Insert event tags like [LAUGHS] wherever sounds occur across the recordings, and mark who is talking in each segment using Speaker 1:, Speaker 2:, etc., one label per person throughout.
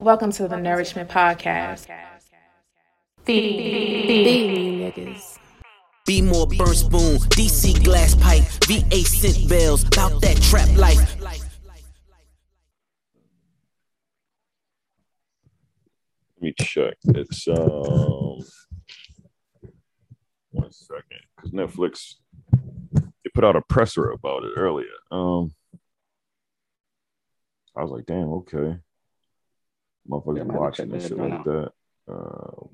Speaker 1: Welcome to the Nourishment Podcast. Feed niggas.
Speaker 2: Be more burn spoon, DC glass pipe, VA scent bells, bout that trap life.
Speaker 3: Let me check. It's um one second. Cause Netflix they put out a presser about it earlier. Um I was like, damn, okay. Motherfuckers
Speaker 4: Yeah, man,
Speaker 3: watching
Speaker 4: check
Speaker 3: this
Speaker 4: that
Speaker 3: shit
Speaker 4: right
Speaker 3: like that. Um,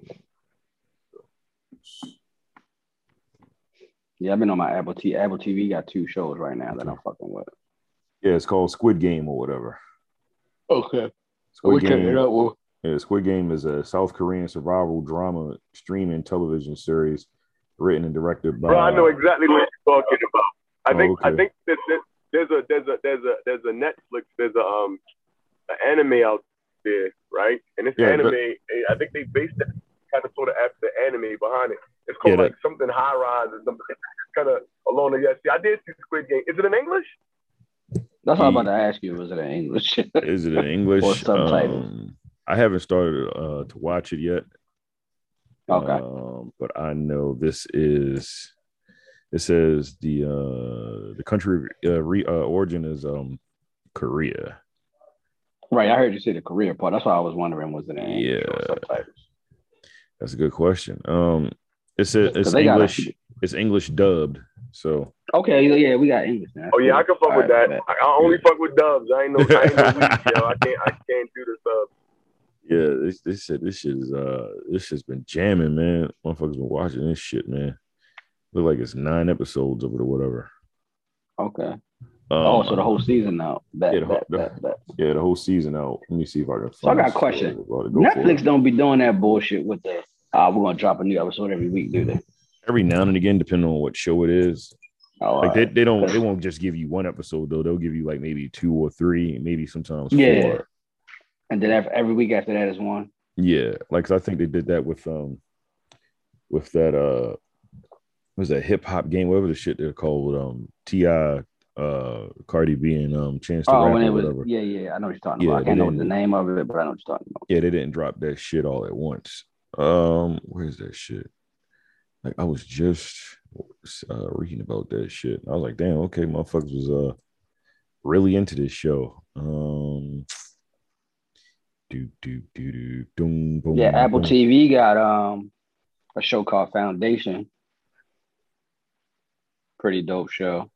Speaker 4: Yeah, I've been on my Apple TV. Apple TV got two shows right now that I'm fucking with.
Speaker 3: yeah, it's called Squid Game or whatever.
Speaker 4: Okay.
Speaker 3: Squid Game.
Speaker 4: out. Well,
Speaker 3: Yeah, Squid Game is a South Korean survival drama streaming television series written and directed by
Speaker 5: Bro, I know exactly what you're talking about. I
Speaker 3: Oh,
Speaker 5: think
Speaker 3: uh, okay.
Speaker 5: I think that, that there's a there's a there's a there's a Netflix there's a um an anime out there, right? And this
Speaker 3: Yeah,
Speaker 5: anime,
Speaker 3: but-
Speaker 5: eh, I think they based it kind of sort of after anime behind it. It's called
Speaker 3: Yeah,
Speaker 5: like something high rise or something kind of along the yeah. See, I did see Squid Game. Is it in English?
Speaker 4: that's what I'm about to ask you. Was it in English? [LAUGHS]
Speaker 3: Is it in English?
Speaker 4: Or subtitles.
Speaker 3: Um, I haven't started uh, to watch it yet.
Speaker 4: Okay.
Speaker 3: Um, but I know this is. It says the uh, the country uh, re, uh, origin is um, Korea.
Speaker 4: right. I heard you say the career part. That's why I was wondering. Was it in English or
Speaker 3: Yeah.
Speaker 4: subtitles?
Speaker 3: That's a good question. Um, it says it's
Speaker 4: 'Cause they got a-
Speaker 3: English. It's English dubbed. So
Speaker 4: Okay. Yeah, yeah, we got English now.
Speaker 5: Oh yeah, I can fuck
Speaker 4: All
Speaker 5: with
Speaker 4: right,
Speaker 5: that.
Speaker 4: bet.
Speaker 5: I, I only fuck with dubs. I ain't no, I ain't no weak, yo. I can't I can't do the uh, sub.
Speaker 3: yeah, this, this shit this shit is uh this shit's been jamming, man. Motherfuckers been watching this shit, man. Look like it's nine episodes of it or whatever.
Speaker 4: Okay.
Speaker 3: Um,
Speaker 4: oh, so the whole season now. Bet,
Speaker 3: Yeah, the whole-
Speaker 4: bet, bet, bet.
Speaker 3: Yeah, the whole season out. Let me see if I can. Find
Speaker 4: So I got a
Speaker 3: something
Speaker 4: question.
Speaker 3: about it. Go for it.
Speaker 4: Netflix don't be doing that bullshit with the. Uh, we're gonna drop a new episode every week, do they?
Speaker 3: every now and again, depending on what show it is.
Speaker 4: Oh,
Speaker 3: Like they,
Speaker 4: alright.
Speaker 3: they don't they won't just give you one episode though. They'll give you like maybe two or three, maybe sometimes
Speaker 4: Yeah.
Speaker 3: four.
Speaker 4: and then every, every week after that is one.
Speaker 3: Yeah, like 'cause I think they did that with um with that uh what was that hip hop game whatever the shit they're called um Ti uh Cardi B and um Chance to
Speaker 4: Oh,
Speaker 3: Rap
Speaker 4: when
Speaker 3: or
Speaker 4: it was.
Speaker 3: whatever.
Speaker 4: Yeah, yeah. I know what you're talking
Speaker 3: Yeah,
Speaker 4: about. I
Speaker 3: they
Speaker 4: can't know the
Speaker 3: didn't-
Speaker 4: name of it, but I know what you're talking about.
Speaker 3: yeah, they didn't drop that shit all at once. Um, where's that shit? Like I was just uh, reading about that shit. I was like, damn, okay, motherfuckers was uh really into this show. Um, do do do do doom boom.
Speaker 4: Yeah, Apple
Speaker 3: boom.
Speaker 4: TV got um a show called Foundation. Pretty dope show.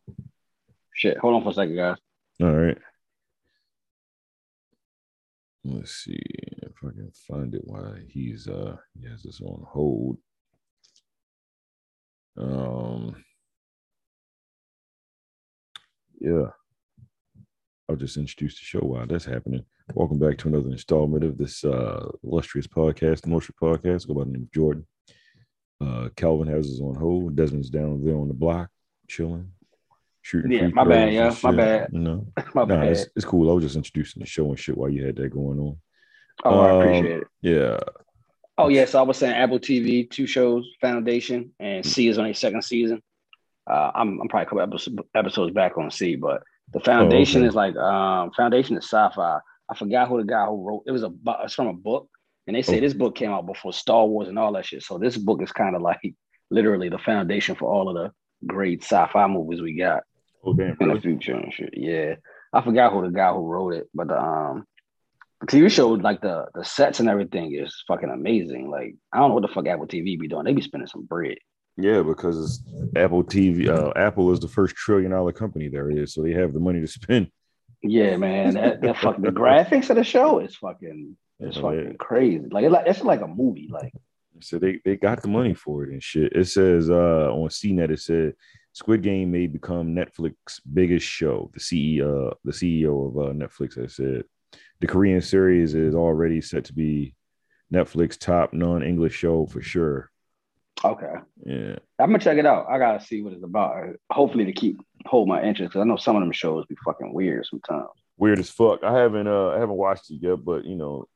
Speaker 4: Shit, hold on for a second, guys. [LAUGHS]
Speaker 3: All right. Let's see if I can find it while he's uh he has this on hold. Um yeah. I'll just introduce the show while that's happening. Welcome back to another installment of this uh illustrious podcast, the Motion Podcast. Go by the name of Jordan. Uh Calvin has us on hold. Desmond's down there on the block, chilling, shooting.
Speaker 4: Yeah,
Speaker 3: free
Speaker 4: my bad,
Speaker 3: throws
Speaker 4: yeah,
Speaker 3: and
Speaker 4: my
Speaker 3: shit,
Speaker 4: bad.
Speaker 3: You know?
Speaker 4: My
Speaker 3: No,
Speaker 4: bad.
Speaker 3: it's, it's cool. I was just introducing the show and shit while you had that going on.
Speaker 4: Oh, I
Speaker 3: um,
Speaker 4: appreciate it.
Speaker 3: Yeah.
Speaker 4: Oh, yes, I was saying Apple TV, two shows, Foundation, and C is on a second season. Uh, I'm, I'm probably a couple episodes, episodes back on C, but the Foundation
Speaker 3: okay.
Speaker 4: is like um, Foundation is sci-fi. I forgot who the guy who wrote. It was a bu- it's from a book, and they say
Speaker 3: Okay.
Speaker 4: this book came out before Star Wars and all that shit. So this book is kind of like literally the foundation for all of the great sci-fi movies we got
Speaker 3: Oh damn,
Speaker 4: in the future and shit. Yeah, I forgot who the guy who wrote it, but the um the TV show like the the sets and everything is fucking amazing. Like I don't know what the fuck Apple TV be doing. They be spending some bread.
Speaker 3: Yeah, because it's Apple TV. Uh, Apple is the first trillion dollar company there is, so they have the money to spend.
Speaker 4: Yeah, man. That, that fucking the graphics of the show is fucking
Speaker 3: You
Speaker 4: it's
Speaker 3: know,
Speaker 4: fucking crazy. Like it, like it's like a movie. Like
Speaker 3: they- so they, they got the money for it and shit. It says uh, on CNET, it said Squid Game may become Netflix's biggest show. The CEO, the CEO of uh, Netflix, has said the Korean series is already set to be Netflix top non English show for sure.
Speaker 4: okay,
Speaker 3: Yeah.
Speaker 4: I'm gonna check it out. I gotta see what it's about. Hopefully to keep hold my interest because I know some of them shows be fucking weird sometimes.
Speaker 3: weird as fuck. I haven't uh I haven't watched it yet, but you know,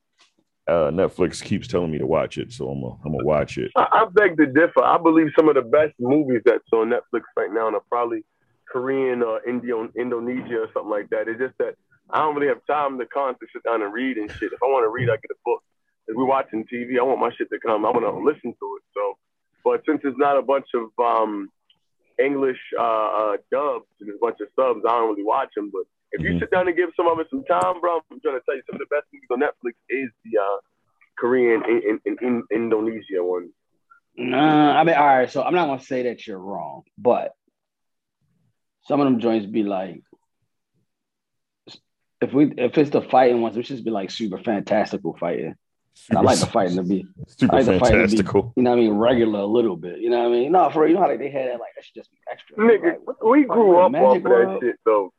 Speaker 3: uh Netflix keeps telling me to watch it, so I'm gonna I'm gonna watch it.
Speaker 5: I, I beg to differ. I believe some of the best movies that's on
Speaker 6: uh,
Speaker 5: Netflix right now are probably Korean or Indian, Indonesia or something like that. It's just that
Speaker 6: I don't really have time to constantly sit down and read and shit. If I want to read, I get a book. If we're watching TV, I want my shit to come. I want to listen to it. So, but since it's not a bunch of um, English uh, uh, dubs and a bunch of subs, I don't really watch them. But if
Speaker 3: Mhm.
Speaker 6: you sit down and give some of it some time, bro, I'm trying to tell you some of the best movies on Netflix is the uh, Korean and in, in, in, Indonesia one.
Speaker 4: Nah, I mean, all right. So I'm not gonna say that you're wrong, but some of them joints be like, if we if it's the fighting ones, we should just be like super fantastical fighting. And I like the fighting to be,
Speaker 3: [LAUGHS] Super
Speaker 4: I like the fighting to be-
Speaker 3: fantastical.
Speaker 4: you know, what I mean, regular a little bit. You know what I mean? No, for real, you know how they, they had that like that should just be extra.
Speaker 6: Nigga,
Speaker 4: Like, what the
Speaker 6: we
Speaker 4: fuck
Speaker 6: grew
Speaker 4: was
Speaker 6: up off of
Speaker 4: Magic
Speaker 6: that
Speaker 4: World?
Speaker 6: shit though.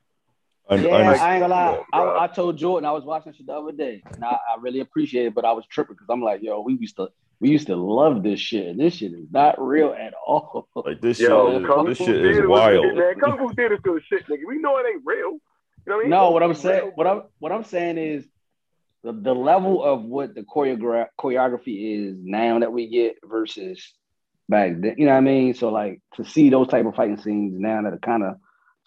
Speaker 3: I,
Speaker 4: Yeah,
Speaker 3: I
Speaker 4: I,
Speaker 3: understand.
Speaker 4: ain't gonna lie.
Speaker 6: Yeah, bro.
Speaker 4: I, I told Jordan I was watching shit the other day, and I, I really appreciate it, but I was tripping because I'm like, yo, we used to we used to love this shit, and this shit is not real at all. [LAUGHS]
Speaker 3: like this
Speaker 6: Yo,
Speaker 3: shit.
Speaker 6: Kung
Speaker 3: Is, this
Speaker 6: Fu
Speaker 3: shit is
Speaker 6: Theater was the
Speaker 3: wild.
Speaker 6: shit, man. Kung Fu Theater still shit, nigga. We know it ain't real. You know what I mean?
Speaker 4: No,
Speaker 6: Kung
Speaker 4: what I'm
Speaker 6: Fu's real.
Speaker 4: saying, what I'm what I'm saying is the, the level of what the choreograph choreography is now that we get versus back then. You know what I mean? So like to see those type of fighting scenes now that are kind of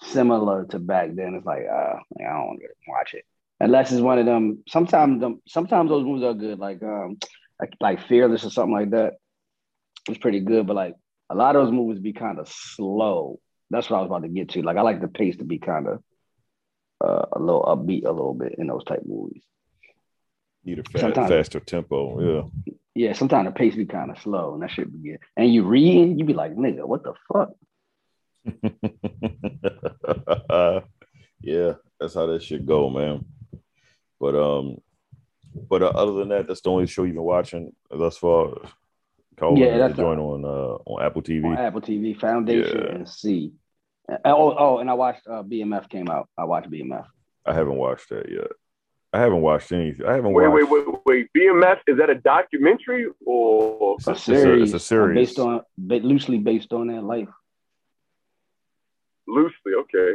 Speaker 4: similar to back then, it's like uh, like, I don't want to watch it unless it's one of them. Sometimes them, sometimes those movies are good, like um, like, like Fearless or something like that. It's pretty good, but like a lot of those movies be kind of slow. That's what I was about to get to. Like I like the pace to be kind of uh, a little upbeat a little bit in those type movies.
Speaker 3: Need a fa-
Speaker 4: Sometimes-
Speaker 3: faster tempo. Yeah. [LAUGHS]
Speaker 4: Yeah, sometimes the pace be kind of slow and that shit be good. And you reading, you be like, nigga, what the fuck?
Speaker 3: yeah, that's how that shit go, man. But um, but uh, other than that, that's the only show you've been watching thus far. Call
Speaker 4: Yeah,
Speaker 3: yeah,
Speaker 4: that's
Speaker 3: that's join on uh on Apple TV.
Speaker 4: On Apple TV, Foundation,
Speaker 3: Yeah.
Speaker 4: and C. And- Oh, oh, and I watched uh, BMF came out. I watched BMF.
Speaker 3: I haven't watched that yet. I haven't watched anything. I haven't
Speaker 6: Wait,
Speaker 3: watched.
Speaker 6: wait, wait, wait. BMF is that a documentary or?
Speaker 3: It's
Speaker 4: A
Speaker 3: a- it's a-
Speaker 4: series, uh,
Speaker 3: it's a series.
Speaker 4: based on ba- loosely based on their life.
Speaker 6: Loosely, okay.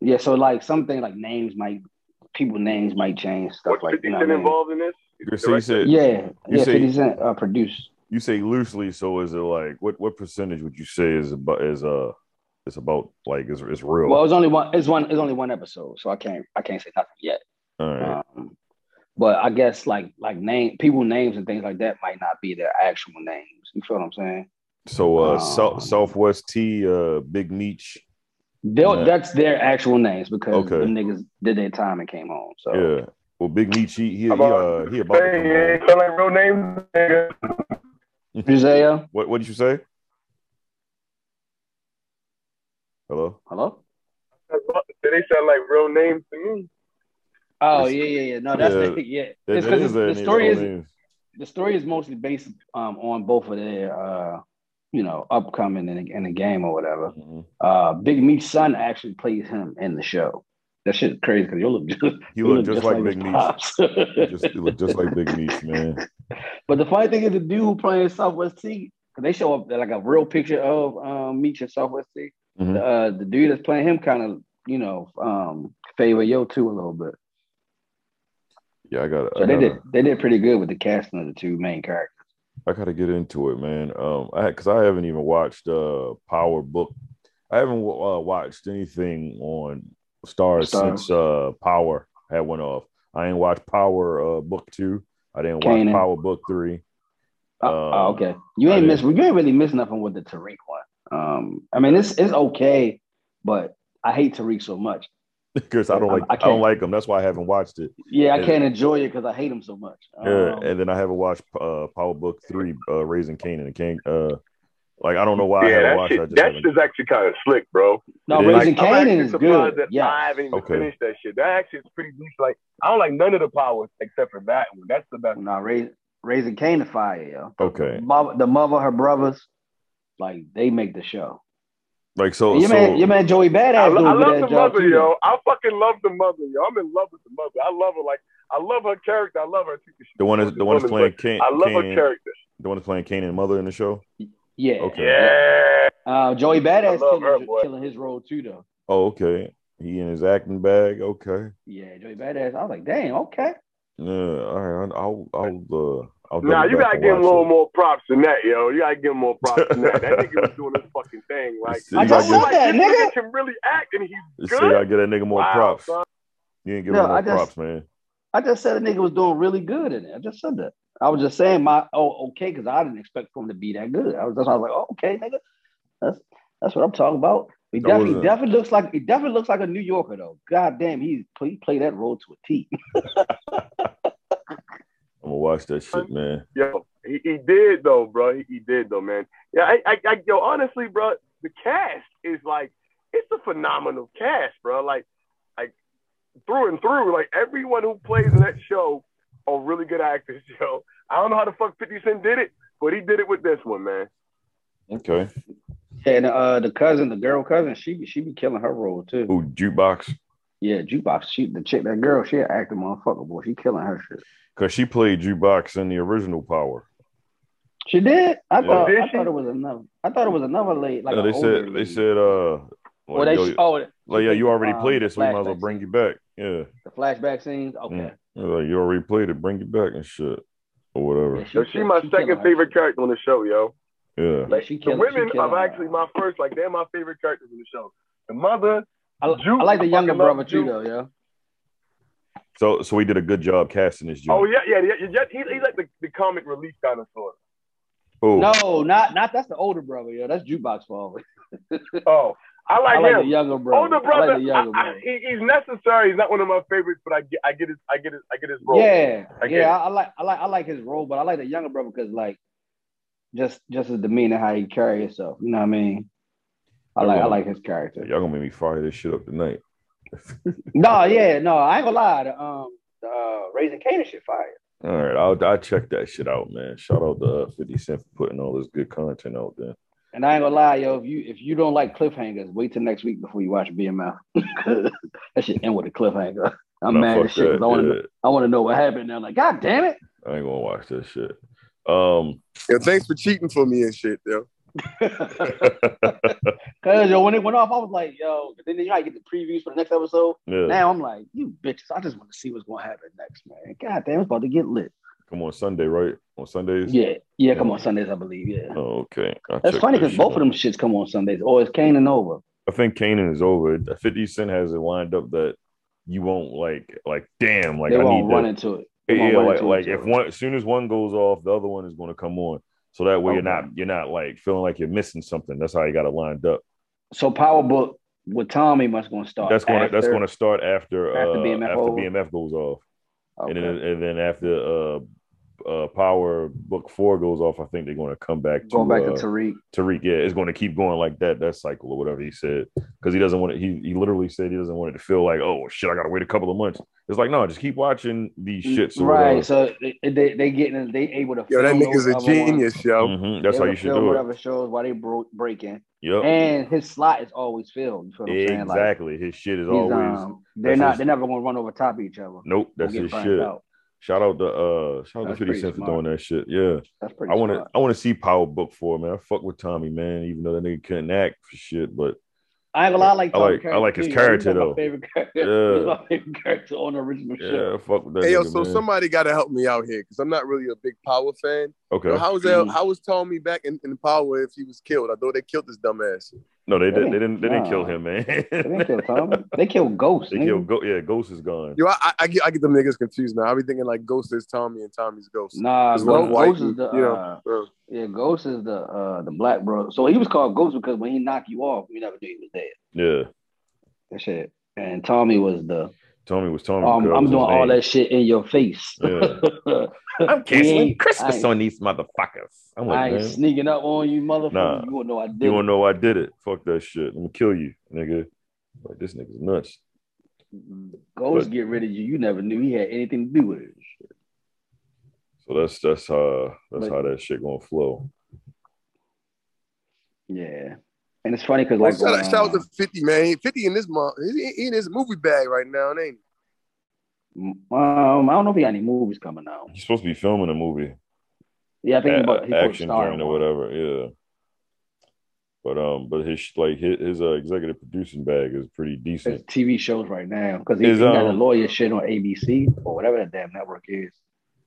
Speaker 4: Yeah, so like something like names might people names might change stuff
Speaker 6: What's
Speaker 4: like
Speaker 6: 50
Speaker 4: you know
Speaker 6: Cent
Speaker 4: what I mean?
Speaker 6: involved in this?
Speaker 3: You say you said-
Speaker 4: Yeah,
Speaker 3: You
Speaker 4: yeah,
Speaker 3: say-
Speaker 4: Fifty Cent uh, produced.
Speaker 3: You say loosely, so is it like what? What percentage would you say is about is uh is about like is is real?
Speaker 4: Well, it's only one. It's one. It's only one episode, so I can't. I can't say nothing yet.
Speaker 3: All right.
Speaker 4: Um, but I guess like like name people names and things like that might not be their actual names. You feel what I'm saying?
Speaker 3: so uh,
Speaker 4: um,
Speaker 3: South, Southwest T, uh, Big Meech.
Speaker 4: They'll,
Speaker 3: Yeah.
Speaker 4: That's their actual names because
Speaker 3: Okay.
Speaker 4: them niggas did their time and came home. So
Speaker 3: Yeah. Well, Big Meech, he he he,
Speaker 6: About-
Speaker 3: uh, he about to come home.
Speaker 6: ain't sound like real names, nigga.
Speaker 4: Giselle,
Speaker 3: What what did you say? Hello?
Speaker 4: hello.
Speaker 6: They sound like real names to me.
Speaker 4: Oh
Speaker 3: It's-
Speaker 4: yeah, yeah, yeah. No, that's
Speaker 3: yeah.
Speaker 4: the, yeah.
Speaker 3: That-
Speaker 4: It's
Speaker 3: that
Speaker 4: 'cause
Speaker 3: is
Speaker 4: the
Speaker 3: their name-
Speaker 4: story
Speaker 3: their
Speaker 4: is
Speaker 3: names.
Speaker 4: the story is mostly based um on both of their uh you know upcoming in the, in the game or whatever.
Speaker 3: Mhm.
Speaker 4: Uh, Big Meat's son actually plays him in the show. That shit is crazy because you [LAUGHS] look just
Speaker 3: He looked just, like Big Meech. He
Speaker 4: Meat.
Speaker 3: just he looked just like Big Meech, man.
Speaker 4: [LAUGHS] But the funny thing is, the dude who playing Southwest T, 'cause they show up like a real picture of um, Meech and Southwest T.
Speaker 3: Mhm.
Speaker 4: The, uh, the dude that's playing him kind of, you know, um, favor Yo too a little bit.
Speaker 3: Yeah, I gotta,
Speaker 4: So
Speaker 3: I
Speaker 4: they did
Speaker 3: gotta
Speaker 4: they did pretty good with the casting of the two main characters.
Speaker 3: I gotta get into it, man. Um I cause I haven't even watched uh Power Book. I haven't wa- uh, watched anything on Stars
Speaker 4: Star.
Speaker 3: since uh Power had went off. I ain't watched Power uh book two. I didn't
Speaker 4: Kanan.
Speaker 3: watch Power Book three. [LAUGHS]
Speaker 4: Oh,
Speaker 3: Um,
Speaker 4: oh, okay. You
Speaker 3: I
Speaker 4: ain't
Speaker 3: did.
Speaker 4: miss you ain't really miss nothing with the Tariq one. Um, I mean it's it's okay, but I hate Tariq so much.
Speaker 3: Because I don't
Speaker 4: I-
Speaker 3: like
Speaker 4: I
Speaker 3: I, don't
Speaker 4: can't-
Speaker 3: like them. That's why I haven't watched it.
Speaker 4: Yeah, I
Speaker 3: Yeah.
Speaker 4: can't enjoy it because I hate him so much.
Speaker 3: Yeah,
Speaker 4: Um,
Speaker 3: and then I haven't watched uh, Power Book Three, uh, Raising Canaan. and King. Uh, like I don't know why I
Speaker 6: yeah,
Speaker 3: haven't
Speaker 6: that
Speaker 3: watched. it. I
Speaker 6: shit,
Speaker 3: just
Speaker 6: that
Speaker 3: haven't.
Speaker 6: shit's actually kind of slick, bro.
Speaker 4: no,
Speaker 3: it is.
Speaker 4: Raising
Speaker 6: I'm actually
Speaker 4: Canaan is
Speaker 6: surprised
Speaker 4: good.
Speaker 6: that
Speaker 4: Yeah,
Speaker 6: I haven't even
Speaker 3: Okay.
Speaker 6: finished that shit. That actually is pretty decent. Like, I don't like none of the powers except for that one. That's the best.
Speaker 4: Now, raising raising Cain to fire, yo.
Speaker 3: Okay,
Speaker 4: Mama, the mother, her brothers, like they make the show.
Speaker 3: like so.
Speaker 4: your
Speaker 3: so
Speaker 4: man, your man Joey
Speaker 6: I,
Speaker 4: Badass
Speaker 6: lo-
Speaker 4: doing
Speaker 6: I
Speaker 4: a good
Speaker 6: love the
Speaker 4: ass job
Speaker 6: mother,
Speaker 4: too.
Speaker 6: yo. I fucking love the mother, yo. I'm in love with the mother. I love her. Like, I love her character. I love her.
Speaker 3: the one is the one is playing Can,
Speaker 6: I love her
Speaker 3: Canaan-
Speaker 6: character.
Speaker 3: the one is playing Canaan mother in the show.
Speaker 4: Yeah,
Speaker 3: Okay.
Speaker 6: Yeah.
Speaker 4: Uh, Joey
Speaker 6: I
Speaker 4: Badass
Speaker 6: love
Speaker 4: killing,
Speaker 6: her, boy.
Speaker 4: killing his role too, though.
Speaker 3: Oh, okay. He in his acting bag. Okay.
Speaker 4: Yeah, Joey Badass. I was like, damn, okay.
Speaker 3: Yeah. All right. I'll I'll uh, I'll.
Speaker 6: Nah,
Speaker 3: double
Speaker 6: you
Speaker 3: back
Speaker 6: gotta
Speaker 3: and
Speaker 6: give him a
Speaker 3: watch
Speaker 6: little
Speaker 3: it.
Speaker 6: more props than that, yo. You gotta give him more props than that. That nigga was doing his fucking
Speaker 3: [LAUGHS]
Speaker 6: thing. Like,
Speaker 3: I just
Speaker 6: I'm
Speaker 3: said
Speaker 6: like,
Speaker 4: that,
Speaker 6: this
Speaker 4: nigga.
Speaker 6: can really act, and he's
Speaker 3: Let's see,
Speaker 6: good.
Speaker 3: I get that nigga more
Speaker 6: Wow,
Speaker 3: props.
Speaker 6: son.
Speaker 3: You ain't give
Speaker 4: No,
Speaker 3: him no
Speaker 4: I just-
Speaker 3: props, man.
Speaker 4: I just said a nigga was doing really good in it. I just said that. I was just saying my oh okay because I didn't expect for him to be that good. I was that's why I was like oh, okay nigga, that's that's what I'm talking about. He
Speaker 3: That
Speaker 4: definitely,
Speaker 3: wasn't-
Speaker 4: definitely looks like he definitely looks like a New Yorker though. God damn, he he played that role to a T. [LAUGHS]
Speaker 3: I'm gonna watch that shit, man.
Speaker 5: Yo, he, he did though, bro. He, he did though, man. Yeah, I, I, I, yo, honestly, bro, the cast is like, it's a phenomenal cast, bro. Like, like through and through, like everyone who plays in that show are really good actors, [LAUGHS] yo. I don't know how the fuck Fifty Cent did it, but he did it with this one, man.
Speaker 3: Okay.
Speaker 4: and uh, the cousin, the girl cousin, she be- she be killing her role too.
Speaker 3: Ooh, jukebox.
Speaker 4: Yeah, jukebox. She the chick, that girl, she an acting motherfucker, boy. She killing her shit.
Speaker 3: Cause she played jukebox in the original Power.
Speaker 4: She did. I
Speaker 3: Yeah.
Speaker 4: thought.
Speaker 5: Did
Speaker 4: I
Speaker 5: she?
Speaker 4: thought it was another. I thought it was another lady. Like
Speaker 3: no,
Speaker 4: an
Speaker 3: they
Speaker 4: older
Speaker 3: said they
Speaker 4: lady.
Speaker 3: said uh,
Speaker 4: Well,
Speaker 3: like,
Speaker 4: they
Speaker 3: yo,
Speaker 4: oh
Speaker 3: like, yeah, you already
Speaker 4: um,
Speaker 3: played it, so we might as well
Speaker 4: flashbacks.
Speaker 3: bring you back. Yeah,
Speaker 4: the flashback scenes. Okay.
Speaker 3: Mm. They were like, you already played it, bring you back and shit or
Speaker 4: Yeah,
Speaker 3: whatever.
Speaker 5: Yo, she my
Speaker 4: she killing
Speaker 5: second
Speaker 4: her
Speaker 5: favorite
Speaker 4: shit.
Speaker 5: character on the show, yo.
Speaker 3: Yeah,
Speaker 4: Yeah, she
Speaker 5: The
Speaker 4: killing, she
Speaker 5: women
Speaker 4: killing
Speaker 5: are
Speaker 4: her.
Speaker 5: actually my first, like they're my favorite characters in the show. The mother,
Speaker 4: I, li-
Speaker 5: Juke,
Speaker 4: I like the
Speaker 5: I
Speaker 4: younger
Speaker 5: fucking love
Speaker 4: brother too,
Speaker 5: Juke.
Speaker 4: though. Yeah.
Speaker 3: so so we did a good job casting this
Speaker 5: oh
Speaker 3: joint.
Speaker 5: yeah, yeah, yeah, yeah. He's he's like the, the comic relief dinosaur.
Speaker 3: Oh,
Speaker 4: No, not not. That's the older brother. Yeah, that's jukebox father.
Speaker 5: Oh, I like,
Speaker 4: I like
Speaker 5: him.
Speaker 4: the younger brother.
Speaker 5: Older
Speaker 4: I
Speaker 5: brother,
Speaker 4: like the younger
Speaker 5: I- I-
Speaker 4: brother.
Speaker 5: he, he's necessary. He's not one of my favorites, but I get, I get his, I get his, I get his role.
Speaker 4: yeah,
Speaker 5: I get it.
Speaker 4: yeah. I, I like I like I like his role, but I like the younger brother because like just just his demeanor, how he carry himself. You know what I mean? I like I like his character.
Speaker 3: y'all gonna make me fire this shit up tonight.
Speaker 4: No, yeah, no, I ain't gonna lie. The, um, the, uh, Raising Canaan shit fire.
Speaker 3: All right, I'll I'll check that shit out, man. Shout out to uh, Fifty Cent for putting all this good content out there.
Speaker 4: And I ain't gonna lie, yo. If you if you don't like cliffhangers, wait till next week before you watch BMF. [LAUGHS] that shit end with a cliffhanger. I'm
Speaker 3: Nah,
Speaker 4: mad
Speaker 3: fuck
Speaker 4: as shit. 'cause
Speaker 3: that,
Speaker 4: I want to
Speaker 3: yeah.
Speaker 4: I want to know what happened. And I'm like, God damn it! [LAUGHS]
Speaker 3: I ain't gonna watch that shit. Um, [LAUGHS]
Speaker 5: Yo, thanks for cheating for me and shit, yo.
Speaker 4: Cause yo, when it went off, I was like, yo. Then you know, I get the previews for the next episode.
Speaker 3: yeah,
Speaker 4: Now I'm like, you bitches. I just want to see what's gonna happen next, man. God damn, it's about to get lit.
Speaker 3: come on Sunday, right? On Sundays.
Speaker 4: Yeah, yeah. Come on Sundays, I believe. Yeah.
Speaker 3: Oh, okay. I'll
Speaker 4: That's
Speaker 3: check
Speaker 4: funny
Speaker 3: that
Speaker 4: because
Speaker 3: shit
Speaker 4: both of
Speaker 3: out.
Speaker 4: them shits come on Sundays. Or it's Kane and Over.
Speaker 3: I think Kanan is over. 50 Cent has it lined up that you won't like, like, damn, like
Speaker 4: they
Speaker 3: I
Speaker 4: won't
Speaker 3: need
Speaker 4: run
Speaker 3: that.
Speaker 4: into it. They won't
Speaker 3: Yeah,
Speaker 4: run
Speaker 3: like,
Speaker 4: into
Speaker 3: like
Speaker 4: it.
Speaker 3: if one, as soon as one goes off, the other one is going to come on. So that way you're
Speaker 4: Okay.
Speaker 3: not, you're not like feeling like you're missing something. That's how you got it lined up.
Speaker 4: So Power Book with Tommy must going to start.
Speaker 3: that's going to, that's
Speaker 4: after-
Speaker 3: going to start after,
Speaker 4: after
Speaker 3: uh,
Speaker 4: BMF
Speaker 3: after
Speaker 4: over?
Speaker 3: BMF goes off,
Speaker 4: Okay.
Speaker 3: and then and then after uh, uh, Power Book Four goes off, I think they're going to come back to
Speaker 4: going back
Speaker 3: uh,
Speaker 4: to Tariq.
Speaker 3: Tariq, yeah, it's going to keep going like that, that cycle or whatever he said, because he doesn't want it. He, he literally said he doesn't want it to feel like, oh shit, I got to wait a couple of months. It's like, no, just keep watching these shits. Or
Speaker 4: Mm, right.
Speaker 3: whatever.
Speaker 4: So they they, they getting they able to.
Speaker 5: Yo, that
Speaker 4: film
Speaker 5: nigga's
Speaker 4: those
Speaker 5: a
Speaker 4: other ones.
Speaker 5: genius, yo.
Speaker 3: Mhm, That's
Speaker 4: They
Speaker 3: how
Speaker 4: able
Speaker 3: you
Speaker 4: to
Speaker 3: should
Speaker 4: film
Speaker 3: do it.
Speaker 4: whatever shows while they bro- breaking,
Speaker 3: Yep.
Speaker 4: and his slot is always filled. You feel what I'm saying? Like,
Speaker 3: Exactly. His shit is
Speaker 4: he's,
Speaker 3: always.
Speaker 4: um, they're
Speaker 3: that's
Speaker 4: not.
Speaker 3: his-
Speaker 4: they're never going to run over top of each other.
Speaker 3: Nope, that's
Speaker 4: We'll
Speaker 3: his
Speaker 4: get burnt
Speaker 3: shit.
Speaker 4: out.
Speaker 3: Shout out to uh, shout out to
Speaker 4: That's
Speaker 3: Fifty
Speaker 4: pretty
Speaker 3: Cent for
Speaker 4: smart.
Speaker 3: doing that shit. Yeah,
Speaker 4: That's pretty.
Speaker 3: I want to
Speaker 4: smart.
Speaker 3: I want to see Power Book Four, man. I fuck with Tommy, man. Even though that nigga couldn't act for shit, but
Speaker 4: I ain't gonna lie, I like.
Speaker 3: I
Speaker 4: Tommy
Speaker 3: like- I
Speaker 4: Curtis
Speaker 3: like his
Speaker 4: too, yo. He's
Speaker 3: character,
Speaker 4: one of
Speaker 3: though.
Speaker 4: My favorite
Speaker 3: Yeah.
Speaker 4: character. [LAUGHS] He's my favorite character on the original show.
Speaker 3: yeah, I fuck with that.
Speaker 6: Hey, yo,
Speaker 3: nigga,
Speaker 6: so
Speaker 3: man.
Speaker 6: somebody got to help me out here because I'm not really a big Power fan.
Speaker 3: okay,
Speaker 6: So how was
Speaker 4: Mm.
Speaker 6: that, how was Tommy back in, in Power if he was killed? I thought they killed this dumbass.
Speaker 3: no, they,
Speaker 4: They
Speaker 3: did, they didn't
Speaker 4: didn't-
Speaker 3: they didn't
Speaker 4: nah.
Speaker 3: kill him, man. [LAUGHS]
Speaker 4: They didn't kill Tommy. They killed Ghost.
Speaker 3: They
Speaker 4: nigga.
Speaker 3: killed. Go- yeah, Ghost is gone.
Speaker 6: Yo, I, I, I get I get them niggas confused now. I be thinking like Ghost is Tommy and Tommy's Ghost.
Speaker 4: Nah,
Speaker 6: It's
Speaker 4: Ghost,
Speaker 6: not white,
Speaker 4: Ghost is the
Speaker 6: you know,
Speaker 4: uh,
Speaker 6: uh.
Speaker 4: yeah, Ghost is the uh the black bro. So he was called Ghost because when he knocked you off, you never knew he was dead.
Speaker 3: Yeah,
Speaker 4: That shit. And Tommy was the
Speaker 3: Tommy was Tommy.
Speaker 4: um,
Speaker 3: because
Speaker 4: I'm
Speaker 3: his
Speaker 4: doing all
Speaker 3: name.
Speaker 4: that shit in your face. [LAUGHS]
Speaker 3: Yeah.
Speaker 4: I'm I, ain't-
Speaker 3: on these motherfuckers. I'm
Speaker 4: I
Speaker 3: like,
Speaker 4: ain't
Speaker 3: man,
Speaker 4: sneaking up on you, motherfucker.
Speaker 3: Nah.
Speaker 4: You won't know I did.
Speaker 3: you wanna know I did it? Fuck that shit. I'm gonna kill you, nigga. Like this nigga's nuts.
Speaker 4: Ghost
Speaker 3: but-
Speaker 4: get rid of you. You never knew he had anything to do with it.
Speaker 3: So that's that's how that's
Speaker 4: But-
Speaker 3: how that shit gonna flow.
Speaker 4: Yeah. And it's funny because
Speaker 6: Well,
Speaker 4: like
Speaker 6: shout, out,
Speaker 4: um,
Speaker 6: shout out to 50, man. 50 in this month. He, he in his movie bag right now, ain't he?
Speaker 4: um, I don't know if he got any movies coming out.
Speaker 3: He's supposed to be filming a movie,
Speaker 4: Yeah, I think he
Speaker 3: a-
Speaker 4: about, he
Speaker 3: action
Speaker 4: starring
Speaker 3: joint or whatever. Yeah. But um, but his like his, his uh, executive producing bag is pretty
Speaker 4: There's
Speaker 3: decent.
Speaker 4: TV shows right now because he,
Speaker 3: Is,
Speaker 4: he got a
Speaker 3: um,
Speaker 4: lawyer shit on ABC or whatever that damn network is.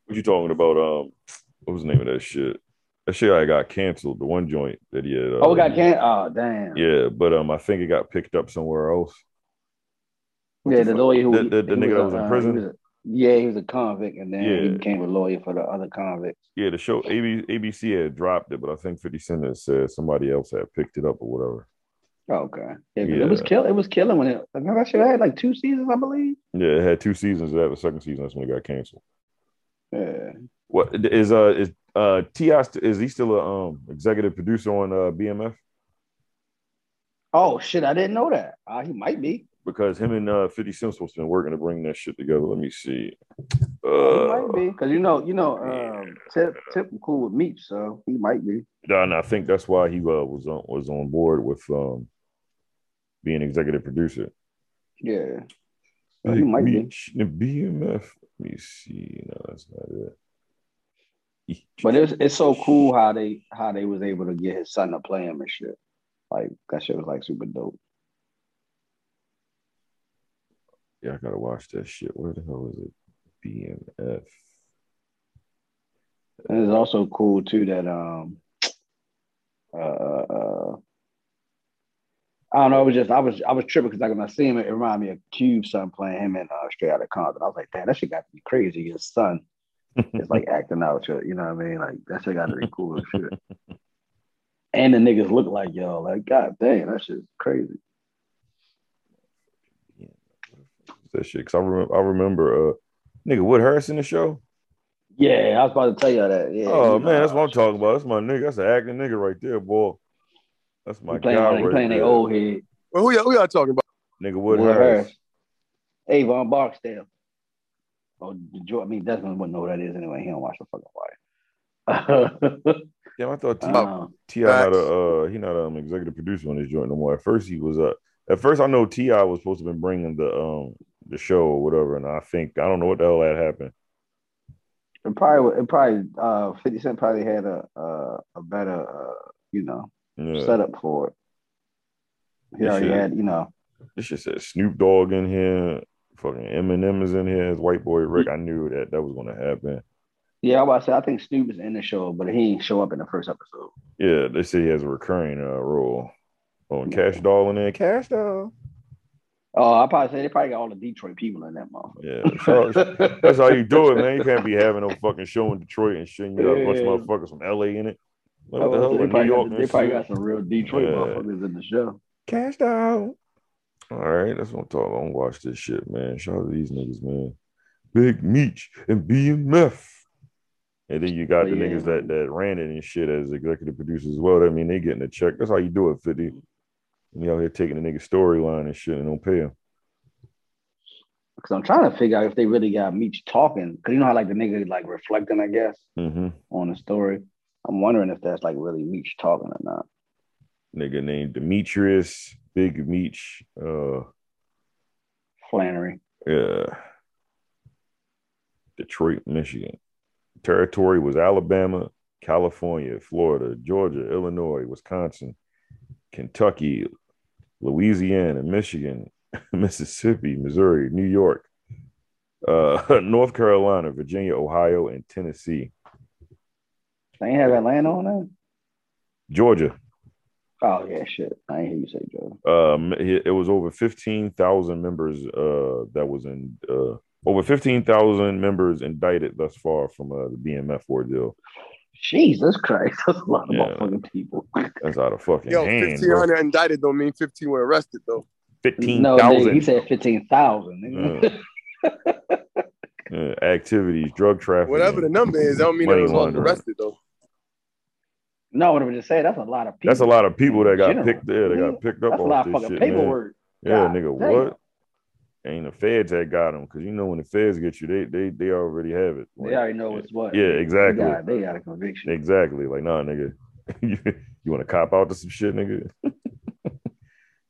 Speaker 3: What you talking about? Um, what was the name of that shit? That shit I got canceled. The one joint that he had. Uh,
Speaker 4: oh, we got can. Oh, damn.
Speaker 3: Yeah, but um, I think it got picked up somewhere else. What
Speaker 4: yeah,
Speaker 3: the
Speaker 4: the
Speaker 3: fuck?
Speaker 4: lawyer who
Speaker 3: The- the- the
Speaker 4: he
Speaker 3: nigga that
Speaker 4: a,
Speaker 3: was in
Speaker 4: uh,
Speaker 3: prison?
Speaker 4: he was a- yeah, he was a convict, and then he
Speaker 3: Yeah.
Speaker 4: became a lawyer for the other convicts.
Speaker 3: Yeah, the show AB, ABC had dropped it, but I think 50 Cent had said somebody else had picked it up or whatever.
Speaker 4: Okay, yeah, 'cause it was
Speaker 3: Yeah.
Speaker 4: kill. It was killing when it. Remember that shit had like two seasons, I believe.
Speaker 3: Yeah, it had two seasons. It had the second season. That's when it got canceled.
Speaker 4: Yeah,
Speaker 3: What is uh is uh Ti st- is he still a um executive producer on uh BMF?
Speaker 4: Oh shit, I didn't know that. Uh, he might be.
Speaker 3: Because him and uh 50 Cent supposed to been working to bring that shit together. Let me see.
Speaker 4: He
Speaker 3: Uh
Speaker 4: might be because you know, you know, um, Tip Tip cool with Meep, so he might be.
Speaker 3: nah, nah, I think that's why he uh, was on was on board with um being executive producer.
Speaker 4: Yeah, Oh, he might be.
Speaker 3: Bitch, The BMF. Let me see. No, that's not E, it.
Speaker 4: but it's it's so cool how they how they was able to get his son to play him and shit. Like that shit was like super dope.
Speaker 3: Yeah, I gotta watch that shit. Where the hell is it? BMF.
Speaker 4: And it's also cool too that um uh, uh I don't know. It was just I was I was tripping because like when I see him, it reminded me of Cube's son playing him in uh, Straight Outta Compton. I was like, damn, that shit got to be crazy.
Speaker 3: [LAUGHS]
Speaker 4: Your son is like acting out, shit, you know what I mean? Like that shit got to be cool as shit.
Speaker 3: [LAUGHS]
Speaker 4: And the niggas look like y'all. Like god damn, that shit's crazy.
Speaker 3: That shit. Cause I remember I remember uh nigga Wood Harris in the show.
Speaker 4: Yeah, I was about to tell y'all that. Yeah.
Speaker 3: oh
Speaker 4: he,
Speaker 3: man, that's
Speaker 4: uh,
Speaker 3: what I'm talking about. That's my nigga. That's an acting nigga right there, boy. That's my
Speaker 4: he playing,
Speaker 3: guy
Speaker 4: he
Speaker 3: right
Speaker 4: playing
Speaker 3: there.
Speaker 4: their old head.
Speaker 6: Well, who y'all, who y'all talking about?
Speaker 3: nigga Wood,
Speaker 4: Wood
Speaker 3: Harris.
Speaker 4: Harris. Avon Barksdale. Oh, Joe, I mean Desmond wouldn't know what that is anyway. He don't watch the fucking wire.
Speaker 3: Damn, I thought T
Speaker 4: Um,
Speaker 3: Ti not a uh, he not um executive producer on this joint no more. At first he was uh at first I know Ti was supposed to been bringing the um the show or whatever, and I think I don't know what the hell that happened.
Speaker 4: it probably, it probably, uh, Fifty Cent probably had a a, a better, uh, you know,
Speaker 3: Yeah.
Speaker 4: setup for it. He
Speaker 3: Yeah,
Speaker 4: already
Speaker 3: shit.
Speaker 4: had, you know,
Speaker 3: This shit said Snoop Dogg in here, fucking Eminem is in here, his white boy Rick. I knew that that was gonna happen.
Speaker 4: yeah. I was about to say, I think Snoop is in the show, but he ain't show up in the first episode.
Speaker 3: Yeah, they say he has a recurring uh role. Oh, and Cash Doll in there, Cash Doll.
Speaker 4: Oh, I probably say they probably got all the Detroit people in that motherfucker.
Speaker 3: Yeah,
Speaker 4: [LAUGHS]
Speaker 3: so- that's how you do it, man. You can't be having no fucking show in Detroit and shit. You got a bunch of
Speaker 4: Yeah.
Speaker 3: motherfuckers from LA in it. Like,
Speaker 4: Oh,
Speaker 3: what the hell?
Speaker 4: so they,
Speaker 3: Like, New
Speaker 4: probably
Speaker 3: York.
Speaker 4: got,
Speaker 3: and
Speaker 4: they probably
Speaker 3: shit?
Speaker 4: got some real Detroit
Speaker 3: Yeah.
Speaker 4: motherfuckers in the show.
Speaker 3: Cashed out. All right, that's what I'm talking about. I'm gonna watch this shit, man. Shout out to these niggas, man. Big Meech and BMF. And then you got the
Speaker 4: Oh, Yeah.
Speaker 3: niggas that, that ran it and shit as executive producers as well. I mean, they getting a check. That's how you do it, 50. You out here taking the nigga storyline and shit and don't pay him.
Speaker 4: Because I'm trying to figure out if they really got Meech talking. Because you know how like the nigga like reflecting, I guess,
Speaker 3: Mm-hmm.
Speaker 4: on the story. I'm wondering if that's like really Meech talking or not.
Speaker 3: Nigga named Demetrius, Big Meech. Uh,
Speaker 4: Flannery.
Speaker 3: yeah. uh, Detroit, Michigan. Territory was Alabama, California, Florida, Georgia, Illinois, Wisconsin, Kentucky, Louisiana, Michigan, [LAUGHS] Mississippi, Missouri, New York, uh, [LAUGHS] North Carolina, Virginia, Ohio, and Tennessee.
Speaker 4: They ain't have Atlanta on there.
Speaker 3: Georgia.
Speaker 4: Oh yeah, shit. I ain't hear you say Joe.
Speaker 3: Um, it it was over fifteen thousand members. Uh, that was in uh, over fifteen thousand members indicted thus far from uh, the BMF ordeal.
Speaker 4: Jesus Christ, [LAUGHS] that's a lot of
Speaker 3: Yeah.
Speaker 4: motherfucking people.
Speaker 3: That's out of fucking
Speaker 6: Yo,
Speaker 3: hand.
Speaker 6: fifteen
Speaker 3: bro.
Speaker 6: hundred indicted don't mean fifteen were arrested though.
Speaker 3: Fifteen
Speaker 4: no, nigga, he
Speaker 3: thousand
Speaker 4: said fifteen thousand.
Speaker 3: uh, activities, drug trafficking,
Speaker 6: Whatever the number is, that don't mean
Speaker 3: Money
Speaker 6: they was all
Speaker 3: laundering.
Speaker 6: arrested though.
Speaker 4: [LAUGHS] no, what I'm just saying, that's a lot of people.
Speaker 3: That's a lot of people that got
Speaker 4: General.
Speaker 3: picked. Yeah, they got picked up
Speaker 4: That's a
Speaker 3: off
Speaker 4: lot of
Speaker 3: this
Speaker 4: fucking
Speaker 3: shit, man.
Speaker 4: paperwork.
Speaker 3: Yeah,
Speaker 4: God
Speaker 3: nigga,
Speaker 4: damn.
Speaker 3: what? Ain't the feds that got them because you know when the feds get you, they they they already have it.
Speaker 4: They
Speaker 3: Like,
Speaker 4: already know what's what.
Speaker 3: Yeah,
Speaker 4: They
Speaker 3: exactly,
Speaker 4: got, they got a conviction.
Speaker 3: exactly. Like nah, nigga, [LAUGHS] you, you want to cop out to some shit, nigga? [LAUGHS]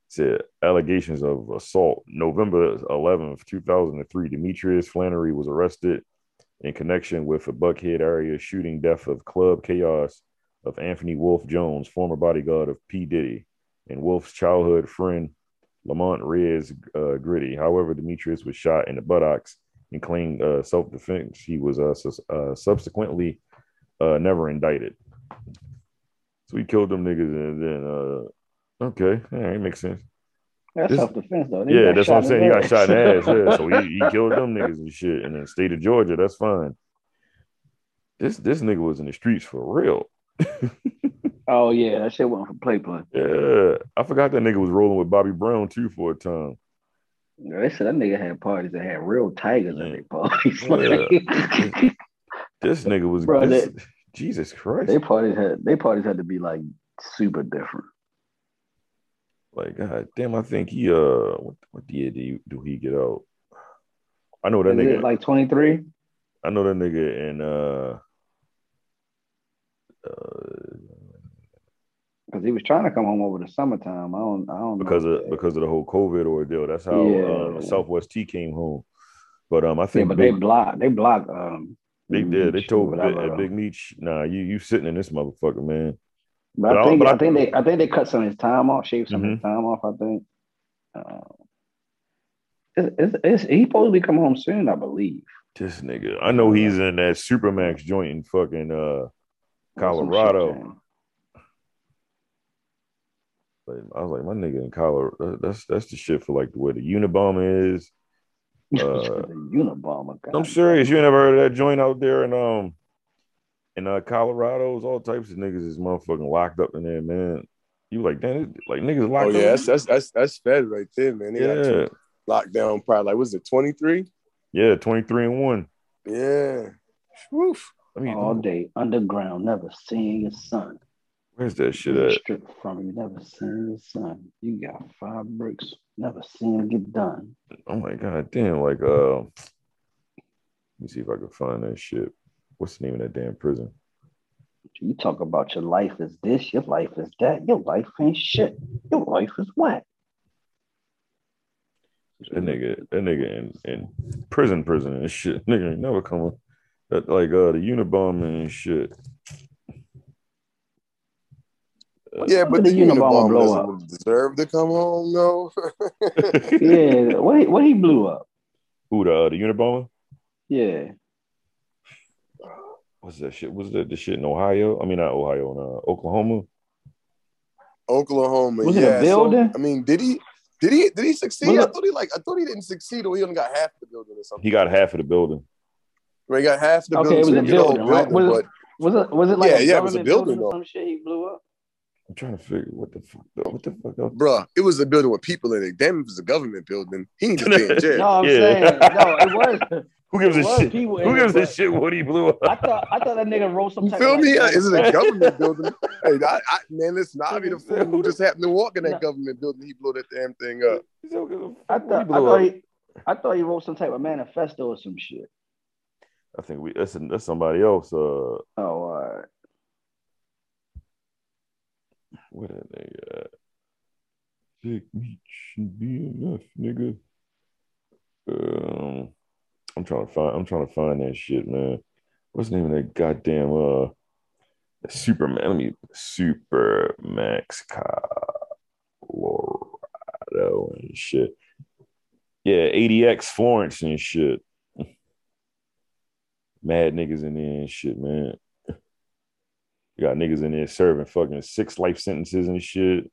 Speaker 3: Said allegations of assault. November eleventh, two thousand and three, Demetrius Flannery was arrested in connection with a Buckhead area shooting death of Club Chaos of Anthony Wolf Jones, former bodyguard of P Diddy, and Wolf's childhood friend Lamont Reyes uh, Gritty. However, Demetrius was shot in the buttocks and claimed uh, self-defense. He was uh, sus- uh, subsequently uh, never indicted. So he killed them niggas, and then uh, okay, all right, makes sense.
Speaker 4: That's
Speaker 3: This-
Speaker 4: self defense though. They
Speaker 3: Yeah,
Speaker 4: got
Speaker 3: that's what
Speaker 4: shot
Speaker 3: I'm saying. He
Speaker 4: the
Speaker 3: got shot in the ass.
Speaker 4: legs.
Speaker 3: Yeah, so he, he killed them niggas and shit. And in the state of Georgia, that's fine. This this nigga was in the streets for real.
Speaker 4: [LAUGHS] Oh yeah, that shit went for play play.
Speaker 3: Yeah, I forgot that nigga was rolling with Bobby Brown too for a time.
Speaker 4: Yeah, They said that nigga had parties that had real tigers at their parties. [LAUGHS]
Speaker 3: Yeah. This nigga was
Speaker 4: Bro,
Speaker 3: this- [LAUGHS] Jesus Christ.
Speaker 4: [LAUGHS] they parties had they parties had to be like super different.
Speaker 3: Like, god damn, I think he uh what, what year do, you, do he get out? I know that
Speaker 4: Is
Speaker 3: nigga
Speaker 4: it like twenty three?
Speaker 3: I know that nigga in uh uh
Speaker 4: Because he was trying to come home over the summertime. I don't I don't
Speaker 3: because
Speaker 4: know.
Speaker 3: of because of the whole COVID ordeal. That's how
Speaker 4: Yeah.
Speaker 3: uh, Southwest T came home. But um I
Speaker 4: yeah,
Speaker 3: think
Speaker 4: but they
Speaker 3: Big-
Speaker 4: block they block um
Speaker 3: Big yeah, they
Speaker 4: Meech or
Speaker 3: told Big,
Speaker 4: whatever,
Speaker 3: uh,
Speaker 4: though.
Speaker 3: Big Meech, nah, you you sitting in this motherfucker, man. But
Speaker 4: But,
Speaker 3: I
Speaker 4: I
Speaker 3: don't-
Speaker 4: think
Speaker 3: but
Speaker 4: I,
Speaker 3: I- Mm-hmm.
Speaker 4: think they I think they cut some of his time off, shaved some of his time off. I think. Um, it's, it's, it's, he supposed to be coming home soon, I believe.
Speaker 3: This nigga. I know he's in that Supermax joint in fucking uh
Speaker 4: Or some shit, [LAUGHS]
Speaker 3: Colorado.
Speaker 4: man.
Speaker 3: But I was like, my nigga in Colorado, that's that's the shit for like where the Unabomber is. Uh,
Speaker 4: The Unabomber. God.
Speaker 3: I'm serious. You ain't never heard of that joint out there in um in uh Colorado? It's all types of niggas is motherfucking locked up in there, man. You like damn, like niggas locked
Speaker 6: Oh
Speaker 3: up.
Speaker 6: yeah, that's that's that's that's Fed right there, man. They got two
Speaker 3: yeah,
Speaker 6: locked down probably like was it 23?
Speaker 3: yeah, twenty three and one.
Speaker 6: Yeah. Woof.
Speaker 3: I mean,
Speaker 4: All day underground, never seeing your son.
Speaker 3: where's that shit
Speaker 4: Being
Speaker 3: at?
Speaker 4: Stripped from you, never seeing your son. You got five bricks, never seen it get done.
Speaker 3: Oh my god, damn! Like, uh, let me see if I can find that shit. What's the name of that damn prison?
Speaker 4: You talk about your life is this, your life is that, your life ain't shit, your life is whack.
Speaker 3: That nigga, that nigga in, in prison, prison and shit. [LAUGHS] Nigga ain't never coming. That like uh the Unabomber and shit.
Speaker 6: Yeah,
Speaker 4: When
Speaker 6: but the
Speaker 4: did the Unabomber
Speaker 6: Unabomber
Speaker 4: blow
Speaker 6: doesn't deserve to come
Speaker 3: [LAUGHS]
Speaker 6: home, though. [LAUGHS]
Speaker 4: Yeah, what he, what he blew up.
Speaker 3: Who the uh, the Unabomber?
Speaker 4: Yeah.
Speaker 3: What's that shit? Was that the shit in Ohio? I mean, not Ohio, in uh, Oklahoma.
Speaker 6: Oklahoma.
Speaker 4: Was it a
Speaker 6: yeah, so,
Speaker 4: building?
Speaker 6: I mean, did he? Did he? Did he succeed?
Speaker 4: Was
Speaker 6: I
Speaker 4: it-
Speaker 6: thought he like. I thought he didn't succeed, or he only got half the building or something.
Speaker 3: He got half of the building.
Speaker 6: Well, he got half the
Speaker 4: Okay,
Speaker 6: building.
Speaker 4: it was
Speaker 6: so
Speaker 4: a
Speaker 6: he did the whole
Speaker 4: building, right? Was it- Was it was it like
Speaker 6: Yeah,
Speaker 4: a
Speaker 6: yeah, it was a
Speaker 4: government
Speaker 6: building,
Speaker 4: or some shit he blew up?
Speaker 3: I'm trying to figure what the fuck. What the fuck?
Speaker 6: but bruh, it was a building with people in it. Damn, it was a government building.
Speaker 4: [LAUGHS]
Speaker 6: He needs to be in jail.
Speaker 4: No, I'm
Speaker 3: Yeah.
Speaker 4: saying no, it was.
Speaker 3: Who gives
Speaker 4: It
Speaker 3: a
Speaker 4: was
Speaker 3: shit?
Speaker 4: people in
Speaker 3: Who
Speaker 4: it,
Speaker 3: gives a
Speaker 4: but-
Speaker 3: shit what he blew
Speaker 4: I
Speaker 3: up?
Speaker 4: thought I thought that nigga wrote some.
Speaker 6: You
Speaker 4: type
Speaker 6: feel
Speaker 4: of,
Speaker 6: me?
Speaker 4: like,
Speaker 6: Is it a government building? Hey, I, I, man, listen, I'll be the fool who just happened to walk in that
Speaker 4: No.
Speaker 6: government building. He blew that damn thing up.
Speaker 3: He said, [LAUGHS] "Who gives a fuck
Speaker 4: I
Speaker 3: what
Speaker 4: thought I
Speaker 3: blew up?"
Speaker 4: thought he I thought he wrote some type of manifesto or some shit.
Speaker 3: I think we that's that's somebody else. Uh,
Speaker 4: Oh, alright.
Speaker 3: what that nigga? at? Take me should be enough, nigga. Um, I'm trying to find. I'm trying to find that shit, man. What's the name of that goddamn uh Superman? Let me Super Max Colorado and shit. Yeah, ADX Florence and shit. Mad niggas in there and shit, man. You got niggas in there serving fucking six life sentences and shit.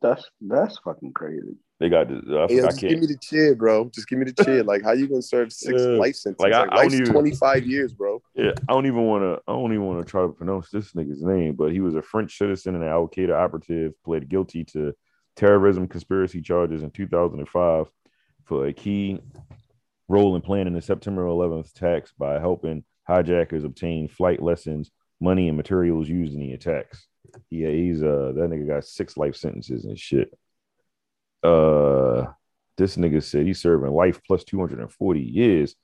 Speaker 4: that's that's fucking crazy.
Speaker 3: They got the I,
Speaker 6: Hey, yo,
Speaker 3: I
Speaker 6: just give
Speaker 3: can't.
Speaker 6: me the chair, bro. Just give me the chair. Like, how you gonna serve six
Speaker 3: Yeah.
Speaker 6: life sentences?
Speaker 3: Like,
Speaker 6: Like,
Speaker 3: I- I don't
Speaker 6: life's
Speaker 3: even-
Speaker 6: twenty five years,
Speaker 3: [LAUGHS]
Speaker 6: bro.
Speaker 3: Yeah, I don't even want to. I don't even want to try to pronounce this nigga's name, but he was a French citizen and an Al Qaeda operative, pled guilty to terrorism conspiracy charges in 2005 for a key role in planning the September 11th attacks by helping hijackers obtain flight lessons, money, and materials used in the attacks. Yeah, he's uh that nigga got six life sentences and shit. Uh, this nigga said he's serving life plus 240 years.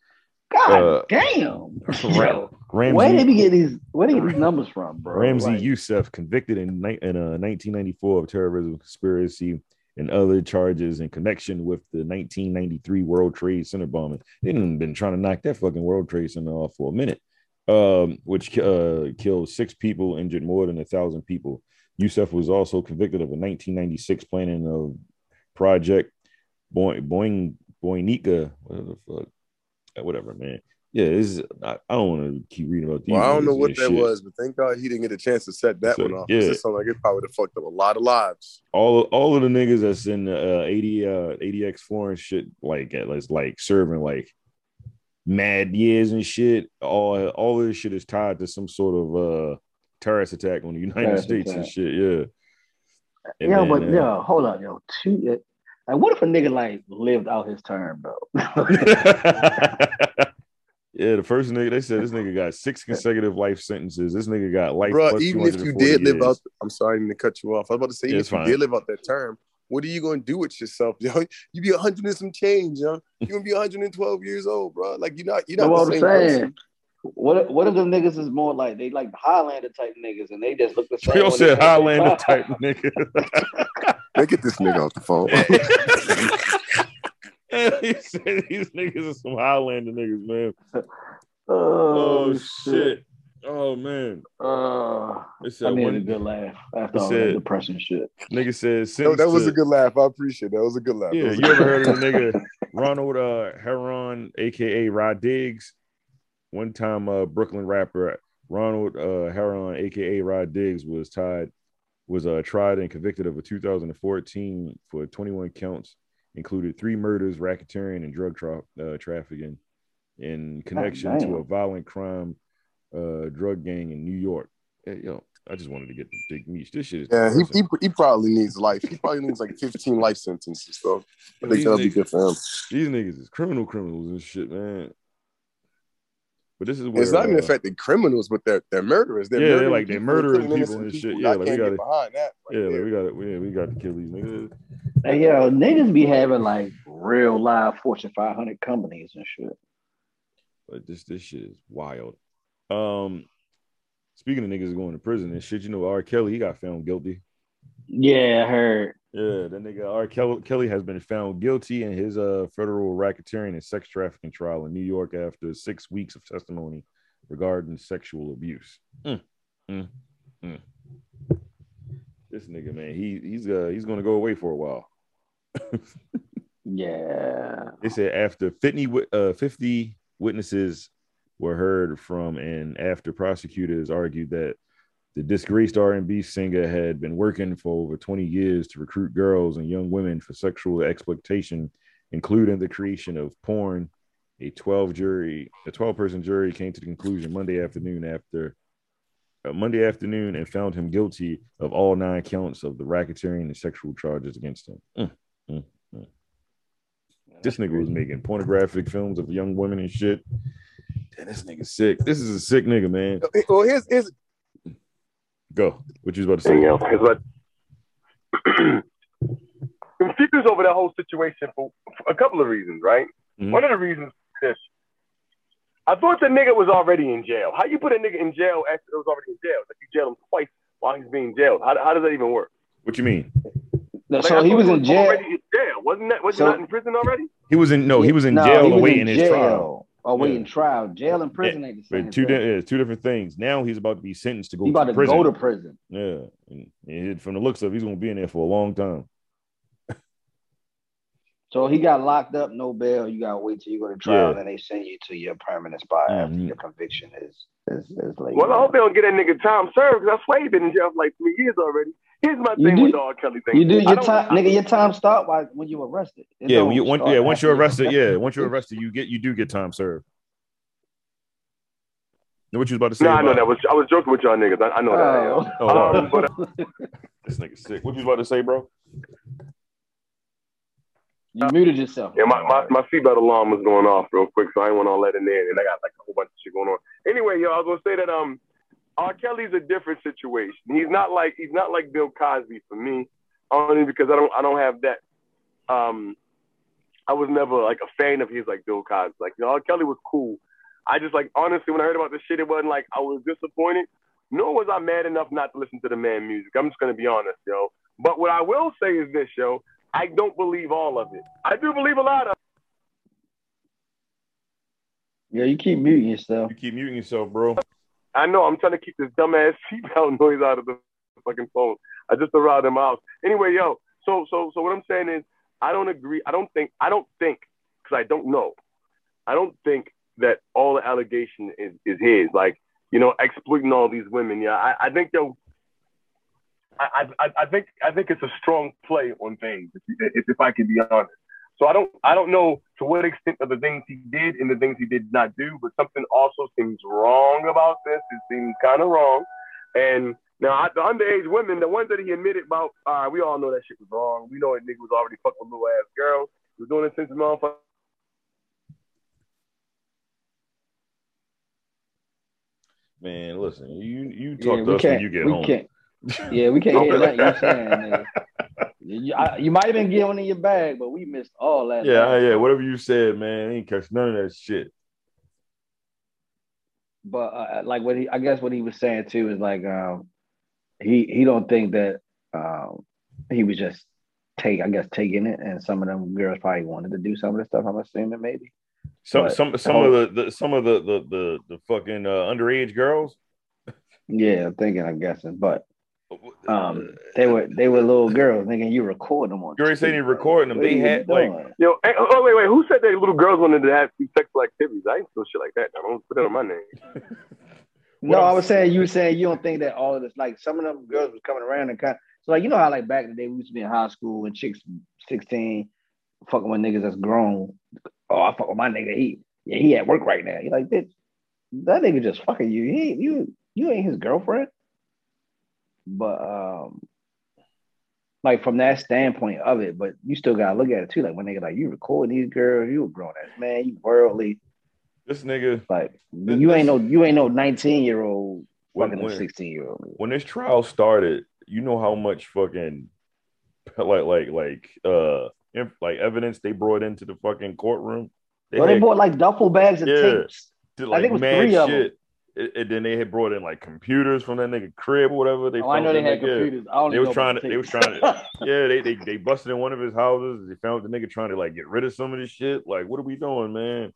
Speaker 4: God
Speaker 3: Uh,
Speaker 4: damn.
Speaker 3: Ra-
Speaker 4: [LAUGHS] Yo,
Speaker 3: [LAUGHS] Ramsey,
Speaker 4: where did he get these where did he get these numbers from, bro?
Speaker 3: Ramsey
Speaker 4: Like,
Speaker 3: Youssef, convicted in, ni- in uh, 1994 of terrorism conspiracy and other charges in connection with the 1993 World Trade Center bombing. They done been trying to knock that fucking World Trade Center off for a minute, um, which uh, killed six people, injured more than a thousand people. Youssef was also convicted of a 1996 planning of Project Boing Boing Boynika, whatever the fuck, Uh, whatever man, yeah, this is, I, I don't want to keep reading about these.
Speaker 6: Well, I don't know
Speaker 3: niggas
Speaker 6: what
Speaker 3: and
Speaker 6: that
Speaker 3: shit.
Speaker 6: was, but thank God he didn't get a chance to set that
Speaker 3: So,
Speaker 6: one off.
Speaker 3: yeah.
Speaker 6: It sounded like it probably would have fucked up a lot of lives.
Speaker 3: All all of the niggas that's in the uh, 80 uh, 80x four and shit, like at least like serving like mad years and shit. All all of this shit is tied to some sort of uh terrorist attack on the United
Speaker 4: Terrorist
Speaker 3: States and
Speaker 4: attack.
Speaker 3: shit. Yeah. And
Speaker 4: yo,
Speaker 3: then,
Speaker 4: but
Speaker 3: uh,
Speaker 4: yo, hold up, yo. Two, like, what if a nigga like lived out his term, bro? [LAUGHS]
Speaker 6: [LAUGHS]
Speaker 3: [LAUGHS] yeah, the first nigga they said this nigga got six consecutive life sentences. This nigga got life.
Speaker 6: Bro,
Speaker 3: plus
Speaker 6: even if you
Speaker 3: 240
Speaker 6: did live
Speaker 3: years.
Speaker 6: out, I'm sorry I didn't mean to cut you off. I was about to say,
Speaker 3: Yeah,
Speaker 6: even
Speaker 3: it's
Speaker 6: if you
Speaker 3: fine.
Speaker 6: did live out that term, what are you going to do with yourself, [LAUGHS] yo? You be 100 and some change, yo. You gonna be 112 years old, bro? Like you're not, you're
Speaker 4: You
Speaker 6: not
Speaker 4: know what
Speaker 6: the
Speaker 4: I'm saying?
Speaker 6: same person.
Speaker 4: What if, what if them niggas is more like they like the Highlander type niggas and they just look the
Speaker 3: [LAUGHS]
Speaker 4: same?
Speaker 3: Yo
Speaker 4: when they
Speaker 3: said
Speaker 4: turn
Speaker 3: Highlander
Speaker 4: [LAUGHS] 35?
Speaker 3: type nigga.
Speaker 6: Man, get this nigga off
Speaker 3: [LAUGHS]
Speaker 6: the phone.
Speaker 3: he said these niggas are some Highlander niggas, man.
Speaker 4: Oh,
Speaker 3: Oh, shit. Oh man.
Speaker 4: Uh,
Speaker 3: They said
Speaker 4: I needed
Speaker 3: one
Speaker 4: a good laugh after all
Speaker 3: said-
Speaker 4: that depressing shit.
Speaker 3: nigga said
Speaker 6: [LAUGHS] Yo,
Speaker 3: sentence
Speaker 6: that was
Speaker 3: to-
Speaker 6: a good laugh. I appreciate it. That was a good laugh. That
Speaker 3: Yeah,
Speaker 6: was a
Speaker 3: you
Speaker 6: good
Speaker 3: ever heard of the
Speaker 6: [LAUGHS]
Speaker 3: nigga Ronald uh, Heron, aka Rod Diggs? One time, uh, Brooklyn rapper Ronald uh, Heron, aka Rod Diggs, was tied was uh, tried and convicted of a 2014 for 21 counts, included three murders, racketeering, and drug tra- uh, trafficking in connection to
Speaker 4: damn.
Speaker 3: a violent crime uh, drug gang in New York. Hey, yo, I just wanted to get the big meat. This shit is
Speaker 6: Yeah, he,
Speaker 3: depressing.
Speaker 6: he, he probably needs life. He probably needs like 15 life sentences, though. I think
Speaker 3: These
Speaker 6: that'll be
Speaker 3: niggas-
Speaker 6: good for him.
Speaker 3: These niggas is criminal criminals and shit, man. But this is where
Speaker 6: it's not even
Speaker 3: uh,
Speaker 6: the fact that criminals, but they're they're murderers. They're
Speaker 3: Yeah, they're
Speaker 6: murdering
Speaker 3: like- they're
Speaker 6: people,
Speaker 3: murdering
Speaker 6: killing
Speaker 3: people
Speaker 6: innocent
Speaker 3: and shit.
Speaker 6: people.
Speaker 3: Yeah,
Speaker 6: I
Speaker 3: like, we
Speaker 6: can't
Speaker 3: gotta-
Speaker 6: get behind that. right
Speaker 3: Yeah, like,
Speaker 6: there.
Speaker 3: we got to yeah, we got to kill these niggas.
Speaker 4: Hey, yo, niggas be having like real live Fortune 500 companies and shit.
Speaker 3: But this this shit is wild. Um, speaking of niggas going to prison and shit, you know R. Kelly he got found guilty.
Speaker 4: Yeah, I heard.
Speaker 3: Yeah, that nigga R. Kelly, Kelly has been found guilty in his uh federal racketeering and sex trafficking trial in New York after six weeks of testimony regarding sexual abuse. Mm, mm, mm. This nigga, man, he he's uh he's gonna go away for a while.
Speaker 4: Yeah.
Speaker 3: They said after 50, wit- uh, 50 witnesses were heard from, and after prosecutors argued that the disgraced R&B singer had been working for over 20 years to recruit girls and young women for sexual exploitation, including the creation of porn, a 12 jury, a 12 person jury came to the conclusion Monday afternoon after uh, Monday afternoon and found him guilty of all nine counts of the racketeering and sexual charges against him. Mm. This nigga was making pornographic films of young women and shit. Damn, this nigga sick. This is a sick nigga, man.
Speaker 6: Hey, Well, here's, here's
Speaker 3: Go. What you was about to
Speaker 5: Hang
Speaker 3: say?
Speaker 5: out. It's like- [CLEARS THROAT] confused over that whole situation for, for a couple of reasons, right?
Speaker 3: Mhm.
Speaker 5: One of the reasons is this. I thought the nigga was already in jail. How you put a nigga in jail after they was already in jail? Like you jailed him twice while he's being jailed. How, how does that even work?
Speaker 3: What you mean?
Speaker 5: Like, I
Speaker 4: so
Speaker 5: thought
Speaker 4: he was in jail.
Speaker 5: Already in jail, wasn't that? Was
Speaker 4: So-
Speaker 5: he not in prison already?
Speaker 3: He was in no, he was in
Speaker 4: No,
Speaker 3: jail
Speaker 4: he was
Speaker 3: awaiting
Speaker 4: in
Speaker 3: his trial.
Speaker 4: Oh, waiting
Speaker 3: Yeah.
Speaker 4: trial. Jail and prison ain't the same.
Speaker 3: But two
Speaker 4: thing.
Speaker 3: di- yeah, two different things. Now he's about to be sentenced to go
Speaker 4: He about
Speaker 3: to
Speaker 4: to
Speaker 3: prison.
Speaker 4: go to prison.
Speaker 3: yeah. And, and from the looks of it, he's gonna be in there for a long time.
Speaker 4: So he got locked up, no bail. You gotta wait till you go to trial,
Speaker 3: Yeah.
Speaker 4: and they send you to your permanent spot after
Speaker 3: Mhm.
Speaker 4: your conviction is is, is laid.
Speaker 5: Well, I
Speaker 4: down.
Speaker 5: hope they don't get that nigga time served because I swear he been in jail for like three years already. Here's my
Speaker 4: You
Speaker 5: thing
Speaker 4: do-
Speaker 5: with the R. Kelly thing.
Speaker 4: You do
Speaker 5: I
Speaker 4: your
Speaker 5: don't-
Speaker 4: time, nigga. Your time start by when you arrested. It
Speaker 3: yeah,
Speaker 4: don't
Speaker 3: when you once
Speaker 4: start
Speaker 3: yeah, once
Speaker 4: after
Speaker 3: you're
Speaker 4: you-
Speaker 3: arrested, yeah, once
Speaker 4: [LAUGHS]
Speaker 3: you're arrested, you get you do get time served. Know what you was about to say?
Speaker 5: No, I know
Speaker 3: about-
Speaker 5: that was I was joking with y'all niggas. I, I know that. yeah.
Speaker 4: Oh.
Speaker 3: Oh, all
Speaker 5: Um,
Speaker 3: right.
Speaker 5: but,
Speaker 4: [LAUGHS]
Speaker 3: This nigga sick. What you was about to say, bro?
Speaker 4: You muted yourself.
Speaker 5: Yeah, my, my, my seatbelt alarm was going off real quick, so I didn't want all that in there. And I got like a whole bunch of shit going on. Anyway, yo, I was gonna say that um, R. Kelly's a different situation. He's not like he's not like Bill Cosby for me, only because I don't I don't have that. Um, I was never like a fan of his like Bill Cosby. Like you know, R. Kelly was cool. I just like honestly when I heard about this shit, it wasn't like I was disappointed. Nor was I mad enough not to listen to the man music. I'm just gonna be honest, yo. But what I will say is this, yo. I don't believe all of it. I do believe a lot of.
Speaker 4: yeah, you keep muting yourself.
Speaker 3: You keep muting yourself, bro.
Speaker 5: I know I'm trying to keep this dumbass [LAUGHS] seatbelt noise out of the fucking phone. I just arrived at my house. Anyway, yo, so so so what I'm saying is I don't agree. I don't think I don't think because I don't know. I don't think that all the allegation is, is his. Like, you know, exploiting all these women. Yeah, I, I think yo, I, I, I think I think it's a strong play on things. If, if, if I can be honest, so I don't I don't know to what extent of the things he did and the things he did not do, but something also seems wrong about this. It seems kind of wrong, and. Now, I- the underage women, the ones that he admitted about, all right, we all know that shit was wrong. We know that nigga was already fucking with little ass girls. He was doing it since his motherfucker.
Speaker 3: Man, listen, you you
Speaker 4: Yeah,
Speaker 3: talk to
Speaker 4: we
Speaker 3: us when
Speaker 4: can't.
Speaker 3: you get
Speaker 4: we
Speaker 3: home.
Speaker 4: can't. Yeah, we can't hear
Speaker 3: Don't
Speaker 4: that.
Speaker 3: be
Speaker 4: You're
Speaker 3: like- [LAUGHS]
Speaker 4: saying, nigga. You, you- I- you might have been getting one in your bag, but we missed all that.
Speaker 3: Yeah, I- yeah, whatever you said, man, I ain't catch none of that shit.
Speaker 4: but uh, like what he, I guess what he was saying too is like, um, he he don't think that um, he was just take, I guess taking it, and some of them girls probably wanted to do some of the stuff. I'm assuming maybe.
Speaker 3: Some
Speaker 4: But oh.
Speaker 3: some some
Speaker 4: whole-
Speaker 3: of the, the some of the the the, the fucking uh, underage girls.
Speaker 4: Yeah, I'm thinking, I'm guessing, but
Speaker 3: uh,
Speaker 4: um, they
Speaker 3: were.
Speaker 4: were they were little girls. Thinking you record them on.
Speaker 3: You already said
Speaker 4: tape,
Speaker 3: you
Speaker 4: bro.
Speaker 3: recording them.
Speaker 4: What
Speaker 3: They
Speaker 4: are you
Speaker 3: had, like-
Speaker 4: doing?
Speaker 5: Yo, hey, oh, wait, wait, who said that little girls wanted to have sexual activities? I ain't do shit like that. I don't put that on my name.
Speaker 3: What
Speaker 4: No, I
Speaker 3: I'm
Speaker 4: was saying you were saying you don't think that all of this like some of them girls was coming around and kind so like you know how like back in the day we used to be in high school and chicks sixteen fucking with niggas that's grown. Oh, I fuck with my nigga. He yeah, he at work right now. You like bitch, that nigga just fucking you. He ain't- you you ain't his girlfriend. But um, like from that standpoint of it, but you still gotta look at it too. Like when nigga like you recording these girls, you a grown ass man, you worldly.
Speaker 3: [LAUGHS] this nigga
Speaker 4: Like
Speaker 3: Th-
Speaker 4: you ain't
Speaker 3: this-
Speaker 4: no you ain't no nineteen year old
Speaker 3: when,
Speaker 4: fucking a
Speaker 3: when,
Speaker 4: 16 year old.
Speaker 3: when this trial started, you know how much fucking [LAUGHS] like like like uh inf- like evidence they brought into the fucking courtroom. They
Speaker 4: Well, they
Speaker 3: had
Speaker 4: bought like duffel bags and
Speaker 3: Yeah.
Speaker 4: tapes.
Speaker 3: did,
Speaker 4: I
Speaker 3: like
Speaker 4: think it was
Speaker 3: mad
Speaker 4: three of 'em.
Speaker 3: shit. And- and then they had brought in like computers from that nigga crib or whatever. They
Speaker 4: oh, I
Speaker 3: found
Speaker 4: know they
Speaker 3: that
Speaker 4: had
Speaker 3: nigga. Yeah.
Speaker 4: computers. I only
Speaker 3: They was
Speaker 4: know
Speaker 3: trying
Speaker 4: about
Speaker 3: to-
Speaker 4: the
Speaker 3: they was
Speaker 4: tapes.
Speaker 3: trying Yeah, they, they they busted in one of his houses. They found the nigga trying to like get rid of some of this shit. Like, what are we doing, man?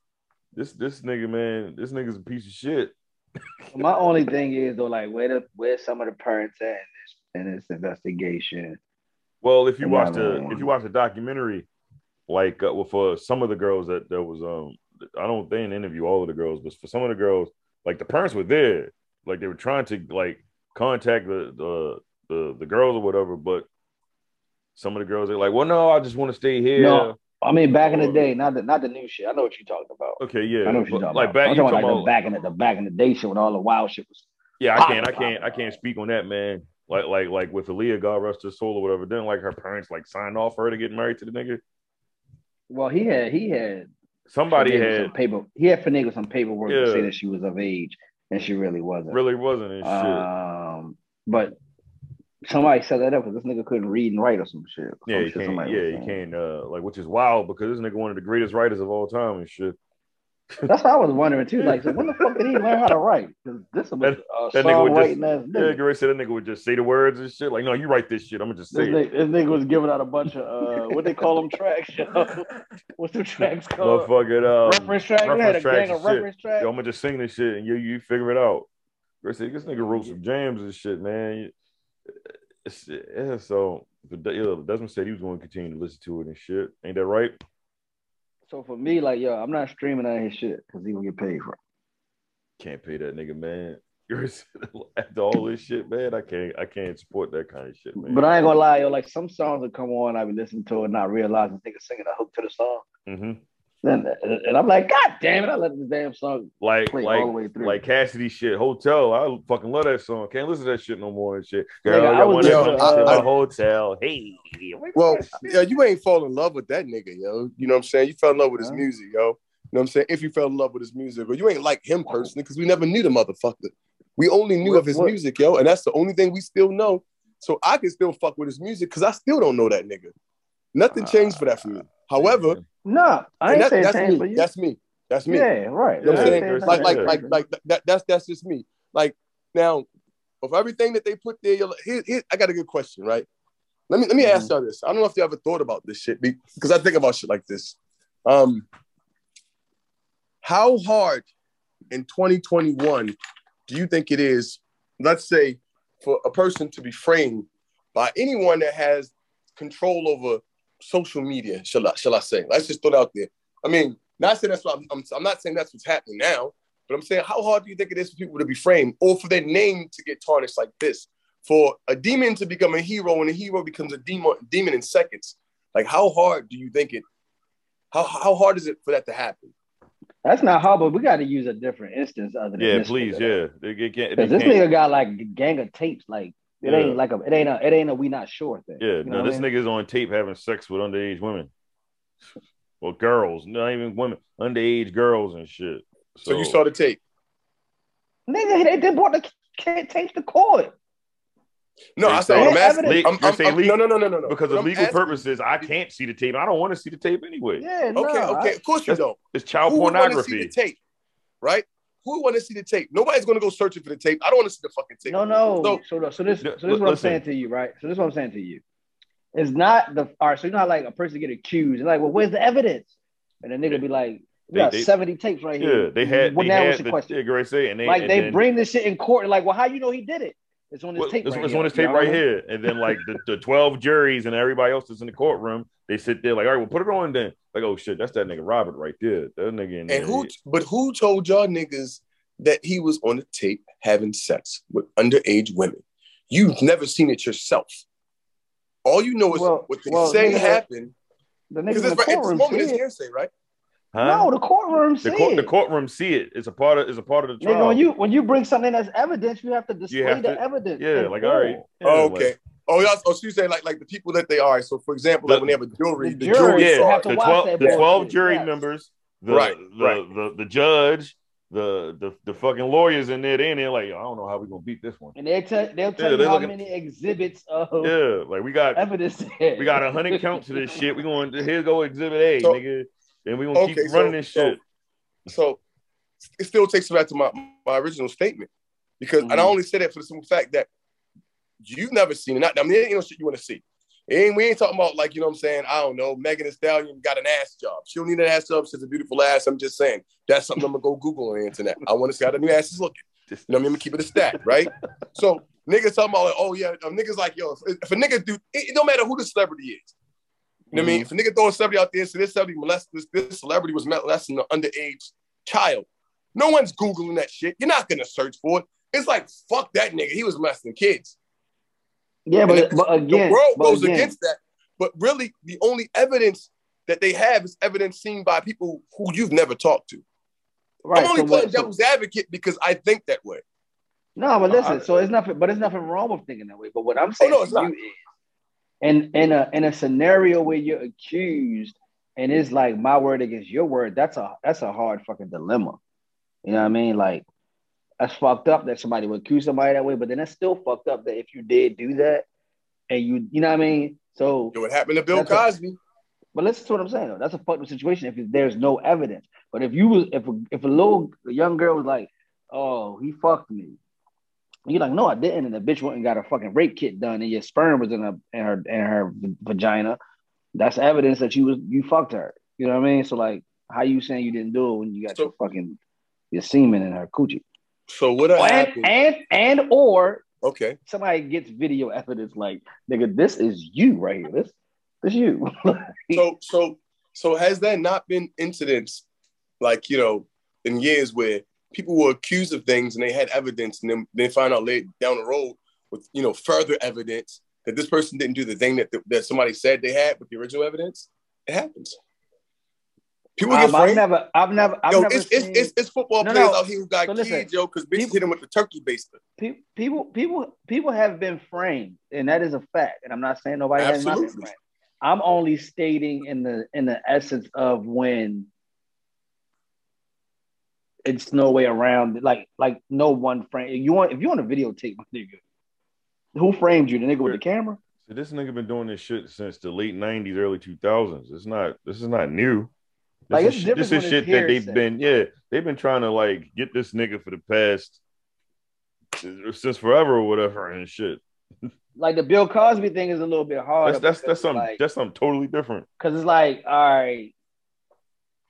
Speaker 3: This this nigga, man, this nigga's a piece of shit.
Speaker 4: [LAUGHS] My only thing is though, like where the where some of the parents at in this, in this investigation.
Speaker 3: Well, if you
Speaker 4: Nah,
Speaker 3: watch
Speaker 4: nah,
Speaker 3: the
Speaker 4: nah.
Speaker 3: if you watch the documentary, like uh, well, for some of the girls that there was um, I don't they didn't interview all of the girls, but for some of the girls, like the parents were there, like they were trying to like contact the the the, the girls or whatever, but some of the girls are like, well, no, I just want to stay here.
Speaker 4: No. I mean, back in the
Speaker 3: Oh.
Speaker 4: day, not the not the new shit. I know what you're talking about.
Speaker 3: Okay, yeah,
Speaker 4: I know what you're
Speaker 3: but,
Speaker 4: talking
Speaker 3: like
Speaker 4: about.
Speaker 3: back,
Speaker 4: I'm
Speaker 3: you
Speaker 4: talking
Speaker 3: talking
Speaker 4: about like
Speaker 3: about-
Speaker 4: the back in the, the back in the day shit when all the wild shit was.
Speaker 3: Yeah, I can't, I can't, I can't speak on that, man. Like, like, like with Aaliyah, God rest her soul or whatever. Then, like, her parents like signed off for her to get married to the nigga.
Speaker 4: Well, he had he had
Speaker 3: Somebody
Speaker 4: finagled
Speaker 3: had
Speaker 4: some paper. He had finagled some paperwork to say
Speaker 3: Yeah.
Speaker 4: that she was of age, and she really wasn't.
Speaker 3: really wasn't and shit.
Speaker 4: Um, but somebody set that up because this nigga couldn't read and write or some shit. Some
Speaker 3: yeah, he
Speaker 4: shit
Speaker 3: can't.
Speaker 4: somebody was
Speaker 3: Yeah, he
Speaker 4: saying.
Speaker 3: can't. Uh, like, which is wild because this nigga one of the greatest writers of all time and shit.
Speaker 4: That's what I was wondering too. Like, so when the fuck did he learn how to write? Because this was
Speaker 3: That-
Speaker 4: a
Speaker 3: that nigga would
Speaker 4: songwriting ass
Speaker 3: Yeah,
Speaker 4: nigga.
Speaker 3: Gary said that nigga would just say the words and shit. Like, no, you write this shit. I'm gonna just
Speaker 4: This
Speaker 3: say it.
Speaker 4: nigga, this nigga was giving out a bunch of uh, what they call them tracks.
Speaker 3: [LAUGHS]
Speaker 4: Yo. What's the tracks called?
Speaker 3: Motherfucking um,
Speaker 4: reference tracks. We had a
Speaker 3: reference tracks
Speaker 4: gang of
Speaker 3: and shit.
Speaker 4: reference tracks.
Speaker 3: Yo, I'm gonna just sing this shit and you you figure it out. Gray said this nigga wrote some jams and shit, man. It's- yeah, so but De- yeah, Desmond said he was going to continue to listen to it and shit. Ain't that right?
Speaker 4: so for me, like, yo, I'm not streaming out his shit because he gonna get paid for. it.
Speaker 3: Can't pay that nigga, man. [LAUGHS] Gray said, After all this shit, man, I can't I can't support that kind of shit, man.
Speaker 4: But I ain't gonna lie, yo. Like some songs that come on, I be listening to it, and not realizing nigga singing a hook to the song.
Speaker 3: hmm
Speaker 4: Then and I'm like, God damn it, I let this damn song
Speaker 3: like
Speaker 4: play all the
Speaker 3: like
Speaker 4: way through.
Speaker 3: like Cassidy shit, Hotel. I fucking love that song. Can't listen to that shit no more and shit.
Speaker 4: Nigga,
Speaker 3: Girl,
Speaker 4: I
Speaker 3: you
Speaker 4: was
Speaker 3: want to
Speaker 6: listening
Speaker 3: come to
Speaker 6: to-
Speaker 3: my
Speaker 6: I-
Speaker 3: hotel? Hey,
Speaker 6: Well, yeah, you ain't fall in love with that nigga, yo. You know what I'm saying? You fell in love with his
Speaker 4: Yeah.
Speaker 6: music, yo. You know what I'm saying? If you fell in love with his music, but you ain't like him personally, because we never knew the motherfucker. We only knew
Speaker 4: What-
Speaker 6: of his
Speaker 4: what-
Speaker 6: music, yo, and that's the only thing we still know. So I can still fuck with his music because I still don't know that nigga. Nothing changed
Speaker 4: Ah,
Speaker 6: for that for me. However,
Speaker 4: no, I
Speaker 6: and
Speaker 4: ain't
Speaker 6: that-
Speaker 4: saying
Speaker 6: that's
Speaker 4: change
Speaker 6: me.
Speaker 4: for you.
Speaker 6: That's me. That's me.
Speaker 4: Yeah, right.
Speaker 6: You know what I'm
Speaker 3: Yeah,
Speaker 6: saying?
Speaker 3: yeah,
Speaker 6: like, like,
Speaker 3: yeah.
Speaker 6: like, like th- that. That's that's just me. Like now, of everything that they put there, you're like, here, here, I got a good question, right? Let me let me ask y'all this. I don't know if you ever thought about this shit be- because I think about shit like this. Um, how hard in 2021 do you think it is? Let's say for a person to be framed by anyone that has control over social media, shall I shall I say? Let's just put it out there. I mean, Not saying that's what I'm, I'm, I'm not saying that's what's happening now, but I'm saying how hard do you think it is for people to be framed or for their name to get tarnished like this? For a demon to become a hero and a hero becomes a demon demon in seconds. Like how hard do you think it? How how hard is it for that to happen?
Speaker 4: That's not hard, but we got to use a different instance other than
Speaker 3: Yeah,
Speaker 4: this
Speaker 3: please, yeah.
Speaker 4: nigga.
Speaker 3: They, they can't, they
Speaker 4: Because this
Speaker 3: can't-
Speaker 4: nigga got like gang of tapes. Like it
Speaker 3: Yeah.
Speaker 4: ain't like a it ain't a it ain't a we not sure thing.
Speaker 3: Yeah,
Speaker 4: You
Speaker 3: no,
Speaker 4: know what
Speaker 3: this
Speaker 4: I mean?
Speaker 3: nigga's on tape having sex with underage women. Well, girls, not even women, underage girls and shit.
Speaker 6: So, you saw the tape?
Speaker 4: nigga, they, they brought the kid tapes to court.
Speaker 6: No,
Speaker 3: They
Speaker 6: I said
Speaker 3: say-
Speaker 6: I'm asking.
Speaker 3: Le-
Speaker 4: evidence.
Speaker 6: I'm,
Speaker 3: they
Speaker 6: I'm,
Speaker 3: say
Speaker 6: I'm-
Speaker 3: le-
Speaker 6: no, no, no, no, no, no.
Speaker 3: because
Speaker 6: But
Speaker 3: of
Speaker 6: I'm
Speaker 3: legal
Speaker 6: asking-
Speaker 3: purposes, I can't see the tape. I don't want to see the tape anyway.
Speaker 4: Yeah, no,
Speaker 6: Okay,
Speaker 4: I-
Speaker 6: okay. Of course you don't.
Speaker 3: It's child
Speaker 6: Who would want to see
Speaker 3: pornography.
Speaker 6: the tape, right? Who would want to see the tape? Nobody's going to go searching for the tape. I don't want to see the fucking tape.
Speaker 4: No, no.
Speaker 6: So-
Speaker 4: So, so, the- so this, so
Speaker 3: Yeah,
Speaker 4: this is
Speaker 3: li-
Speaker 4: what I'm
Speaker 3: listen.
Speaker 4: saying to you, right? So this is what I'm saying to you. It's not the all right. So you know how like a person get accused and like, well, where's the evidence? And the nigga be like, we
Speaker 3: They-
Speaker 4: got
Speaker 3: they-
Speaker 4: seventy tapes right here.
Speaker 3: Yeah, they had
Speaker 4: Well,
Speaker 3: they
Speaker 4: now
Speaker 3: had
Speaker 4: what's the
Speaker 3: the
Speaker 4: question?
Speaker 3: yeah, great say, and they
Speaker 4: like
Speaker 3: and
Speaker 4: they
Speaker 3: then-
Speaker 4: bring this shit in court. And like, well, how you know he did it? It's on this
Speaker 3: well,
Speaker 4: tape.
Speaker 3: it's,
Speaker 4: right
Speaker 3: it's
Speaker 4: here.
Speaker 3: on this
Speaker 4: You
Speaker 3: tape
Speaker 4: know what I
Speaker 3: right
Speaker 4: mean?
Speaker 3: here, and then like the, the twelve juries and everybody else that's in the courtroom, they sit there like, all right, well, put it on then. Like, oh shit, that's that nigga Robert right there. That nigga in there.
Speaker 6: And who? But who told y'all niggas that he was on the tape having sex with underage women? You've never seen it yourself. All you know is
Speaker 4: Well-
Speaker 6: what they
Speaker 4: well,
Speaker 6: say
Speaker 4: nigga,
Speaker 6: happened.
Speaker 4: The
Speaker 6: Because
Speaker 4: niggas in the
Speaker 6: it's right at this
Speaker 4: courtroom.
Speaker 6: moment it's
Speaker 4: see it.
Speaker 6: hearsay, right?
Speaker 3: Huh?
Speaker 4: No, the courtroom.
Speaker 3: the,
Speaker 4: see
Speaker 3: court, the
Speaker 4: it.
Speaker 3: courtroom see it. It's a part of it's a part of the
Speaker 4: Nigga,
Speaker 3: trial.
Speaker 4: when you when you bring something that's evidence, you have to display
Speaker 3: have
Speaker 4: the
Speaker 3: to-
Speaker 4: evidence.
Speaker 3: yeah,
Speaker 4: in
Speaker 3: like
Speaker 4: full.
Speaker 3: all right. Yeah,
Speaker 6: Oh,
Speaker 3: like-
Speaker 6: okay. Oh, y'all, oh, so you say like like the people that they are. So for example, like
Speaker 3: The-
Speaker 6: when they have a jury,
Speaker 4: the
Speaker 6: the jury,
Speaker 4: jury,
Speaker 6: is
Speaker 3: yeah,
Speaker 4: have
Speaker 6: charged.
Speaker 4: to
Speaker 3: the
Speaker 4: watch
Speaker 3: twelve
Speaker 4: that
Speaker 3: the
Speaker 4: bullshit.
Speaker 3: twelve jury
Speaker 4: Yes.
Speaker 3: members, the
Speaker 6: Right,
Speaker 3: the,
Speaker 6: right.
Speaker 3: the the judge, the the the fucking lawyers in there. They in there like I don't know how we gonna beat this one.
Speaker 4: And they tell they'll tell
Speaker 3: Yeah,
Speaker 4: you
Speaker 3: they
Speaker 4: how
Speaker 3: looking-
Speaker 4: many exhibits of
Speaker 3: Yeah, like we got
Speaker 4: evidence. there.
Speaker 3: [LAUGHS] we got a hundred counts of this shit. We going to here go exhibit A,
Speaker 6: So-
Speaker 3: nigga, and we gonna
Speaker 6: Okay,
Speaker 3: keep
Speaker 6: so-
Speaker 3: running this
Speaker 6: so-
Speaker 3: shit.
Speaker 6: So it still takes me back to my, my original statement because and I
Speaker 4: Mhm.
Speaker 6: only said that for the simple fact that you've never seen it. Not, I mean, it ain't no shit you want to see. It ain't, we ain't talking about like you know what I'm saying. I don't know. Megan Thee Stallion got an ass job. She don't need an ass job. She has a beautiful ass. I'm just saying that's something I'm gonna go Google on the internet. I want to see how the new ass is looking. You know what I mean? I'm gonna keep it a stat,
Speaker 4: [LAUGHS]
Speaker 6: right? so niggas talking about like, oh yeah, um, niggas like yo, if, if a nigga do, it, it don't matter who the celebrity is. You know what I
Speaker 4: Mm-hmm.
Speaker 6: mean? If a nigga throw a celebrity out there, so this celebrity molested this, this celebrity was molesting an underage child. No one's googling that shit. You're not gonna search for it. It's like fuck that nigga. He was molesting kids.
Speaker 4: yeah, but
Speaker 6: And
Speaker 4: but
Speaker 6: The
Speaker 4: again,
Speaker 6: world
Speaker 4: but
Speaker 6: goes
Speaker 4: again,
Speaker 6: against that. But really, the only evidence that they have is evidence seen by people who you've never talked to.
Speaker 4: right?
Speaker 6: I'm only
Speaker 4: so what-
Speaker 6: playing
Speaker 4: so-
Speaker 6: devil's advocate because I think that way.
Speaker 4: no, but listen.
Speaker 6: I- Oh,
Speaker 4: so it's nothing. But it's nothing wrong with thinking that way. But what I'm saying
Speaker 6: no, it's
Speaker 4: to you
Speaker 6: not.
Speaker 4: is, in in a in a scenario where you're accused and it's like my word against your word, that's a that's a hard fucking dilemma. You know what I mean? Like that's fucked up that somebody would accuse somebody that way. But then that's still fucked up that if you did do that and you you know what I mean. So
Speaker 6: You know what happened to Bill
Speaker 4: That's what-
Speaker 6: Cosby?
Speaker 4: But listen to what I'm saying though. That's a fucked up situation if there's no evidence. But if you was if a, if a little a young girl was like, "Oh, he fucked me," you're like, "No, I didn't," and the bitch went and got a fucking rape kit done, and your sperm was in her in her in her vagina. That's evidence that you was you fucked her. You know what I mean? So like, how you saying you didn't do it when you got
Speaker 6: So-
Speaker 4: your fucking your semen in her coochie?
Speaker 6: So what happened?
Speaker 4: And and and or
Speaker 6: okay.
Speaker 4: somebody gets video evidence like, "Nigga, this is you right here. This this you." [LAUGHS]
Speaker 6: so so so has there not been incidents like you know in years where people were accused of things and they had evidence and then they find out later down the road with you know further evidence that this person didn't do the thing that that somebody said they had with the original evidence it happens people get
Speaker 4: Um, I've
Speaker 6: framed
Speaker 4: never, I've never, I've
Speaker 6: yo
Speaker 4: never
Speaker 6: it's, it's,
Speaker 4: seen
Speaker 6: it's, it's football
Speaker 4: No,
Speaker 6: players
Speaker 4: no.
Speaker 6: out here who got
Speaker 4: So
Speaker 6: kids
Speaker 4: listen,
Speaker 6: yo because bitches
Speaker 4: people-
Speaker 6: hit them with the turkey baster
Speaker 4: pe- people, people, people have been framed, and that is a fact. And I'm not saying nobody has not been
Speaker 6: Absolutely.
Speaker 4: framed. I'm only stating in the in the essence of when it's no way around. it. Like like no one frame. You want if you want a videotape, my nigga, who framed you? The nigga with the camera?
Speaker 3: So this nigga been doing this shit since the late '90s, early 2000s. It's not. This is not new. This
Speaker 4: Like,
Speaker 3: is,
Speaker 4: it's
Speaker 3: shit- this
Speaker 4: different when
Speaker 3: is
Speaker 4: it's
Speaker 3: shit that they've
Speaker 4: hearsay.
Speaker 3: been. Yeah, they've been trying to like get this nigga for the past since forever or whatever and shit.
Speaker 4: Like the Bill Cosby thing is a little bit hard.
Speaker 3: That's that's that's
Speaker 4: because,
Speaker 3: something
Speaker 4: like-
Speaker 3: that's something totally different.
Speaker 4: Cause it's like, all right,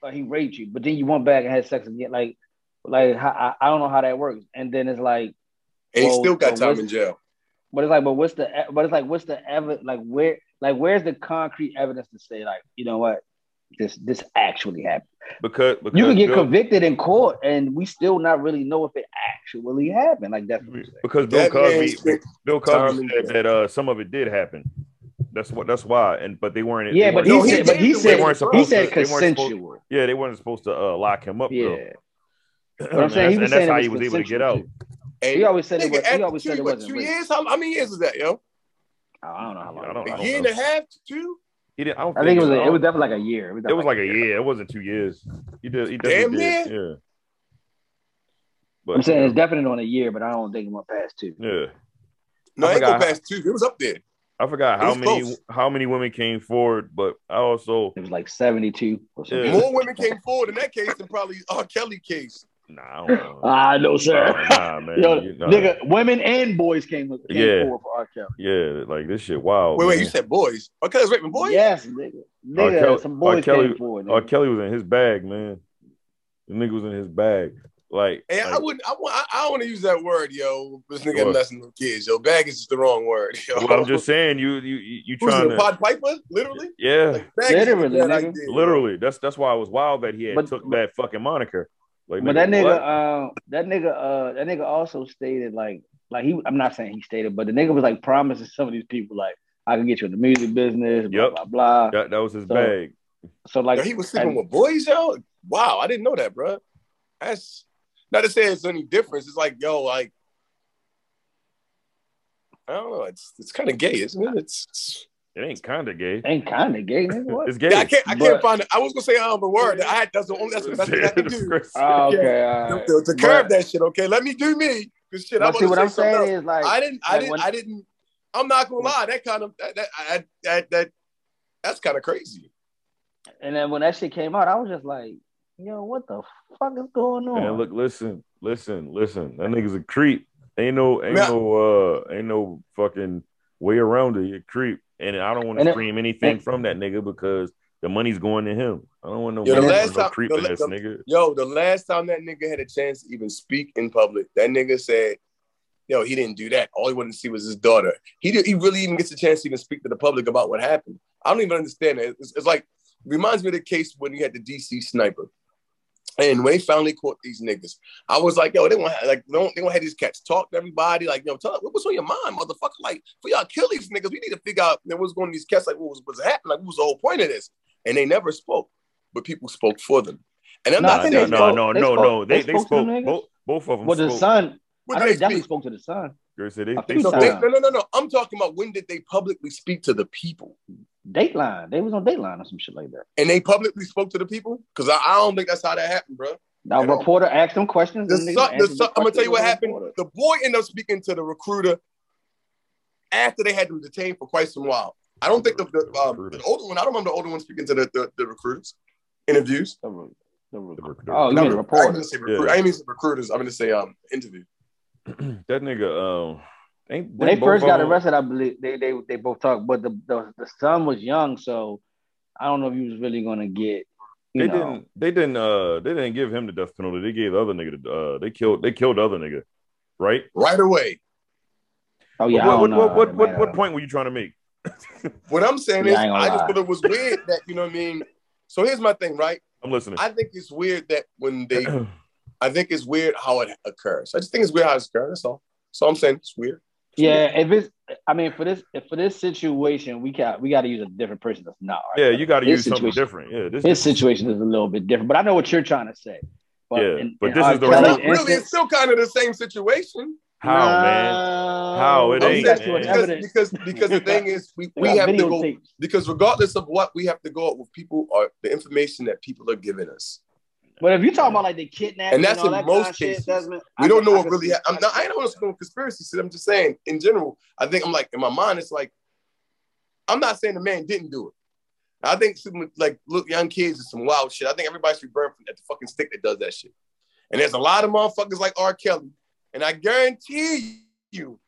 Speaker 4: like he raped you, but then you went back and had sex again. Like, like how- I, I don't know how that works. And then it's like,
Speaker 6: and he
Speaker 4: Well,
Speaker 6: still got
Speaker 4: so
Speaker 6: time
Speaker 4: what's-
Speaker 6: in jail
Speaker 4: but it's like, but what's the, e- but it's like, what's the evidence? Like where, like where's the concrete evidence to say, like, you know what, this this actually happened.
Speaker 3: because, because
Speaker 4: you can get
Speaker 3: Bill-
Speaker 4: convicted in court, and we still not really know if it actually happened. Like that's what I'm saying.
Speaker 3: because Bill
Speaker 6: That
Speaker 3: Cosby,
Speaker 6: man's-
Speaker 3: Bill
Speaker 6: Tommy-
Speaker 3: Cosby said that uh, some of it did happen. That's what. That's why. And but they weren't.
Speaker 4: yeah,
Speaker 3: they weren't
Speaker 4: but he
Speaker 6: No, he
Speaker 4: said, but
Speaker 6: did
Speaker 4: he
Speaker 6: the
Speaker 4: said,
Speaker 3: way it's
Speaker 4: he
Speaker 3: supposed
Speaker 4: said
Speaker 3: to- they weren't supposed-
Speaker 4: consensual.
Speaker 3: yeah, they weren't supposed to uh, lock him up.
Speaker 4: Yeah,
Speaker 3: [CLEARS THROAT] though.
Speaker 4: but I'm
Speaker 3: And
Speaker 4: saying
Speaker 3: that's-
Speaker 4: he was
Speaker 3: and that's
Speaker 4: saying
Speaker 3: how
Speaker 4: it
Speaker 3: he was able to get
Speaker 4: consensual
Speaker 3: out.
Speaker 4: too. He always said it
Speaker 6: Nigga,
Speaker 4: was. He
Speaker 6: after
Speaker 4: always said
Speaker 6: two,
Speaker 4: it
Speaker 6: what,
Speaker 4: wasn't.
Speaker 6: two
Speaker 4: rape.
Speaker 6: years? How, how many years is that, yo?
Speaker 4: Oh, I don't know how long.
Speaker 3: I don't- I
Speaker 6: A
Speaker 3: don't
Speaker 6: year
Speaker 3: know.
Speaker 6: and a half, two?
Speaker 3: He didn't, I, don't
Speaker 4: I think it was.
Speaker 3: I
Speaker 4: A, it
Speaker 3: don't-
Speaker 4: was definitely like a year. It was,
Speaker 3: It was
Speaker 4: definitely
Speaker 3: like a year. It wasn't two years. He did. He
Speaker 6: Damn
Speaker 3: definitely did. Yeah. But
Speaker 4: I'm saying it's definitely on a year, but I don't think it went past two.
Speaker 3: yeah.
Speaker 6: No,
Speaker 3: I
Speaker 6: I ain't go
Speaker 3: forgot.
Speaker 6: past two. It was up there.
Speaker 3: I forgot
Speaker 6: It
Speaker 3: how
Speaker 6: was
Speaker 3: many
Speaker 6: close.
Speaker 3: how many women came forward, but I also
Speaker 4: It was like 72 or something.
Speaker 3: Yeah.
Speaker 6: More women came forward in that case than probably R. Kelly case.
Speaker 3: nah, I don't
Speaker 4: [LAUGHS]
Speaker 3: know.
Speaker 4: Ah, I know, Uh, sir.
Speaker 3: Nah, nah, Oh, man.
Speaker 4: [LAUGHS] Yo,
Speaker 3: You- nah.
Speaker 4: nigga, women and boys came, came
Speaker 3: Yeah.
Speaker 4: forward for R. Kelly.
Speaker 3: Yeah, like this shit. Wow.
Speaker 6: Wait, wait,
Speaker 3: Oh, man.
Speaker 6: you said boys? R. Kelly's raping boys?
Speaker 4: Yes, nigga. Nigga,
Speaker 3: R. Kelly-
Speaker 4: some
Speaker 3: R.
Speaker 4: boys
Speaker 3: Kelly-
Speaker 4: came forward.
Speaker 3: R.
Speaker 4: nigga.
Speaker 3: Kelly was in his bag, man. The nigga was in his bag. Like,
Speaker 6: Hey, I
Speaker 3: like,
Speaker 6: wouldn't. I want. I, I don't want to use that word, yo. This nigga
Speaker 3: What?
Speaker 6: had less than no kids, yo. Bag is just the wrong word, yo.
Speaker 3: well, I'm just saying, you you you, you
Speaker 6: Who's
Speaker 3: trying
Speaker 6: the
Speaker 3: to,
Speaker 6: Pod Piper? Literally.
Speaker 3: yeah,
Speaker 6: Like, bag is just a
Speaker 4: Literally,
Speaker 6: bad
Speaker 4: nigga.
Speaker 6: idea, yo.
Speaker 3: literally. That's that's why I was wild that he had
Speaker 4: But-
Speaker 3: took that fucking moniker. Like,
Speaker 4: But that
Speaker 3: what?
Speaker 4: nigga, uh, that nigga, uh, that nigga also stated like, like he. I'm not saying he stated, but the nigga was like promising some of these people like, I can get you in the music business, blah
Speaker 3: Yep.
Speaker 4: blah blah.
Speaker 3: that, that was his
Speaker 4: So-
Speaker 3: bag.
Speaker 4: So like,
Speaker 6: Yo, he was sleeping
Speaker 4: I-
Speaker 6: with boys, yo. Wow, I didn't know that, bro. That's not to say it's any difference. It's like, yo, like. I don't know. It's it's kind of gay, isn't it? It's, it's
Speaker 3: It ain't kind of gay.
Speaker 4: ain't kind of gay, nigga. What?
Speaker 3: It's gay.
Speaker 6: yeah. I can't. I
Speaker 4: But-
Speaker 6: can't find it. I was gonna say I don't the word. I had that's the only that's the best
Speaker 3: [LAUGHS]
Speaker 6: thing I can do.
Speaker 4: Oh, okay, all
Speaker 6: to,
Speaker 4: right.
Speaker 6: to- to curb
Speaker 4: But-
Speaker 6: that shit. Okay, let me do me. Cause shit,
Speaker 4: But
Speaker 6: I want
Speaker 4: see,
Speaker 6: to
Speaker 4: what
Speaker 6: say
Speaker 4: I'm
Speaker 6: something
Speaker 4: saying
Speaker 6: else.
Speaker 4: is like,
Speaker 6: I didn't, I
Speaker 4: like
Speaker 6: didn't,
Speaker 4: when-
Speaker 6: I didn't. I'm not gonna lie. That kind of that that I, that, that that's kind of crazy.
Speaker 4: and then when that shit came out, I was just like, yo, what the fuck is going on?
Speaker 3: Man, look, listen, listen, listen. That nigga's a creep. Ain't no, ain't
Speaker 6: Nah.
Speaker 3: no, uh, ain't no fucking way around it. You a creep, and I don't want
Speaker 4: And
Speaker 3: to
Speaker 4: it-
Speaker 3: stream anything
Speaker 4: and-
Speaker 3: from that nigga because the money's going to him. I don't want no,
Speaker 6: Yo, the
Speaker 3: money
Speaker 6: last
Speaker 3: from no
Speaker 6: time-
Speaker 3: creep
Speaker 6: the
Speaker 3: in
Speaker 6: la-
Speaker 3: this
Speaker 6: the-
Speaker 3: nigga.
Speaker 6: Yo, the last time that nigga had a chance to even speak in public, that nigga said, "Yo, he didn't do that. All he wanted to see was his daughter. He did, he really even gets a chance to even speak to the public about what happened. I don't even understand it. It's, it's like reminds me of the case when you had the DC sniper." And when they finally caught these niggas, I was like, yo, they want like they want, they want to have these cats talk to everybody. Like, yo, tell what's on your mind, motherfucker. Like, for y'all kill these niggas, we need to figure out you know, what's going on with these cats. Like, what was what's happening? Like, what was the whole point of this? And they never spoke, but people spoke for them. And I'm
Speaker 4: Nah,
Speaker 6: not
Speaker 3: Nah,
Speaker 6: saying
Speaker 3: no,
Speaker 4: they
Speaker 3: no,
Speaker 4: spoke-
Speaker 3: no,
Speaker 4: they
Speaker 3: no,
Speaker 4: spoke-
Speaker 3: no. They
Speaker 4: they
Speaker 3: they
Speaker 4: spoke to them
Speaker 3: spoke.
Speaker 4: niggas?
Speaker 3: Both both of them.
Speaker 4: well, the
Speaker 3: spoke.
Speaker 4: son,
Speaker 6: what
Speaker 4: I know
Speaker 6: did
Speaker 4: he
Speaker 6: they
Speaker 4: definitely
Speaker 6: speak?
Speaker 4: spoke to the son.
Speaker 3: Girl said they,
Speaker 4: I
Speaker 3: they
Speaker 4: think
Speaker 3: spoke.
Speaker 4: so.
Speaker 6: They- no, no, no, no. I'm talking about when did they publicly speak to the people?
Speaker 4: Dateline, they was on Dateline or some shit like that.
Speaker 6: And they publicly spoke to the people? Because I, I don't think that's how that happened, bro.
Speaker 4: Now,
Speaker 6: At all.
Speaker 4: reporter asked them questions.
Speaker 6: The
Speaker 4: and niggas
Speaker 6: son, the
Speaker 4: answered
Speaker 6: son, I'm gonna tell you what
Speaker 4: questions
Speaker 6: happened.
Speaker 4: of the
Speaker 6: The boy ended up speaking to the recruiter after they had him detained for quite some while. I don't think the, the,
Speaker 3: The
Speaker 6: um,
Speaker 3: recruiter.
Speaker 6: the older one. I don't remember the older one speaking to the, the, the recruiters interviews.
Speaker 4: reporter. The re- the re-
Speaker 3: The- the-
Speaker 4: Oh, you
Speaker 6: No,
Speaker 4: mean
Speaker 6: I didn't
Speaker 4: reporter?
Speaker 6: say recruit. I didn't mean say recruiters. I'm gonna say um interview.
Speaker 3: that nigga. Um, ain't,
Speaker 4: When they
Speaker 3: both
Speaker 4: first
Speaker 3: of
Speaker 4: got
Speaker 3: them-
Speaker 4: arrested, I believe they they, they both talked, but the, the the son was young, so I don't know if you was really gonna get.
Speaker 3: They
Speaker 4: You know,
Speaker 3: didn't. They didn't. Uh, they didn't give him the death penalty. They gave the other nigga. The, uh, they killed. They killed the other nigga, right?
Speaker 6: Right away.
Speaker 4: Oh yeah, I
Speaker 3: what,
Speaker 4: don't know
Speaker 3: what,
Speaker 4: how
Speaker 3: what,
Speaker 4: that
Speaker 3: what,
Speaker 4: matter.
Speaker 3: what point were you trying to make?
Speaker 6: What I'm saying
Speaker 4: Yeah,
Speaker 6: is,
Speaker 4: I ain't gonna
Speaker 6: I just
Speaker 4: lie.
Speaker 6: thought it was weird that you know what I mean. So here's my thing, right?
Speaker 3: I'm listening.
Speaker 6: I think it's weird that when they, I think it's weird how it occurs. I just think it's weird how it occurs. That's all. So I'm saying it's weird.
Speaker 4: Yeah, if it's, I mean, for this if for this situation, we got we got to use a different person that's not.
Speaker 3: [CLEARS THROAT]
Speaker 4: Right?
Speaker 3: yeah, you got to
Speaker 4: His
Speaker 3: use something
Speaker 4: situation-
Speaker 3: different. Yeah, this.
Speaker 4: His situation is a little bit different, but I know what you're trying to say.
Speaker 3: Yeah, but this
Speaker 4: R.
Speaker 3: is the-
Speaker 6: But
Speaker 4: Kelly's
Speaker 6: not really.
Speaker 4: instance-
Speaker 6: It's still kind of the same situation.
Speaker 3: how man? How? It
Speaker 4: No,
Speaker 6: I'm
Speaker 3: ain't,
Speaker 4: we got you
Speaker 3: man.
Speaker 4: on
Speaker 6: because,
Speaker 4: evidence.
Speaker 6: because because the thing is we,
Speaker 4: We
Speaker 6: we
Speaker 4: got
Speaker 6: have to go
Speaker 4: videotapes.
Speaker 6: because regardless of what we have to go up with people are the information that people are giving us.
Speaker 4: But if you talk about like the kidnapping,
Speaker 6: And that's
Speaker 4: all
Speaker 6: in
Speaker 4: that
Speaker 6: most
Speaker 4: kind of shit,
Speaker 6: cases.
Speaker 4: Desmond,
Speaker 6: We
Speaker 4: I can-
Speaker 6: don't know
Speaker 4: I
Speaker 6: what
Speaker 4: can
Speaker 6: really
Speaker 4: see-
Speaker 6: happened. I'm not I don't want to go conspiracy shit. I'm just saying in general, I think I'm like in my mind, it's like I'm not saying the man didn't do it. I think some like look young kids is some wild shit. I think everybody should burn from that the fucking stick that does that shit. And there's a lot of motherfuckers like R. Kelly. And I guarantee you,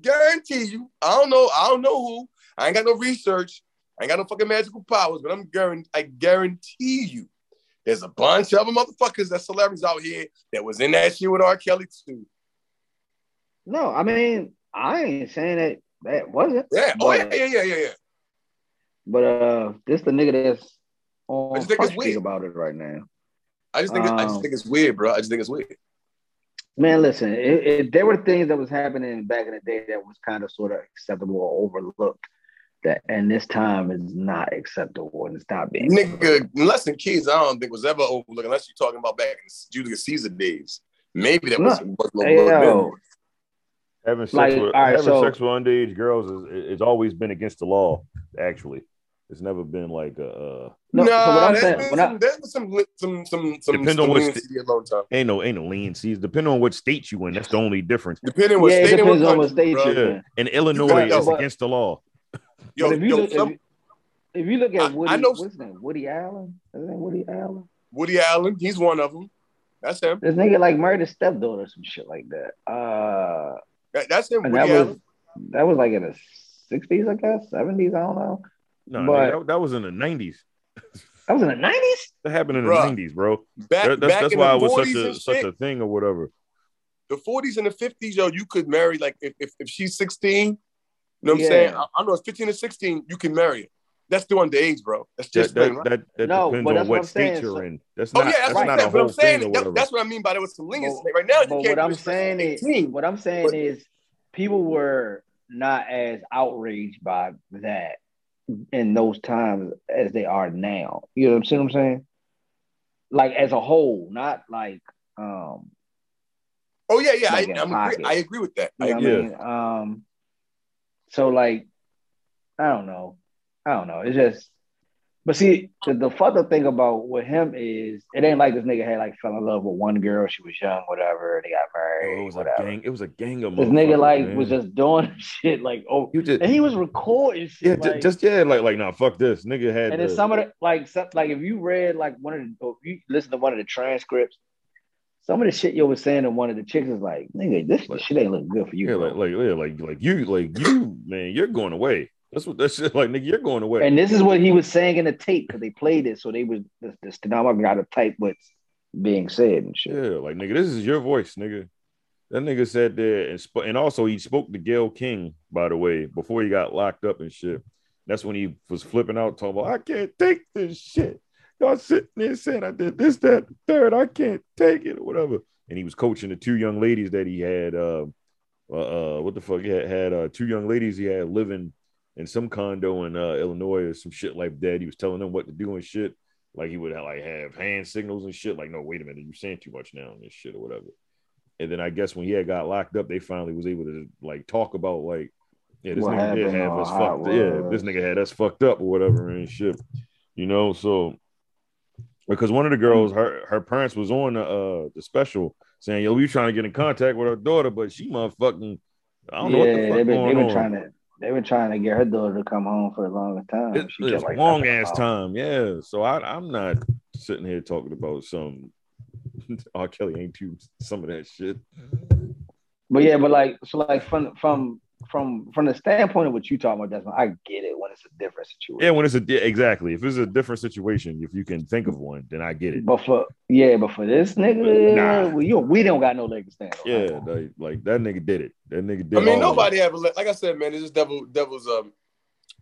Speaker 6: guarantee you, I don't know, I don't know who. I ain't got no research. I ain't got no fucking magical powers, but I'm guaran- I guarantee you, there's a bunch of motherfuckers that celebrities out here that was in that shit with R. Kelly too.
Speaker 4: No, I mean, I ain't saying that that wasn't.
Speaker 6: Yeah. Oh yeah,
Speaker 4: But-
Speaker 6: yeah, yeah, yeah, yeah.
Speaker 4: But uh, this the nigga that's on
Speaker 6: I just think it's
Speaker 4: first
Speaker 6: weird.
Speaker 4: take about it right now.
Speaker 6: I just think it, I just
Speaker 4: Um,
Speaker 6: think it's weird, bro. I just think it's weird.
Speaker 4: Man, listen, it, it, there were things that was happening back in the day that was kind of sort of acceptable or overlooked. That and this time is not acceptable and it's not being.
Speaker 6: Nigga, less than kids, I don't think was ever overlooked unless you're talking about back in Julius Caesar days. Maybe that was, was
Speaker 4: Hey,
Speaker 6: overlooked then.
Speaker 4: yo,
Speaker 3: Having sex
Speaker 4: Like,
Speaker 3: with
Speaker 4: all right,
Speaker 3: having
Speaker 4: so-
Speaker 3: sex with underage girls is it- it's always been against the law. Actually, it's never been like a uh,
Speaker 4: no, so what
Speaker 6: nah,
Speaker 4: I'm
Speaker 6: there's
Speaker 4: saying,
Speaker 6: been
Speaker 4: when I-
Speaker 6: some, there's been some, li- some, some, some,
Speaker 3: Depends
Speaker 6: some
Speaker 3: on which
Speaker 6: leniency a long time.
Speaker 3: ain't no ain't no leniencies. Depending on what state you in, that's the only difference.
Speaker 6: Depending what
Speaker 4: Yeah, it
Speaker 6: state and what
Speaker 4: depends on what
Speaker 6: country,
Speaker 4: state
Speaker 6: bro.
Speaker 4: you in.
Speaker 3: Yeah, in Illinois,
Speaker 6: Yo,
Speaker 3: it's
Speaker 4: but-
Speaker 3: against the law.
Speaker 6: Yo,
Speaker 4: but if you,
Speaker 6: yo,
Speaker 4: look,
Speaker 6: some-
Speaker 4: if, if you look at
Speaker 6: I-
Speaker 4: Woody,
Speaker 6: I know-
Speaker 4: what's his name? Woody Allen. Is that Woody Allen?
Speaker 6: Woody Allen, he's one of them. That's him.
Speaker 4: This nigga like murdered his stepdaughter or some shit like that. Uh,
Speaker 6: That- that's him.
Speaker 4: and
Speaker 6: Woody
Speaker 4: that was
Speaker 6: Allen.
Speaker 4: that was like in the sixties, I guess, seventies. I don't know.
Speaker 3: No,
Speaker 4: But-
Speaker 3: that, that was in the nineties.
Speaker 4: That was in the nineties.
Speaker 3: That happened in the
Speaker 6: Bruh.
Speaker 3: nineties, bro.
Speaker 6: Back,
Speaker 3: That- that's
Speaker 6: back
Speaker 3: that's
Speaker 6: in
Speaker 3: why
Speaker 6: the
Speaker 3: it was such
Speaker 6: 40s
Speaker 3: a
Speaker 6: and
Speaker 3: such
Speaker 6: shit,
Speaker 3: a thing or whatever.
Speaker 6: the 40s and the 50s, yo, you could marry like if if, if she's 16, you know what
Speaker 4: Yeah.
Speaker 6: I'm saying? I, I know it's 15 to 16, you can marry her. That's still underage, bro. That's
Speaker 3: That
Speaker 6: just
Speaker 3: that,
Speaker 6: plain, right?
Speaker 3: that, that
Speaker 4: No,
Speaker 3: depends
Speaker 4: but
Speaker 3: on
Speaker 4: that's what
Speaker 3: what
Speaker 4: I'm
Speaker 3: state
Speaker 4: saying,
Speaker 3: you're
Speaker 4: so-
Speaker 3: in. That's
Speaker 6: Oh
Speaker 3: not
Speaker 6: yeah, that's,
Speaker 3: that's
Speaker 6: what I'm
Speaker 3: not
Speaker 6: saying.
Speaker 3: a
Speaker 6: But I'm
Speaker 3: whole
Speaker 6: saying
Speaker 3: thing or
Speaker 6: that-
Speaker 3: whatever.
Speaker 6: that's what I mean by there was some leniency.
Speaker 4: But-
Speaker 6: Like right now,
Speaker 4: But
Speaker 6: you can't.
Speaker 4: what I'm
Speaker 6: do it till
Speaker 4: saying is,
Speaker 6: 18.
Speaker 4: what I'm saying
Speaker 6: But-
Speaker 4: is, people were not as outraged by that in those times as they are now. You know what I'm saying? What I'm saying, like as a whole, not like um,
Speaker 6: oh yeah, yeah,
Speaker 4: Like in
Speaker 6: I,
Speaker 4: a
Speaker 6: I'm agree,
Speaker 4: pocket.
Speaker 6: I agree with that.
Speaker 4: you know
Speaker 6: I,
Speaker 4: what
Speaker 3: Yeah.
Speaker 4: I mean. Um, so like, I don't know, I don't know. It's just, but see, the, the fucked up thing about with him is, it ain't like this nigga had like fell in love with one girl. She was young, whatever. They got married.
Speaker 3: Yo, it was
Speaker 4: whatever.
Speaker 3: a gang. It was a gang of
Speaker 4: This nigga
Speaker 3: motherfuckers,
Speaker 4: like
Speaker 3: man.
Speaker 4: was just doing [LAUGHS] shit like oh,
Speaker 3: You just-
Speaker 4: [LAUGHS] and he was recording shit.
Speaker 3: yeah, ju-
Speaker 4: like,
Speaker 3: just yeah, like like nah, fuck this nigga had.
Speaker 4: and
Speaker 3: the-
Speaker 4: then some of the like some, like if you read like one of the or if you listen to one of the transcripts, some of the shit you was saying to one of the chicks is like, nigga, this
Speaker 3: Like-
Speaker 4: shit ain't look good for you.
Speaker 3: Yeah,
Speaker 4: bro.
Speaker 3: like, like, yeah, like, like you, like you, man, you're going away. That's what that's [LAUGHS] just like, nigga, you're going away.
Speaker 4: and this is what he was saying in the tape because they played it, so they was the, the stenographer got to type what's being said and shit.
Speaker 3: yeah, like, nigga, this is your voice, nigga. That nigga sat there and spoke, and also he spoke to Gail King, by the way, before he got locked up and shit. That's when he was flipping out, talking about, I can't take this shit. Y'all sitting there saying I did this, that, the third. I can't take it or whatever. And he was coaching the two young ladies that he had. Uh, uh, uh what the fuck? He had, had uh, two young ladies he had living in some condo in uh, Illinois or some shit like that. He was telling them what to do and shit. Like he would like have hand signals and shit. Like, no, wait a minute, you're saying too much now and this shit or whatever. And then I guess when he had got locked up, they finally was able to like talk about like, yeah, this
Speaker 4: What
Speaker 3: nigga did
Speaker 4: happened
Speaker 3: have
Speaker 4: or
Speaker 3: us
Speaker 4: how
Speaker 3: fucked.
Speaker 4: it
Speaker 3: Yeah, this
Speaker 4: was.
Speaker 3: nigga had us fucked up or whatever and shit. You know, so because one of the girls, her her parents was on the uh the special saying, yo, we trying to get in contact with her daughter, but she motherfucking I don't know what the fuck
Speaker 4: they've been,
Speaker 3: going
Speaker 4: they've been
Speaker 3: on.
Speaker 4: trying to they've been trying to get her daughter to come home for a long time.
Speaker 3: It's,
Speaker 4: She kept,
Speaker 3: it's
Speaker 4: like, oh,
Speaker 3: long
Speaker 4: knocking
Speaker 3: ass
Speaker 4: out.
Speaker 3: time, yeah. So I, I'm not sitting here talking about some [LAUGHS] R. Kelly ain't too some of that shit.
Speaker 4: But yeah, but like so like from from from from the standpoint of what you talking about, Desmond, I get it when it's a different
Speaker 3: Yeah,
Speaker 4: situation.
Speaker 3: when it's a yeah, exactly. If it's a different situation, if you can think of one, then I get it.
Speaker 4: But for yeah, but for this nigga,
Speaker 3: Nah.
Speaker 4: well, you we don't got no leg to stand on.
Speaker 3: Yeah, like, like that nigga did it. That nigga did.
Speaker 6: I mean,
Speaker 3: all of it.
Speaker 6: nobody ever. Let, like I said, man, it's just devil, devil's um,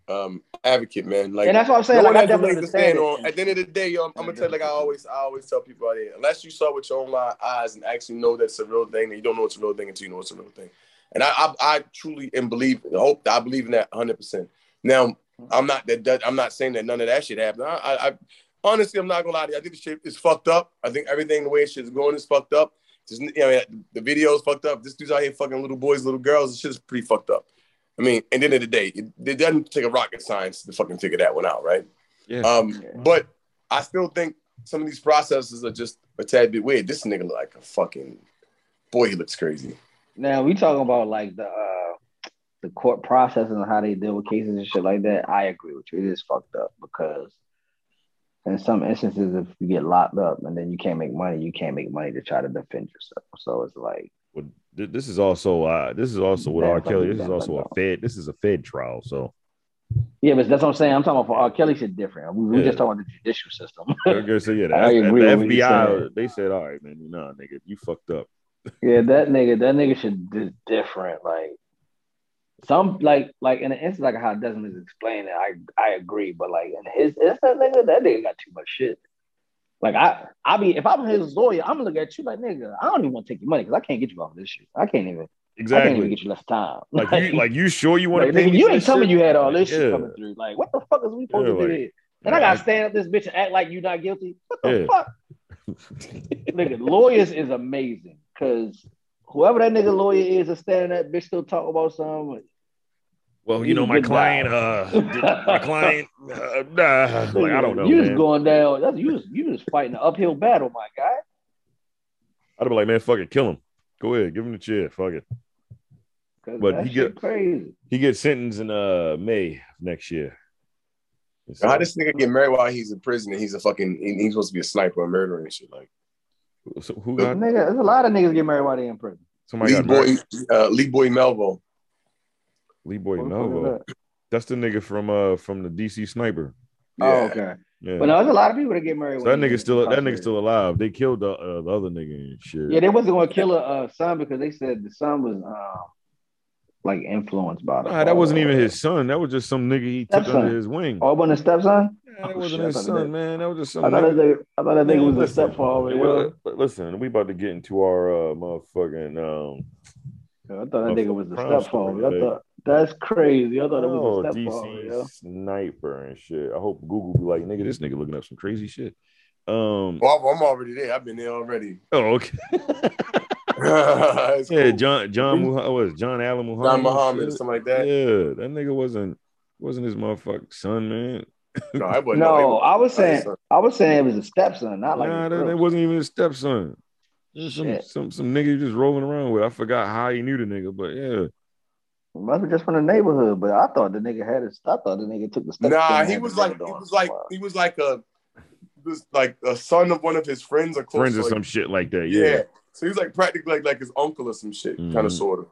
Speaker 6: um, advocate, man. Like
Speaker 4: and that's what I'm saying.
Speaker 6: no
Speaker 4: like
Speaker 6: one
Speaker 4: I
Speaker 6: has a
Speaker 4: definitely
Speaker 6: leg to
Speaker 4: understand.
Speaker 6: stand
Speaker 4: it.
Speaker 6: on. At the end of the day, yo, I'm, I'm gonna tell you, like I always, I always tell people out here, unless you saw with your own li- eyes and actually know that it's a real thing, then you don't know it's a real thing until you know it's a real thing. And I, I, I truly am believe, hope I believe in that 100. percent Now, I'm not that, that- I'm not saying that none of that shit happened. I, I, I honestly, I'm not gonna lie to you. I think the shit is fucked up. I think everything the way shit is going is fucked up. Just, you know, the video's fucked up. This dude's out here fucking little boys, little girls. This shit is pretty fucked up. I mean, at the end of the day, it, it doesn't take a rocket science to fucking figure that one out, right?
Speaker 3: [LAUGHS] Yeah.
Speaker 6: Um,
Speaker 4: Yeah.
Speaker 6: but I still think some of these processes are just a tad bit weird. This nigga look like a fucking boy. He looks crazy.
Speaker 4: Now we talking about like the uh the court process and how they deal with cases and shit like that. I agree with you. It is fucked up because in some instances, if you get locked up and then you can't make money, you can't make money to try to defend yourself. So it's like
Speaker 3: Well, th- this is also uh, this is also with
Speaker 4: Yeah,
Speaker 3: R.
Speaker 4: but
Speaker 3: Kelly.
Speaker 4: we
Speaker 3: This is
Speaker 4: don't
Speaker 3: also a
Speaker 4: know.
Speaker 3: Fed. This is a Fed trial. So
Speaker 4: Yeah, but that's what I'm saying. I'm talking about for R. Kelly shit different. We were
Speaker 3: Yeah.
Speaker 4: just talking about the judicial system.
Speaker 3: [LAUGHS]
Speaker 4: [LAUGHS]
Speaker 3: Okay, so yeah, the,
Speaker 4: I
Speaker 3: F-
Speaker 4: agree
Speaker 3: the
Speaker 4: with what you
Speaker 3: FBI
Speaker 4: said.
Speaker 3: they said, all right, man, nah, nigga, you fucked up.
Speaker 4: yeah, that nigga, that nigga shit is different. Like Some like like in the instance like how Desmond is explaining, I I agree, but like in his instance, nigga, that nigga got too much shit. Like I I be if I'm his lawyer, I'm gonna look at you like nigga, I don't even want to take your money because I can't get you off of this shit. I can't even I can't even
Speaker 3: Exactly.
Speaker 4: get you less time.
Speaker 3: Like you, like you sure you want
Speaker 4: Like,
Speaker 3: to pay
Speaker 4: nigga,
Speaker 3: me
Speaker 4: you
Speaker 3: for
Speaker 4: ain't
Speaker 3: this
Speaker 4: telling me
Speaker 3: shit?
Speaker 4: you had all this
Speaker 3: Yeah.
Speaker 4: shit coming through. Like, what the fuck is we supposed
Speaker 3: Yeah,
Speaker 4: to do
Speaker 3: like-
Speaker 4: here? And I gotta stand up this bitch and act like you not guilty. What the
Speaker 3: Yeah.
Speaker 4: fuck? nigga, lawyers is amazing because whoever that nigga lawyer is is standing that bitch still talk about something.
Speaker 3: Well,
Speaker 4: You
Speaker 3: you know my
Speaker 4: good guy.
Speaker 3: client, uh, did-
Speaker 4: [LAUGHS]
Speaker 3: my client, uh, nah, like I don't know,
Speaker 4: You just
Speaker 3: man.
Speaker 4: going down. That's you. Just, you just fighting an uphill battle, my guy.
Speaker 3: I'd be like, man, fuck it, kill him. Go ahead, give him the chair, fuck it.
Speaker 4: 'Cause
Speaker 3: But
Speaker 4: that
Speaker 3: he
Speaker 4: shit
Speaker 3: get-
Speaker 4: crazy.
Speaker 3: He gets sentenced in uh May of next year. It's,
Speaker 6: How
Speaker 3: uh,
Speaker 6: this nigga get married while he's in prison and he's a fucking he- he's supposed to be a sniper and murderer and shit like
Speaker 3: so who got
Speaker 4: Nigga, there's a lot of niggas get married while they in prison.
Speaker 3: somebody
Speaker 6: Lee
Speaker 3: got Boy,
Speaker 6: Boy uh, Lee Boy Melville.
Speaker 3: Lee Boy
Speaker 4: What the fuck is
Speaker 3: Novo.
Speaker 4: that?
Speaker 3: That's the nigga from uh from the DC sniper.
Speaker 4: Oh,
Speaker 6: Yeah.
Speaker 4: okay.
Speaker 3: Yeah.
Speaker 4: But no, there's a lot of people that get married.
Speaker 3: so
Speaker 4: when
Speaker 3: that
Speaker 4: they
Speaker 3: nigga still that nigga
Speaker 4: incarcerated.
Speaker 3: still alive. They killed the, uh, the other nigga and shit.
Speaker 4: Yeah, they wasn't going to kill her uh, son because they said the son was um, like influenced by. the
Speaker 3: Nah, that wasn't
Speaker 4: father.
Speaker 3: even his son. That was just some nigga he took
Speaker 4: Stepson.
Speaker 3: under his wing.
Speaker 4: Oh, it wasn't his stepson.
Speaker 3: Yeah, that
Speaker 4: oh,
Speaker 3: wasn't
Speaker 4: shit, I
Speaker 3: his
Speaker 4: thought
Speaker 3: son,
Speaker 4: that-
Speaker 3: man. That was just some
Speaker 4: I thought
Speaker 3: nigga.
Speaker 4: that nigga, I thought that nigga was his
Speaker 3: Listen,
Speaker 4: stepfather.
Speaker 3: Hey,
Speaker 4: yo.
Speaker 3: well, uh, Listen, we about to get into our uh, motherfucking um.
Speaker 4: Yeah, I thought that nigga was the
Speaker 3: Crime
Speaker 4: stepfather.
Speaker 3: story,
Speaker 4: I thought that's crazy. I thought it was
Speaker 3: Oh,
Speaker 4: the stepfather.
Speaker 3: DC
Speaker 4: yo.
Speaker 3: sniper and shit. I hope Google be like, nigga, this nigga looking up some crazy shit. Um.
Speaker 6: Well, I'm I'm already there. I've been there already. [LAUGHS]
Speaker 3: Oh, okay.
Speaker 6: It's
Speaker 3: Yeah,
Speaker 6: cool.
Speaker 3: John John
Speaker 6: Please.
Speaker 3: Muhammad was it John Allen Muhammad.
Speaker 6: John
Speaker 3: and
Speaker 6: Muhammad or
Speaker 3: shit?
Speaker 6: something like
Speaker 3: Yeah,
Speaker 6: that.
Speaker 3: that nigga wasn't wasn't his motherfucking son, man.
Speaker 6: No, I wasn't.
Speaker 4: No, I was
Speaker 6: not his
Speaker 4: saying,
Speaker 6: son.
Speaker 4: I was saying it was a stepson, not like.
Speaker 3: nah,
Speaker 4: his
Speaker 3: that, that
Speaker 4: brother.
Speaker 3: wasn't even his stepson. Just Some,
Speaker 4: Shit.
Speaker 3: some some nigga you just rolling around with. I forgot how he knew the nigga, but yeah.
Speaker 4: It must be just from the neighborhood, but I thought the nigga had his. I thought the nigga took the stepson.
Speaker 6: Nah,
Speaker 4: and
Speaker 6: he
Speaker 4: had
Speaker 6: was
Speaker 4: the
Speaker 6: like
Speaker 4: nigga
Speaker 6: he
Speaker 4: doing
Speaker 6: was like
Speaker 4: some, uh,
Speaker 6: he was like a this like a son of one of his friends or close
Speaker 3: Friends or
Speaker 6: like-
Speaker 3: some shit like that.
Speaker 6: Yeah.
Speaker 3: Yeah.
Speaker 6: So he was like practically like, like his uncle or some shit, kind
Speaker 3: Mhm.
Speaker 6: of sort of.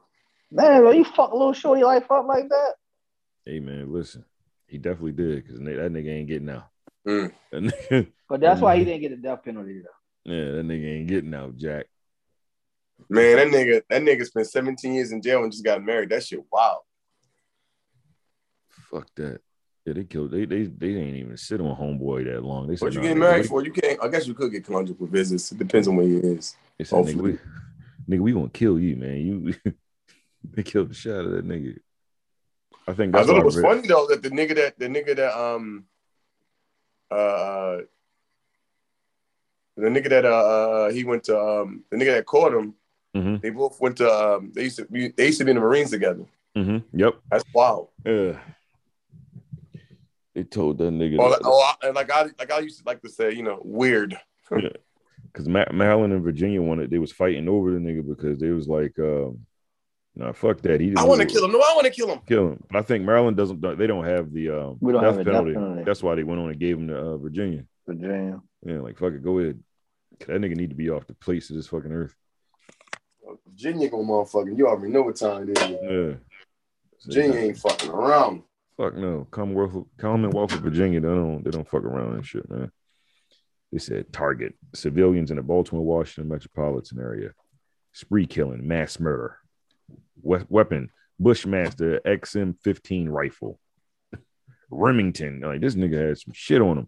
Speaker 4: Man, bro, you fuck little shorty life up like that.
Speaker 3: Hey man, listen. He definitely did because that nigga ain't getting out.
Speaker 6: Mm.
Speaker 3: [LAUGHS] That nigga-
Speaker 4: But that's why he
Speaker 3: Mm-hmm.
Speaker 4: didn't get the death penalty though.
Speaker 3: yeah, that nigga ain't getting out, Jack.
Speaker 6: Man, that nigga, that nigga spent 17 years in jail and just got married. That shit wild.
Speaker 3: Fuck that. Yeah, they killed. They they they didn't even sit on homeboy that long. They said,
Speaker 6: What you
Speaker 3: nah,
Speaker 6: getting
Speaker 3: nigga,
Speaker 6: married
Speaker 3: we-
Speaker 6: for? You can't. I guess you could get conjugal visits. It depends on where you is.
Speaker 3: They said, nigga,
Speaker 6: Hopefully.
Speaker 3: we, [LAUGHS] nigga, we gonna kill you, man. You [LAUGHS] they killed the shit out of that nigga. I think
Speaker 6: I
Speaker 3: that's
Speaker 6: thought
Speaker 3: what
Speaker 6: it was
Speaker 3: read.
Speaker 6: funny though that the nigga that the nigga that um uh the nigga that uh, uh he went to um the nigga that caught him.
Speaker 3: Mhm.
Speaker 6: They both went to um they used to be, they used to be in the Marines together.
Speaker 3: Mhm. Yep.
Speaker 6: That's wild.
Speaker 3: Yeah. They told that nigga
Speaker 6: Or, or, and like I like I used to like to say, you know, weird.
Speaker 3: because Maryland and Virginia wanted they was fighting over the nigga because they was like, um, nah, fuck that. He
Speaker 6: I want to kill him. No, I want to kill him.
Speaker 3: Kill him. But I think Maryland doesn't. They don't have the um,
Speaker 4: We don't
Speaker 3: death,
Speaker 4: have a death
Speaker 3: penalty.
Speaker 4: penalty.
Speaker 3: That's why they went on and gave him to uh, Virginia.
Speaker 4: Virginia.
Speaker 3: Yeah, like fuck it, go ahead. That nigga need to be off the place of this fucking earth.
Speaker 6: Virginia go motherfucking. You already know what time it is.
Speaker 3: Yeah.
Speaker 6: Virginia ain't fucking around.
Speaker 3: Fuck no. Commonwealth of, Commonwealth of Virginia, they don't they don't fuck around and shit, man. They said target civilians in the Baltimore, Washington metropolitan area. Spree killing, mass murder. We- weapon, Bushmaster XM15 rifle. [LAUGHS] Remington. Like this nigga had some shit on him.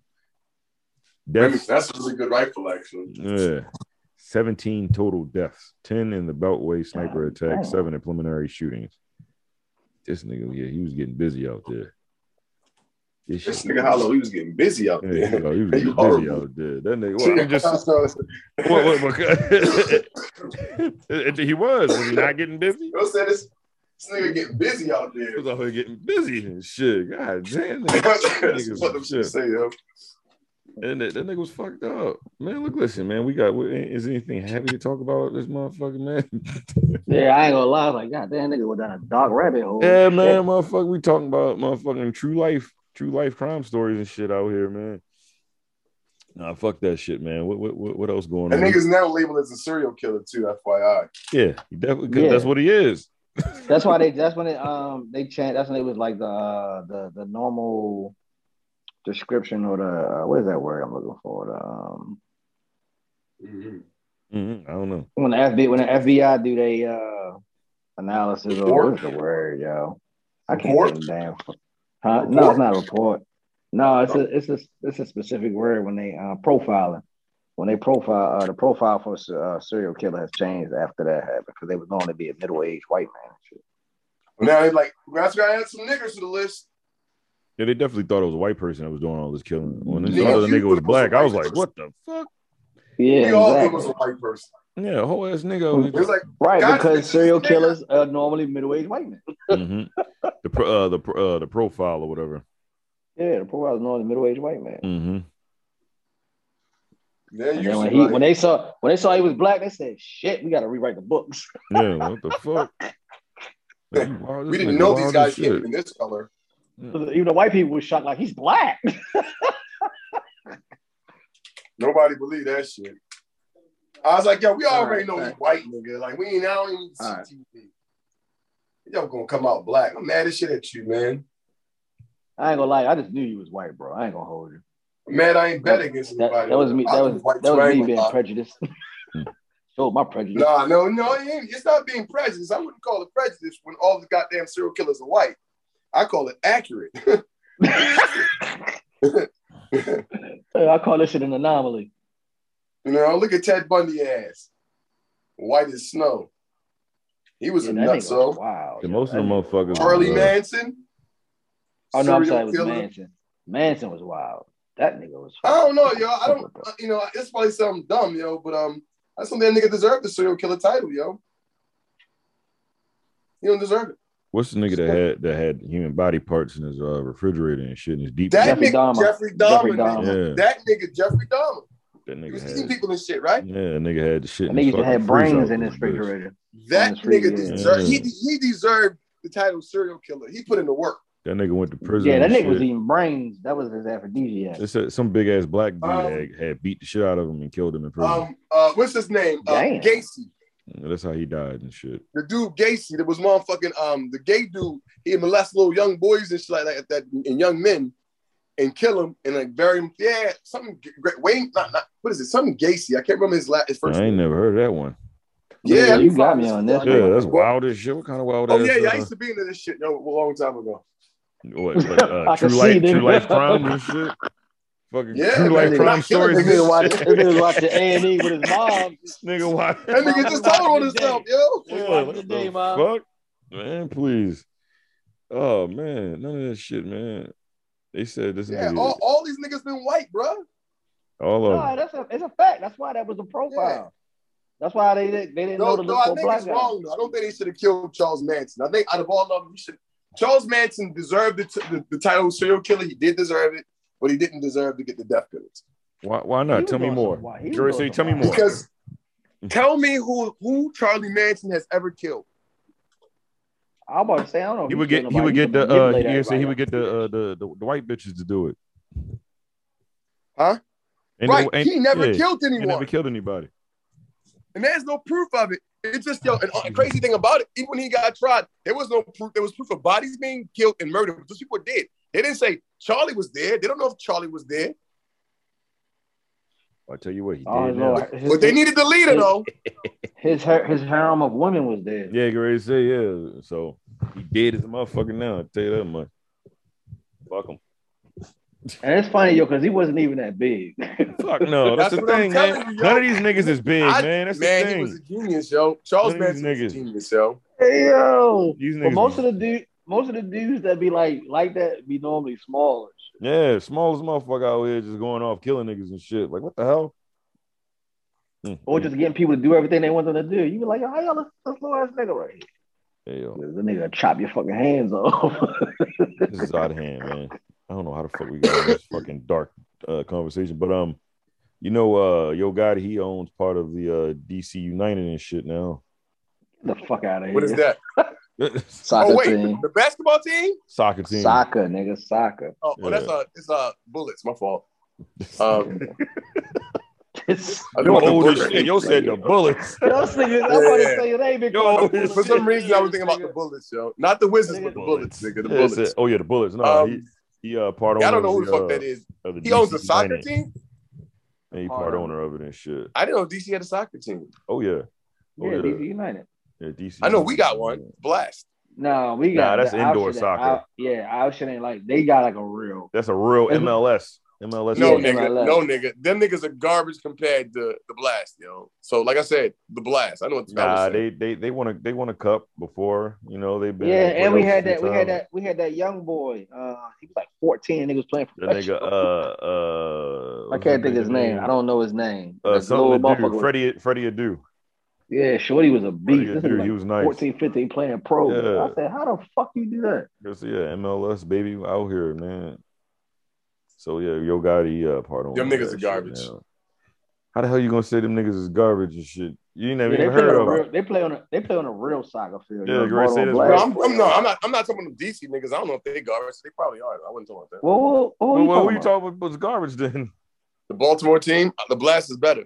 Speaker 6: That's,
Speaker 3: Deaths.
Speaker 6: that's a really good rifle, actually.
Speaker 3: Yeah. 17 total deaths, 10 in the Beltway sniper
Speaker 4: God
Speaker 3: attack,
Speaker 4: damn.
Speaker 3: seven in preliminary shootings. This nigga, yeah, he was getting busy out there. This
Speaker 6: This
Speaker 3: shit-
Speaker 6: nigga Hollow, he was getting busy out
Speaker 3: Yeah,
Speaker 6: [LAUGHS]
Speaker 3: he
Speaker 6: there.
Speaker 3: was- he was getting
Speaker 6: He
Speaker 3: busy
Speaker 6: horrible.
Speaker 3: out there. That nigga, well, I'm just,
Speaker 6: [LAUGHS] what,
Speaker 3: [LAUGHS] what,
Speaker 6: [LAUGHS]
Speaker 3: what, what- [LAUGHS] he was. Was he not getting busy?
Speaker 6: this, this nigga getting busy out there.
Speaker 3: He
Speaker 6: [LAUGHS]
Speaker 3: was out here getting busy and shit. God damn.
Speaker 6: that's
Speaker 3: Niggas
Speaker 6: what I'm
Speaker 3: was shit.
Speaker 6: say, yo.
Speaker 3: And that, that nigga was fucked up. Man, look, listen, man, we got, is anything happy to talk about this motherfucker, man? [LAUGHS]
Speaker 4: Yeah, I ain't gonna lie. I was like, God damn, nigga went down a dark rabbit hole.
Speaker 3: Yeah, man, motherfucker, we talking about motherfucking true life, true life crime stories and shit out here, man. Nah, fuck that shit, man. What what what, what else going
Speaker 6: That
Speaker 3: on?
Speaker 6: nigga's now labeled as a serial killer, too, FYI.
Speaker 3: yeah, he definitely. 'cause
Speaker 4: Yeah.
Speaker 3: That's what he is.
Speaker 4: That's why they. That's when it. Um, they changed. That's when it was like the uh, the the normal description or the uh, what is that word I'm looking for? The, um,
Speaker 3: Mhm, I don't know.
Speaker 4: when the FBI when the FBI do they uh analysis or
Speaker 6: Report?
Speaker 4: what's the word, yo? I can't
Speaker 6: Report?
Speaker 4: remember damn. Huh? No,
Speaker 6: Report?
Speaker 4: it's not a report. No, it's a it's a it's a specific word when they uh, profiling. When they profile, uh, the profile for uh, serial killer has changed after that happened because they was known to be a middle aged white man. and shit.
Speaker 6: Now they like, we got to add some niggers to the list.
Speaker 3: Yeah, they definitely thought it was a white person that was doing all this killing. When this
Speaker 6: Yeah,
Speaker 3: other
Speaker 6: you
Speaker 3: nigga was
Speaker 6: thought it was a
Speaker 3: black, I was
Speaker 6: white
Speaker 3: like, what the fuck?
Speaker 6: We
Speaker 4: Yeah,
Speaker 6: all
Speaker 4: exactly.
Speaker 6: think it was a white person.
Speaker 3: Yeah, whole ass
Speaker 6: It
Speaker 3: nigga.
Speaker 6: was like,
Speaker 4: right
Speaker 6: God,
Speaker 4: because
Speaker 6: this
Speaker 4: serial
Speaker 6: nigga-
Speaker 4: killers are normally middle aged white men.
Speaker 3: Mhm. The pro, uh, the pro, uh, the profile or whatever.
Speaker 4: Yeah, the profile is normally middle aged white man.
Speaker 3: hmm
Speaker 6: yeah,
Speaker 4: And
Speaker 6: you
Speaker 4: then when
Speaker 6: should,
Speaker 4: he
Speaker 6: like-
Speaker 4: when they saw when they saw he was black, they said, "Shit, we got to rewrite the books." [LAUGHS]
Speaker 3: Yeah, what the fuck? Like, you wild-
Speaker 6: [LAUGHS] we
Speaker 3: this
Speaker 6: didn't
Speaker 3: nigga
Speaker 6: know
Speaker 3: wild
Speaker 6: these
Speaker 3: as
Speaker 6: guys
Speaker 3: shit.
Speaker 6: came in this color.
Speaker 4: Even the white people were shocked, like he's black. [LAUGHS]
Speaker 6: Nobody believed that shit. I was like, yo, we
Speaker 4: All
Speaker 6: already
Speaker 4: right,
Speaker 6: know
Speaker 4: all
Speaker 6: he's
Speaker 4: right.
Speaker 6: white, nigga. Like, we ain't, I don't even need to see
Speaker 4: All right.
Speaker 6: TV. Yo, gonna come out black. I'm mad as shit at you, man.
Speaker 4: I ain't gonna lie, I just knew you was white, bro. I ain't gonna hold you.
Speaker 6: I'm mad I ain't bet against
Speaker 4: That,
Speaker 6: anybody.
Speaker 4: that was me. That
Speaker 6: I
Speaker 4: was
Speaker 6: white
Speaker 4: that was me
Speaker 6: triangle
Speaker 4: being
Speaker 6: pop.
Speaker 4: prejudiced. [LAUGHS]
Speaker 3: Hmm.
Speaker 4: Showed my prejudice.
Speaker 6: Nah, no, no, it ain't- it's not being prejudiced. I wouldn't call it prejudice when all the goddamn serial killers are white. I call it accurate.
Speaker 4: [LAUGHS] I call this shit an anomaly.
Speaker 6: You know, look at Ted Bundy ass. White as snow. He was
Speaker 4: Yeah,
Speaker 6: a
Speaker 4: that nigga was
Speaker 6: nutso.
Speaker 4: wild.
Speaker 3: Yeah,
Speaker 4: yo.
Speaker 3: most of the
Speaker 4: That-
Speaker 3: motherfuckers.
Speaker 6: Charlie
Speaker 3: uh,
Speaker 6: Manson.
Speaker 4: Oh no, I'm
Speaker 6: serial
Speaker 4: sorry, it was Manson. Manson was wild. That nigga was.
Speaker 6: I don't know, yo. I don't, uh, you know, it's probably something dumb, yo, but um, I just don't think that nigga deserved the serial killer title, yo. He don't deserve it.
Speaker 3: What's the nigga that had that had human body parts in his uh, refrigerator and shit in his deep?
Speaker 6: That
Speaker 4: Jeffrey
Speaker 6: nigga,
Speaker 4: Dahmer.
Speaker 6: Jeffrey Dahmer,
Speaker 4: Jeffrey
Speaker 6: nigga.
Speaker 4: Dahmer.
Speaker 3: yeah, that,
Speaker 6: That nigga, Jeffrey Dahmer. You
Speaker 3: nigga
Speaker 6: seen
Speaker 3: had.
Speaker 6: people and shit, right?
Speaker 3: Yeah, nigga had the shit.
Speaker 4: That
Speaker 3: in
Speaker 4: nigga
Speaker 3: his
Speaker 4: used to
Speaker 3: fucking
Speaker 4: have
Speaker 3: freezer
Speaker 4: brains
Speaker 3: out
Speaker 4: in
Speaker 3: this
Speaker 4: his
Speaker 3: bitch.
Speaker 4: refrigerator.
Speaker 6: That
Speaker 4: That's pretty
Speaker 6: nigga
Speaker 4: good.
Speaker 6: deserved. He
Speaker 3: Yeah.
Speaker 6: he deserved the title serial killer. He put in the work.
Speaker 3: That nigga went to prison.
Speaker 4: Yeah, that
Speaker 3: and
Speaker 4: nigga was
Speaker 3: shit.
Speaker 4: eating brains. That was his aphrodisiac.
Speaker 3: They said some big ass black dude
Speaker 6: Um,
Speaker 3: had, had beat the shit out of him and killed him in prison.
Speaker 6: Um, uh, what's his name? Uh,
Speaker 4: Damn.
Speaker 6: Gacy.
Speaker 3: That's how he died and shit.
Speaker 6: The dude Gacy. That was motherfucking um the gay dude. He molest little young boys and shit like that, that and young men, and kill them and like bury him. Yeah, something. G- G- Wayne. Not, not what is it? Something Gacy. I can't remember his last his
Speaker 3: I
Speaker 6: first.
Speaker 3: ain't
Speaker 6: name.
Speaker 3: never heard of that one.
Speaker 4: Yeah,
Speaker 6: Yeah,
Speaker 4: you got me on this
Speaker 3: Yeah,
Speaker 4: one.
Speaker 3: that's wild as shit. What kind of wild
Speaker 6: Oh
Speaker 3: ass?
Speaker 6: yeah, yeah. I
Speaker 3: uh,
Speaker 6: used to be into this shit yo, a long time ago. [LAUGHS]
Speaker 3: what, what, uh,
Speaker 4: I
Speaker 3: true
Speaker 4: can see
Speaker 3: life,
Speaker 4: them.
Speaker 3: true life crime and shit. Fucking
Speaker 6: Yeah,
Speaker 3: true
Speaker 6: man,
Speaker 3: life
Speaker 6: they
Speaker 3: crime
Speaker 6: not killing
Speaker 3: stories.
Speaker 4: This
Speaker 3: and
Speaker 4: nigga watch-
Speaker 3: shit.
Speaker 4: this nigga
Speaker 6: [LAUGHS]
Speaker 4: watching A and E with his mom.
Speaker 3: [LAUGHS] nigga, why?
Speaker 6: That nigga just told on himself, yo.
Speaker 4: We
Speaker 3: Yeah,
Speaker 4: watching
Speaker 3: what
Speaker 4: today,
Speaker 3: the
Speaker 4: Mom.
Speaker 3: fuck? Man, please. Oh man, none of that shit, man. They said this
Speaker 6: Yeah,
Speaker 3: nigga
Speaker 6: all,
Speaker 3: all,
Speaker 6: all these niggas been white, bro.
Speaker 3: of
Speaker 4: No,
Speaker 3: them.
Speaker 4: that's a, it's a fact. That's why that was a profile.
Speaker 6: Yeah.
Speaker 4: That's why they didn't- they didn't
Speaker 6: No,
Speaker 4: know to
Speaker 6: no,
Speaker 4: look
Speaker 6: I
Speaker 4: for a
Speaker 6: think
Speaker 4: black
Speaker 6: it's
Speaker 4: guy.
Speaker 6: wrong. Though. I don't think they should have killed Charles Manson. I think out of all of them, he should. Charles Manson deserved the, t- the, the title of serial killer. He did deserve it, but he didn't deserve to get the death penalty.
Speaker 3: Why, why
Speaker 4: He
Speaker 3: not?
Speaker 4: was
Speaker 3: Tell me
Speaker 4: doing
Speaker 3: more.
Speaker 4: some wild- he was
Speaker 3: Jury
Speaker 4: doing
Speaker 3: say,
Speaker 4: some
Speaker 3: tell me
Speaker 4: wild-
Speaker 3: more.
Speaker 6: Because
Speaker 3: Mm-hmm.
Speaker 6: tell me who who Charlie Manson has ever killed.
Speaker 4: I'm about to say I don't know. if
Speaker 3: He would
Speaker 4: killed
Speaker 3: get, he
Speaker 4: nobody.
Speaker 3: would get the,
Speaker 4: just
Speaker 3: uh,
Speaker 4: manipulated
Speaker 3: he said he
Speaker 4: everybody.
Speaker 3: would get the, uh, the, the, the white bitches to do it.
Speaker 6: Huh?
Speaker 3: And
Speaker 6: right?
Speaker 3: the- and-
Speaker 6: he never
Speaker 3: yeah,
Speaker 6: killed
Speaker 3: He
Speaker 6: anyone,
Speaker 3: never killed anybody.
Speaker 6: and there's no proof of it. It's just yo. And
Speaker 3: Mm-hmm.
Speaker 6: uh, crazy thing about it, even when he got tried, there was no proof. There was proof of bodies being killed and murdered. Those people were dead. They didn't say Charlie was there. They don't know if Charlie was there.
Speaker 3: I tell you what, he
Speaker 4: Oh
Speaker 3: did. now.
Speaker 4: lord, his,
Speaker 6: But they needed the leader though.
Speaker 3: Mm-hmm.
Speaker 4: his her, his harem of women was dead.
Speaker 3: Yeah, great say yeah. So he dead as a motherfucker now. I tell you that much. Fuck him.
Speaker 4: And it's funny, yo, because he wasn't even that big. [LAUGHS]
Speaker 3: Fuck no. That's,
Speaker 6: That's
Speaker 3: the
Speaker 6: what I'm
Speaker 3: thing,
Speaker 6: telling
Speaker 3: man.
Speaker 6: you, yo.
Speaker 3: None of these niggas is big,
Speaker 6: I-
Speaker 3: man. That's
Speaker 6: man,
Speaker 3: the
Speaker 6: he
Speaker 3: thing.
Speaker 6: was a genius, yo. Charles
Speaker 3: Look at
Speaker 6: Manson
Speaker 3: these
Speaker 6: was a
Speaker 3: niggas.
Speaker 6: genius, yo.
Speaker 4: hey, yo.
Speaker 3: These niggas.
Speaker 4: But most
Speaker 3: be-
Speaker 4: of the dude, most of the dudes that be like like that be normally small. and shit.
Speaker 3: yeah, smallest motherfucker out here just going off killing niggas and shit. Like, what the hell? Mm,
Speaker 4: Or
Speaker 3: mm.
Speaker 4: just getting people to do everything they want them to do. You be like, yo, how y'all this, this little ass nigga right here?
Speaker 3: Hey, yo,
Speaker 4: The nigga chop your fucking hands [LAUGHS] off.
Speaker 3: this is out of hand, man. I don't know how the fuck we got in this fucking dark uh, conversation, but um, you know, uh, Yo Gotti, he owns part of the uh, DC United and shit now. [LAUGHS]
Speaker 4: Get the fuck out of here.
Speaker 6: What is that?
Speaker 4: Soccer
Speaker 6: oh wait,
Speaker 4: team.
Speaker 6: [LAUGHS] the basketball team?
Speaker 3: Soccer team.
Speaker 4: Soccer, nigga, soccer. [LAUGHS]
Speaker 6: Oh, oh, that's a it's a bullets.
Speaker 3: [LAUGHS]
Speaker 6: My fault. Um,
Speaker 4: It's,
Speaker 6: I
Speaker 3: You
Speaker 6: know
Speaker 3: old
Speaker 6: what
Speaker 3: as
Speaker 6: the
Speaker 3: shit.
Speaker 6: bullets.
Speaker 3: Yo said the bullets.
Speaker 4: those niggas, I'm about
Speaker 6: Yeah.
Speaker 4: to say it ain't been
Speaker 3: Yo,
Speaker 4: called the
Speaker 3: [LAUGHS] it's-
Speaker 6: For some reason, I was thinking about the
Speaker 4: Nigga.
Speaker 6: bullets, yo. Not the wizards, but the
Speaker 4: Nigga.
Speaker 6: bullets, nigga. The
Speaker 3: Yeah, it said-
Speaker 6: bullets.
Speaker 3: oh yeah, the bullets. No,
Speaker 6: Um,
Speaker 3: he he uh, part owner.
Speaker 6: yeah, I don't know who
Speaker 3: of
Speaker 6: the fuck that is.
Speaker 3: of the
Speaker 6: He owns
Speaker 3: DC
Speaker 6: a soccer
Speaker 3: United.
Speaker 6: team.
Speaker 3: Yeah, he
Speaker 4: Part
Speaker 3: part
Speaker 4: owner.
Speaker 3: owner of it and shit.
Speaker 6: I didn't know DC had a soccer team.
Speaker 3: Oh yeah,
Speaker 4: Yeah,
Speaker 3: yeah.
Speaker 4: DC United.
Speaker 3: yeah DC.
Speaker 6: I know we got one. Blast.
Speaker 4: No, we
Speaker 3: Nah,
Speaker 4: got
Speaker 3: that's
Speaker 4: the
Speaker 3: indoor
Speaker 4: Alshin ain't-
Speaker 3: soccer.
Speaker 4: Al- yeah, Alshin ain't like they got like a real.
Speaker 3: That's a real
Speaker 4: Mhm.
Speaker 3: MLS. MLS.
Speaker 6: No
Speaker 3: team.
Speaker 4: Yeah,
Speaker 6: nigga,
Speaker 4: MLS.
Speaker 6: no nigga. Them niggas are garbage compared to the blast, yo. So like I said, the blast. I know what the
Speaker 3: Nah, they they they want to they won a cup before. You know they've been.
Speaker 4: Yeah,
Speaker 3: in the
Speaker 4: and we
Speaker 3: playoffs
Speaker 4: had
Speaker 3: three
Speaker 4: that. We had
Speaker 3: times.
Speaker 4: that. We had that young boy. Uh, he was like 14. and He was playing
Speaker 3: The
Speaker 4: for.
Speaker 3: nigga, uh, uh,
Speaker 4: I can't think his name. I don't know his name.
Speaker 3: Uh,
Speaker 4: The
Speaker 3: something
Speaker 4: little
Speaker 3: to
Speaker 4: motherfucker
Speaker 3: do.
Speaker 4: was-
Speaker 3: Freddie, Freddie Adu.
Speaker 4: Yeah, Shorty was a beast.
Speaker 3: Freddie
Speaker 4: This
Speaker 3: Adu.
Speaker 4: nigga
Speaker 3: he
Speaker 4: was
Speaker 3: was
Speaker 4: like
Speaker 3: nice.
Speaker 4: 14, 15 playing pro.
Speaker 3: Yeah.
Speaker 4: I said, how the fuck you do that?
Speaker 3: Just, yeah, MLS baby out here, man. So yeah, yo got the uh, part on.
Speaker 6: Them
Speaker 3: that
Speaker 6: niggas are
Speaker 3: shit
Speaker 6: garbage.
Speaker 3: now. How the hell you gonna say them niggas is garbage and shit? You ain't never
Speaker 4: Yeah, they
Speaker 3: even
Speaker 4: play
Speaker 3: heard
Speaker 4: on a
Speaker 3: of
Speaker 4: real,
Speaker 3: them.
Speaker 4: they play on a they play on a real soccer field.
Speaker 3: Yeah,
Speaker 4: You're
Speaker 3: you already
Speaker 4: born
Speaker 3: said
Speaker 4: on
Speaker 3: it's
Speaker 4: black.
Speaker 6: No,
Speaker 3: real.
Speaker 6: I'm, I'm no, I'm not. I'm not talking about them DC niggas. I don't know if they garbage. They probably are. I wouldn't talk about that.
Speaker 4: Well, what, what,
Speaker 3: Well,
Speaker 4: you
Speaker 3: what
Speaker 4: talking
Speaker 3: were you
Speaker 4: about?
Speaker 3: talking about? Was garbage
Speaker 6: [LAUGHS]
Speaker 3: then?
Speaker 6: The Baltimore team, the blast is better.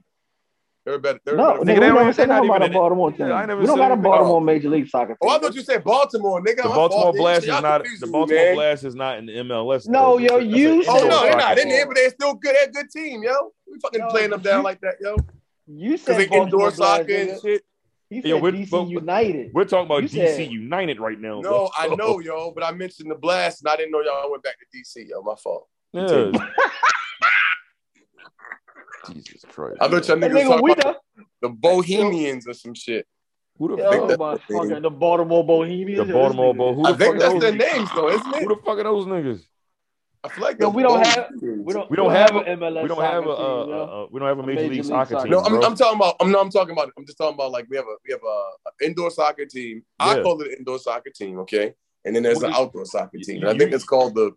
Speaker 6: They're better. They're
Speaker 4: No,
Speaker 6: better.
Speaker 3: Nigga, they
Speaker 4: nigga, we
Speaker 3: don't
Speaker 4: never
Speaker 3: even-
Speaker 4: said
Speaker 3: they not
Speaker 4: nothing about
Speaker 3: even
Speaker 4: a
Speaker 3: in it.
Speaker 4: Baltimore
Speaker 3: Yeah,
Speaker 4: team.
Speaker 3: I ain't never
Speaker 4: we don't
Speaker 3: said
Speaker 4: got a
Speaker 3: anything.
Speaker 4: Baltimore Major League Soccer.
Speaker 6: Oh, I
Speaker 4: team.
Speaker 6: thought you said Baltimore, nigga.
Speaker 3: The
Speaker 6: My
Speaker 3: Baltimore
Speaker 6: fault, nigga.
Speaker 3: Blast is
Speaker 6: Y'all
Speaker 3: not.
Speaker 6: confused
Speaker 3: The
Speaker 6: me,
Speaker 3: Baltimore
Speaker 6: man.
Speaker 3: Blast is not in the MLS.
Speaker 4: No,
Speaker 3: though.
Speaker 4: yo,
Speaker 3: That's a- that's
Speaker 4: you
Speaker 3: an
Speaker 4: said-
Speaker 6: Oh
Speaker 3: indoor
Speaker 6: no, they're
Speaker 3: soccer
Speaker 6: not. They're in
Speaker 3: team.
Speaker 6: there, but they're still good. They're a good team, yo. We fucking
Speaker 4: Yo,
Speaker 6: playing them
Speaker 4: you-
Speaker 6: down like that, yo.
Speaker 4: You said
Speaker 6: Because they
Speaker 4: Baltimore
Speaker 6: indoor
Speaker 4: Blast,
Speaker 6: soccer
Speaker 4: nigga.
Speaker 6: and shit.
Speaker 4: He said
Speaker 3: Yo, we're-
Speaker 4: DC
Speaker 3: but-
Speaker 4: United.
Speaker 3: We're talking about
Speaker 4: You
Speaker 3: DC
Speaker 4: said-
Speaker 3: United right now.
Speaker 6: No, I
Speaker 3: though.
Speaker 6: know, yo, but I mentioned the blast, and I didn't know y'all went back to DC, yo. My fault.
Speaker 3: Yeah.
Speaker 4: [LAUGHS]
Speaker 3: Jesus Christ.
Speaker 6: I thought y'all
Speaker 4: That
Speaker 6: niggas was
Speaker 4: nigga,
Speaker 6: talking
Speaker 4: we
Speaker 6: about
Speaker 4: done.
Speaker 6: the Bohemians or some shit.
Speaker 3: Who the
Speaker 4: Yo,
Speaker 3: fuck?
Speaker 4: about fucking the Baltimore Bohemians.
Speaker 3: The
Speaker 4: This
Speaker 3: Baltimore
Speaker 4: nigga-
Speaker 3: Bo. Who
Speaker 6: I
Speaker 3: the fuck?
Speaker 6: think that's
Speaker 3: are
Speaker 6: their
Speaker 3: Those,
Speaker 6: names, though, isn't
Speaker 3: who
Speaker 6: it?
Speaker 3: the fuck are those niggas?
Speaker 6: I feel like
Speaker 4: Yo,
Speaker 6: that's
Speaker 4: we don't
Speaker 6: both.
Speaker 4: have- We don't,
Speaker 3: We don't have a-
Speaker 4: an MLS
Speaker 3: We don't have a.
Speaker 4: soccer team, yo.
Speaker 3: Uh, uh, we don't have a major, league, soccer, team.
Speaker 6: No, I'm,
Speaker 3: bro.
Speaker 6: I'm talking about. I'm no, I'm talking about. I'm just talking about like we have a we have a, a indoor soccer team. I
Speaker 3: Yeah.
Speaker 6: call it an indoor soccer team, okay? And then there's
Speaker 3: Well,
Speaker 6: an
Speaker 3: you-
Speaker 6: outdoor soccer team.
Speaker 3: you-
Speaker 6: and I think
Speaker 3: you-
Speaker 6: it's called the.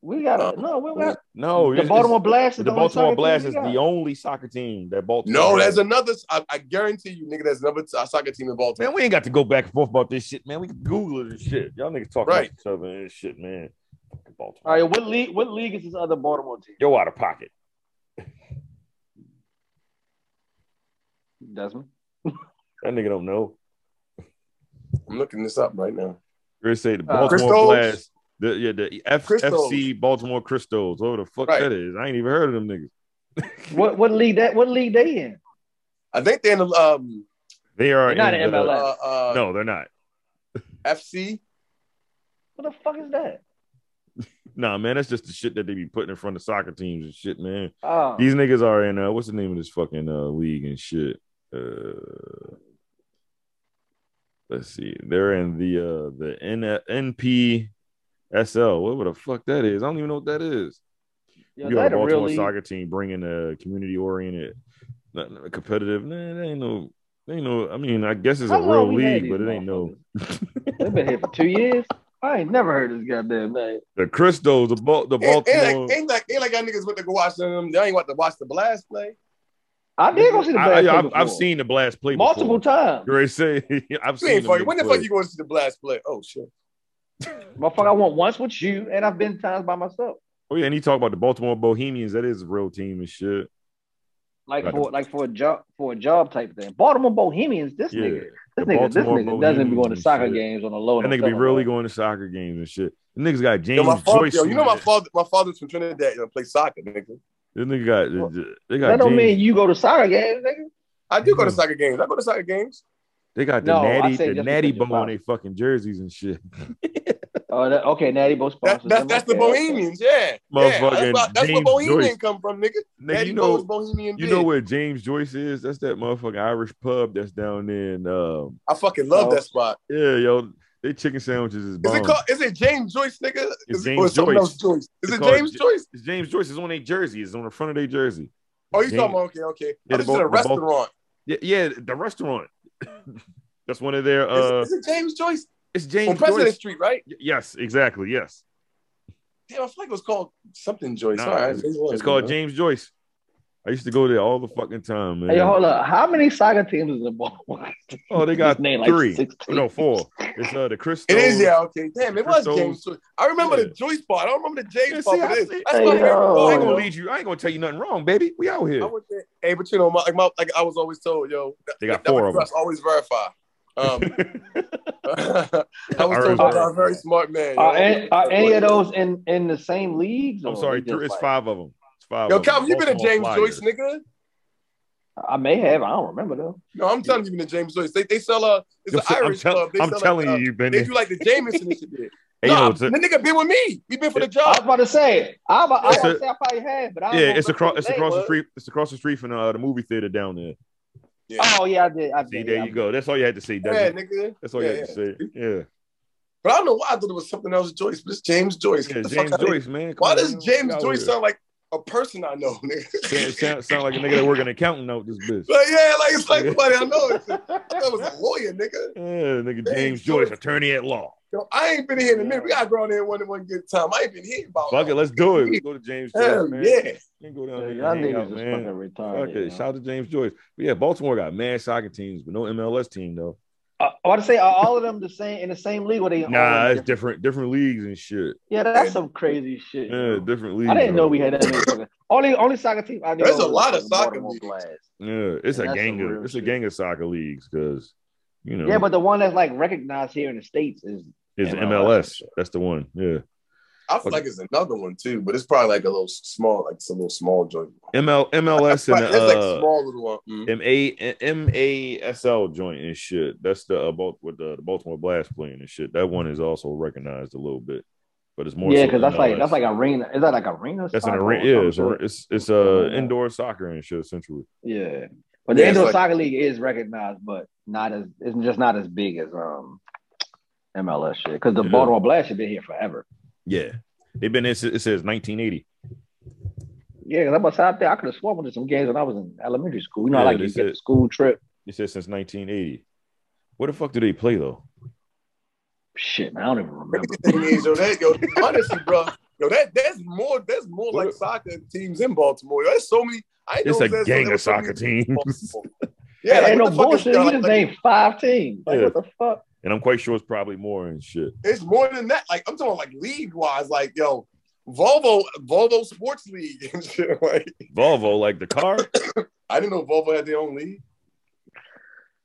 Speaker 4: we got a no. We got
Speaker 3: uh, no,
Speaker 4: the
Speaker 3: it's-
Speaker 4: Baltimore
Speaker 3: it's-
Speaker 4: Blast. Is
Speaker 3: The
Speaker 4: only
Speaker 3: Baltimore
Speaker 4: soccer
Speaker 3: Blast
Speaker 4: team
Speaker 3: is
Speaker 4: we got.
Speaker 3: the only soccer team that Baltimore.
Speaker 6: No,
Speaker 3: has.
Speaker 6: there's another. I, I guarantee you, nigga, there's another t- soccer team in Baltimore.
Speaker 3: Man, we ain't got to go back and forth about this shit, man. We can Google it and shit. Y'all niggas talking
Speaker 6: Right.
Speaker 3: about each other and shit, man. Fucking Baltimore.
Speaker 4: All right, what league? What league is this other Baltimore team?
Speaker 3: Yo, out of pocket.
Speaker 4: Desmond.
Speaker 3: That nigga don't know.
Speaker 6: I'm looking this up right now.
Speaker 3: Chris say the
Speaker 4: Uh,
Speaker 3: Baltimore
Speaker 6: Cristos?
Speaker 3: Blast. The, yeah, the F-
Speaker 6: Cristos.
Speaker 3: FC Baltimore Crystals. Whatever the fuck
Speaker 6: Right.
Speaker 3: that is. I ain't even heard of them niggas.
Speaker 4: What what league that? What league they in?
Speaker 6: I think they're in the um
Speaker 3: They are
Speaker 4: They're not
Speaker 3: in
Speaker 4: in
Speaker 3: the-
Speaker 6: uh,
Speaker 4: MLS.
Speaker 6: uh
Speaker 3: No, they're not.
Speaker 6: FC.
Speaker 4: What the fuck is that?
Speaker 3: Nah, man, that's just the shit that they be putting in front of soccer teams and shit, man.
Speaker 4: Oh,
Speaker 3: These niggas are in uh, what's the name of this fucking uh, league and shit. Uh, let's see, they're in the uh, the N- NPSL. Whatever the fuck that is, I don't even know what that is.
Speaker 4: yo,
Speaker 3: you got a
Speaker 4: that a real
Speaker 3: Baltimore
Speaker 4: league.
Speaker 3: soccer team bringing a community oriented, not not competitive. Nah, that ain't no, that ain't no. I mean, I guess it's
Speaker 4: How
Speaker 3: a
Speaker 4: long
Speaker 3: real
Speaker 4: we had
Speaker 3: league,
Speaker 4: these
Speaker 3: but it ain't no.
Speaker 4: motherfuckers? They've been here for two years. I ain't never heard of this goddamn name.
Speaker 3: The Crystals, the Bal- the
Speaker 6: Ain't, ain't
Speaker 3: Baltimore.
Speaker 6: like ain't like ain't like y'all niggas went to go watch them. Y'all ain't want to watch the blast play.
Speaker 4: I did go see the
Speaker 3: I,
Speaker 4: Blast. play
Speaker 3: have I've
Speaker 4: before.
Speaker 3: seen the Blast play
Speaker 4: multiple
Speaker 3: before.
Speaker 4: times.
Speaker 3: Great say, [LAUGHS] I've
Speaker 6: You
Speaker 3: seen.
Speaker 6: ain't
Speaker 3: them
Speaker 6: fucking. When the
Speaker 3: niggas
Speaker 6: fuck
Speaker 3: play.
Speaker 6: you going to see the blast play? Oh shit.
Speaker 4: Motherfucker, I went once with you, and I've been times by myself.
Speaker 3: Oh yeah, and he talked about the Baltimore Bohemians. That is a real team and shit.
Speaker 4: Like
Speaker 3: Right.
Speaker 4: for like for a job for a job type thing. Baltimore Bohemians, this
Speaker 3: Yeah.
Speaker 4: nigga,
Speaker 3: The
Speaker 4: this nigga, this
Speaker 3: Baltimore
Speaker 4: nigga doesn't
Speaker 3: Bohemians
Speaker 4: be going to
Speaker 3: and
Speaker 4: soccer
Speaker 3: shit.
Speaker 4: games on the low.
Speaker 3: That
Speaker 4: and
Speaker 3: nigga
Speaker 4: I'm
Speaker 3: be
Speaker 4: telling
Speaker 3: really
Speaker 4: you.
Speaker 3: going to soccer games and shit. The niggas got James
Speaker 6: Yo, my father,
Speaker 3: Joyce.
Speaker 6: yo, you know my
Speaker 3: man.
Speaker 6: father. My father's from Trinidad. You know, play soccer, nigga.
Speaker 3: This nigga got they got
Speaker 4: That don't
Speaker 3: James,
Speaker 4: mean you go to soccer games, nigga.
Speaker 6: I do go to
Speaker 3: Yeah.
Speaker 6: soccer games. I go to soccer games.
Speaker 3: they got the
Speaker 4: No, I
Speaker 3: natty
Speaker 4: say
Speaker 3: the
Speaker 4: just
Speaker 3: natty
Speaker 4: because you're
Speaker 3: bow on
Speaker 4: Bobby.
Speaker 3: their fucking jerseys and shit. [LAUGHS]
Speaker 4: Oh, that, okay, Natty Bo
Speaker 6: That,
Speaker 4: sponsors.
Speaker 6: that's
Speaker 4: them.
Speaker 6: that's the
Speaker 4: Okay, okay.
Speaker 6: Bohemians, yeah. yeah.
Speaker 3: Motherfucking
Speaker 6: That's, why- that's where
Speaker 3: James
Speaker 6: Bohemian
Speaker 3: Joyce.
Speaker 6: come from, nigga.
Speaker 3: Nigga,
Speaker 6: Daddy
Speaker 3: you
Speaker 6: Bo's
Speaker 3: know
Speaker 6: Bohemian
Speaker 3: you
Speaker 6: Big.
Speaker 3: know where James Joyce is? That's that motherfucking Irish pub that's down there. In, um,
Speaker 6: I fucking love
Speaker 4: Oh.
Speaker 6: that spot.
Speaker 3: yeah, yo, they chicken sandwiches is
Speaker 6: Is
Speaker 3: bomb.
Speaker 6: it called? Is it James Joyce, nigga?
Speaker 3: It's
Speaker 6: Is it,
Speaker 3: James
Speaker 6: or something
Speaker 3: Joyce.
Speaker 6: else Joyce? Is
Speaker 3: It's
Speaker 6: it
Speaker 3: called
Speaker 6: James
Speaker 3: J-
Speaker 6: Joyce?
Speaker 3: It's James Joyce is on their jersey. It's on the front of their jersey.
Speaker 6: Oh, you
Speaker 3: James-
Speaker 6: talking about okay, okay.
Speaker 3: Yeah,
Speaker 6: I
Speaker 3: the
Speaker 6: was just
Speaker 3: Bo-
Speaker 6: at a
Speaker 3: the Bo-
Speaker 6: restaurant.
Speaker 3: Yeah, yeah, the restaurant. [LAUGHS] that's one of their.
Speaker 6: Is,
Speaker 3: uh
Speaker 6: is it James Joyce
Speaker 3: It's
Speaker 6: on
Speaker 3: James
Speaker 6: President
Speaker 3: Joyce.
Speaker 6: Street, right?
Speaker 3: Y- Yes, exactly. Yes,
Speaker 6: Damn, I feel like it was called something Joyce.
Speaker 3: Nah,
Speaker 6: All right,
Speaker 3: it's,
Speaker 6: it was,
Speaker 3: it's called
Speaker 6: man.
Speaker 3: James Joyce. I used to go there all the fucking time, man.
Speaker 4: Hey, yo, hold up. How many soccer teams is in Baltimore? [LAUGHS]
Speaker 3: Oh, they got
Speaker 4: Just name, like,
Speaker 3: three. Oh,
Speaker 4: six teams.
Speaker 3: no, four. It's uh the Crystal.
Speaker 6: It is, yeah, okay. Damn, it was
Speaker 3: Crystals.
Speaker 6: James Joyce. I remember
Speaker 3: Yeah.
Speaker 6: the Joyce part. I don't remember the
Speaker 3: Yeah,
Speaker 6: James
Speaker 3: see,
Speaker 6: part.
Speaker 3: I
Speaker 6: but it-
Speaker 3: see-
Speaker 6: That's my
Speaker 4: Hey, yo.
Speaker 6: favorite
Speaker 3: I
Speaker 6: part.
Speaker 3: ain't gonna
Speaker 6: yo.
Speaker 3: lead you. I ain't gonna tell you nothing wrong, baby. We out
Speaker 6: I
Speaker 3: here.
Speaker 6: went there. Hey, but you know, my, like my like I was always told, yo, that-
Speaker 3: They got
Speaker 6: that
Speaker 3: four
Speaker 6: was
Speaker 3: of 'em.
Speaker 6: us, Always verify. Um,
Speaker 3: [LAUGHS]
Speaker 6: I was
Speaker 3: Alright,
Speaker 6: told
Speaker 3: alright.
Speaker 6: I'm a very smart man. yo.
Speaker 4: Are, any- are any of those in, in the same leagues?
Speaker 3: I'm
Speaker 4: or
Speaker 3: sorry,
Speaker 4: we just
Speaker 3: three, it's
Speaker 4: like-
Speaker 3: five of them. It's five.
Speaker 6: Yo,
Speaker 3: of 'em.
Speaker 6: Calvin, you been a
Speaker 3: Baltimore
Speaker 6: James
Speaker 3: Flyers.
Speaker 6: Joyce nigga?
Speaker 4: I may have. I don't remember though.
Speaker 6: No, I'm telling you, even the James Joyce. They, they sell a it's an
Speaker 3: I'm,
Speaker 6: Irish
Speaker 3: tell-
Speaker 6: club. They
Speaker 3: I'm
Speaker 6: sell like,
Speaker 3: telling
Speaker 6: uh,
Speaker 3: you, you've been
Speaker 6: They
Speaker 3: there.
Speaker 6: do like the Jameson and shit. There.
Speaker 3: Hey,
Speaker 6: no,
Speaker 3: yo, it's
Speaker 6: the
Speaker 3: a-
Speaker 6: nigga been with me. He been for the
Speaker 4: I was
Speaker 6: job.
Speaker 4: about to say. I, I, I
Speaker 3: It's
Speaker 4: want
Speaker 3: a-
Speaker 4: to say I probably have, but I don't
Speaker 3: yeah,
Speaker 4: know
Speaker 3: it's
Speaker 4: what
Speaker 3: across
Speaker 4: the
Speaker 3: it's
Speaker 4: name
Speaker 3: across the
Speaker 4: was.
Speaker 3: street. It's across the street from uh, the movie theater down there.
Speaker 6: Yeah.
Speaker 4: Oh yeah, I did. I did.
Speaker 3: See, there
Speaker 4: I
Speaker 3: you go. That's all you had to say,
Speaker 6: yeah,
Speaker 3: Desmond.
Speaker 6: nigga.
Speaker 3: That's all
Speaker 6: yeah,
Speaker 3: you had to say. Yeah,
Speaker 6: But I don't know why I thought it was something else, Joyce. But it's James Joyce. Get
Speaker 3: yeah
Speaker 6: the fuck
Speaker 3: James
Speaker 6: outta here.
Speaker 3: Joyce, man. Come
Speaker 6: Why
Speaker 3: on,
Speaker 6: does
Speaker 3: man.
Speaker 6: James
Speaker 3: Get out
Speaker 6: Joyce
Speaker 3: here.
Speaker 6: sound like a person I know, [LAUGHS] nigga?
Speaker 3: Sound, sound, sound like a nigga that work an accountant out this bitch.
Speaker 6: Like, yeah, like it's like
Speaker 3: Yeah.
Speaker 6: somebody I know. It's- I thought
Speaker 3: [LAUGHS]
Speaker 6: it was a lawyer, nigga.
Speaker 3: Yeah, nigga James Joyce, attorney at law.
Speaker 6: Yo, I ain't been here in a minute. We gotta go on there one at one good time. I ain't been here about
Speaker 3: Fuck it, let's do it. Let's go to James Joyce,
Speaker 6: Hell
Speaker 3: man.
Speaker 6: yeah.
Speaker 3: We can go down
Speaker 4: Yeah,
Speaker 3: there and
Speaker 4: y'all
Speaker 3: hang
Speaker 4: niggas
Speaker 3: out,
Speaker 4: is
Speaker 3: man.
Speaker 4: fucking retarded.
Speaker 3: Fuck
Speaker 4: Okay,
Speaker 3: it. Shout out to James Joyce. But yeah, Baltimore got mad soccer teams, but no MLS team though.
Speaker 4: I, Uh, I want to say are all of them the same in the same league? Or they all
Speaker 3: Nah,
Speaker 4: in
Speaker 3: it's different, different leagues and shit.
Speaker 4: Yeah, that's some crazy shit.
Speaker 3: Yeah,
Speaker 4: bro.
Speaker 3: different leagues.
Speaker 4: I didn't know
Speaker 3: bro.
Speaker 4: we had that many. fucking- only only soccer team I knew.
Speaker 6: There's a
Speaker 4: was
Speaker 6: lot of
Speaker 4: fucking
Speaker 6: soccer
Speaker 4: Baltimore
Speaker 6: leagues.
Speaker 4: Blast.
Speaker 3: Yeah, it's a
Speaker 4: That's
Speaker 3: gang
Speaker 4: some
Speaker 3: of
Speaker 4: real
Speaker 3: it's
Speaker 4: shit.
Speaker 3: a gang of soccer leagues because you know
Speaker 4: Yeah, but the one that's like recognized here in the states is
Speaker 3: it's MLS.
Speaker 4: MLS.
Speaker 3: That's the one. Yeah,
Speaker 6: I feel like it's another one too, but it's probably like a little small, like some little small joint.
Speaker 3: ML MLS
Speaker 6: That's [LAUGHS]
Speaker 3: and
Speaker 6: like
Speaker 3: uh,
Speaker 6: small little one. Mhm.
Speaker 3: M A M A S L joint and shit. That's the uh, Bal- with the, the Baltimore Blast playing and shit. That one is also recognized a little bit, but it's more.
Speaker 4: yeah,
Speaker 3: so
Speaker 4: because that's like
Speaker 3: MLS.
Speaker 4: that's like arena. Is that like arena?
Speaker 3: that's an
Speaker 4: soccer
Speaker 3: arena.
Speaker 4: or
Speaker 3: Yeah, it's, a-
Speaker 4: something?
Speaker 3: it's it's uh indoor soccer and shit essentially.
Speaker 4: Yeah, but the
Speaker 6: Yeah, it's
Speaker 4: indoor
Speaker 6: like-
Speaker 4: soccer league is recognized, but not as it's just not as big as um MLS shit. Because the
Speaker 3: Yeah.
Speaker 4: Baltimore Blast have been here forever.
Speaker 3: Yeah, they've been it says 1980.
Speaker 4: Yeah, 'cause I'm about to say, I think I could have sworn to some games when I was in elementary school. You know,
Speaker 3: Yeah,
Speaker 4: like
Speaker 3: they
Speaker 4: you get the
Speaker 3: said-
Speaker 4: school trip.
Speaker 3: It says since 1980. What the fuck do they play though?
Speaker 4: Shit, man, I don't even remember.
Speaker 6: [LAUGHS] Thing is, yo, that, yo, honestly, bro, yo, that that's more that's more
Speaker 3: What-
Speaker 6: like soccer teams in Baltimore. Yo, there's so many. I
Speaker 3: It's
Speaker 6: know
Speaker 3: a
Speaker 6: there's-
Speaker 3: gang
Speaker 6: there's
Speaker 3: of
Speaker 6: so many
Speaker 3: soccer
Speaker 6: teams in
Speaker 3: teams.
Speaker 6: Baltimore.
Speaker 4: Yeah,
Speaker 6: [LAUGHS] Yeah, like,
Speaker 4: ain't no
Speaker 6: what the fuck is
Speaker 4: bullshit.
Speaker 6: y'all,
Speaker 4: You
Speaker 6: like,
Speaker 4: just
Speaker 6: like,
Speaker 4: named five teams. Like,
Speaker 3: Yeah.
Speaker 4: what the fuck?
Speaker 3: And I'm quite sure it's probably more and shit.
Speaker 6: It's more than that. Like I'm talking like league wise. Like yo, Volvo Volvo Sports League and [LAUGHS] shit. Like
Speaker 3: Volvo, like the
Speaker 4: [LAUGHS]
Speaker 3: car.
Speaker 6: I didn't know Volvo had their own league.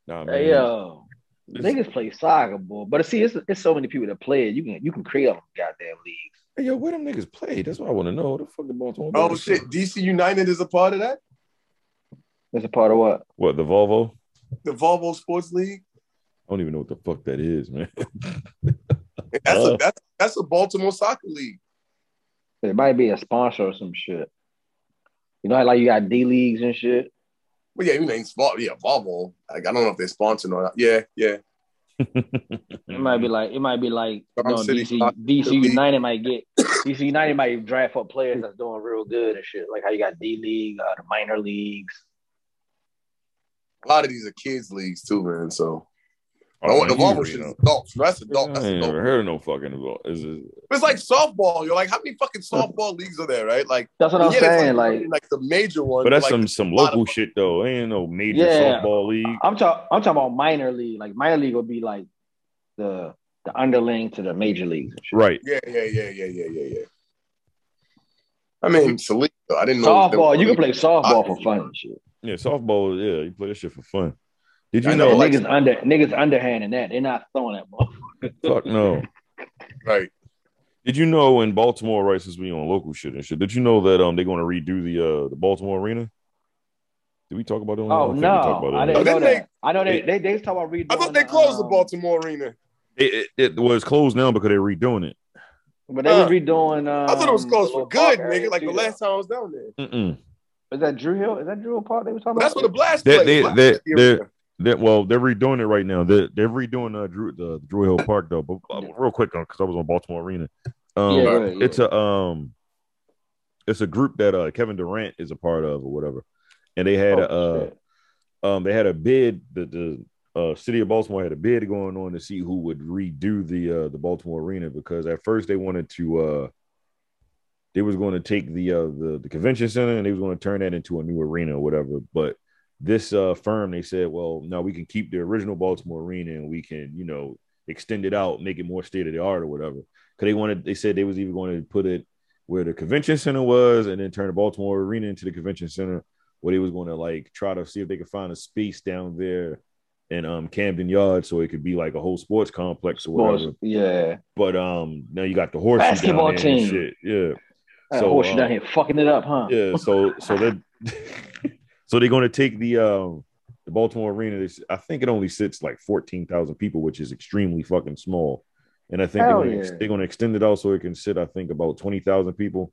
Speaker 3: Nah, man.
Speaker 4: Hey, yo,
Speaker 3: Mm-hmm. It's-
Speaker 4: niggas play soccer, boy. But see, it's, it's so many people that play it. You can you can create all them goddamn leagues.
Speaker 3: Hey, yo, where them niggas play? That's what I want to know. What the fuck the Baltimore?
Speaker 6: Oh
Speaker 3: Blast-
Speaker 6: shit, DC United is a part of that.
Speaker 4: That's a part of what?
Speaker 3: What the Volvo?
Speaker 6: The Volvo Sports League.
Speaker 3: I don't even know what the fuck that is, man.
Speaker 6: That's
Speaker 3: Uh.
Speaker 6: a that's that's a Baltimore soccer league.
Speaker 4: It might be a sponsor or some shit. You know, how, like you got D leagues and shit.
Speaker 6: Well, yeah, you know, it's Vol- yeah, Volvo. Like I don't know if they're sponsored or not. Yeah, yeah.
Speaker 4: It might be
Speaker 6: Mm-hmm.
Speaker 4: like it might be like you
Speaker 6: Some
Speaker 4: know,
Speaker 6: city
Speaker 4: DC,
Speaker 6: soccer
Speaker 4: DC
Speaker 6: league.
Speaker 4: United might get DC United might draft up players that's doing real good and shit. Like how you got D league, uh, the minor leagues.
Speaker 6: A lot of these are kids leagues too, man. So I
Speaker 3: Oh,
Speaker 6: want the
Speaker 3: man,
Speaker 6: Volvo
Speaker 3: you
Speaker 6: shit is
Speaker 3: know.
Speaker 6: adults. That's adult. That's
Speaker 3: I ain't
Speaker 6: adult.
Speaker 3: never heard of no fucking Volvo. Is it-
Speaker 6: It's like softball. You're like, how many fucking softball leagues are there, right? Like,
Speaker 4: That's what I'm
Speaker 6: yeah, there's,
Speaker 4: saying. Like,
Speaker 6: like the major one.
Speaker 3: But that's
Speaker 6: like,
Speaker 3: some some
Speaker 6: lot of
Speaker 3: local shit though. Ain't no major
Speaker 4: Yeah.
Speaker 3: softball league.
Speaker 4: I'm talking I'm talking about minor league. Like minor league would be like the the underling to the major leagues. And shit.
Speaker 3: Right.
Speaker 6: Yeah, yeah, yeah, yeah, yeah, yeah, yeah. I mean, it's a league, though. I didn't know
Speaker 4: Softball,
Speaker 6: there
Speaker 4: you can
Speaker 6: was-
Speaker 4: play softball for fun and shit.
Speaker 3: Yeah, softball, yeah, you play that shit for fun. Did you
Speaker 6: I
Speaker 3: know?
Speaker 6: know, like-
Speaker 4: niggas under niggas underhand in that. They're not throwing that ball.
Speaker 3: fuck no.
Speaker 6: Right.
Speaker 3: Did you know in Baltimore, right, since we on local shit and shit, did you know that um they're gonna redo the uh the Baltimore arena? Did we talk about that? on-
Speaker 4: Oh
Speaker 3: I don't think we talked
Speaker 4: no,
Speaker 3: about
Speaker 4: I
Speaker 3: that on-
Speaker 4: didn't
Speaker 6: No,
Speaker 4: know
Speaker 6: didn't
Speaker 4: that. I know they they they was talking about redoing.
Speaker 6: I thought they
Speaker 4: the,
Speaker 6: closed the
Speaker 4: um,
Speaker 6: Baltimore arena.
Speaker 3: It, it, it was closed now because they're redoing it.
Speaker 4: but they was
Speaker 6: Uh,
Speaker 4: redoing. Um,
Speaker 6: I thought it was closed
Speaker 4: the little
Speaker 6: for good,
Speaker 4: park area
Speaker 6: nigga. Like
Speaker 4: too,
Speaker 6: the last time I was down there.
Speaker 3: Mm-mm.
Speaker 4: though. Is that Drew Hill? Is that Drew Park they was talking
Speaker 6: That's
Speaker 4: about?
Speaker 6: where the blast
Speaker 3: They-
Speaker 6: played.
Speaker 3: they-
Speaker 6: Blast
Speaker 3: they-
Speaker 6: at the
Speaker 3: they-
Speaker 6: arena.
Speaker 3: That well, they're redoing it right now. They're, they're redoing uh, Drew the Drew Hill Park though. But uh, real quick, because I was on Baltimore Arena. Um,
Speaker 4: Yeah, go ahead, yeah.
Speaker 3: it's a um, it's a group that uh Kevin Durant is a part of or whatever, and they had a
Speaker 4: Oh,
Speaker 3: uh,
Speaker 4: shit.
Speaker 3: um they had a bid the the uh, city of Baltimore had a bid going on to see who would redo the uh, the Baltimore arena because at first they wanted to uh they was going to take the uh the, the convention center and they was going to turn that into a new arena or whatever but this uh firm they said well no we can keep the original Baltimore arena and we can you know extend it out make it more state of the art or whatever because they wanted they said they was even going to put it where the convention center was and then turn the Baltimore arena into the convention center where they was going to like try to see if they could find a space down there in um Camden Yard so it could be like a whole sports complex or whatever.
Speaker 4: Sports, yeah.
Speaker 3: But um now you got the horseshoe
Speaker 4: Basketball
Speaker 3: down there and
Speaker 4: team.
Speaker 3: shit. Yeah.
Speaker 4: That
Speaker 3: So,
Speaker 4: horseshoe
Speaker 3: uh,
Speaker 4: down here fucking it up, huh?
Speaker 3: Yeah. So so that [LAUGHS] So they're going to take the um, the Baltimore Arena. They, s- I think it only sits like fourteen thousand people, which is extremely fucking small. And I think they're
Speaker 4: Hell
Speaker 3: going, to ex-
Speaker 4: yeah.
Speaker 3: they're going to extend it out so it can sit, I think, about twenty thousand people.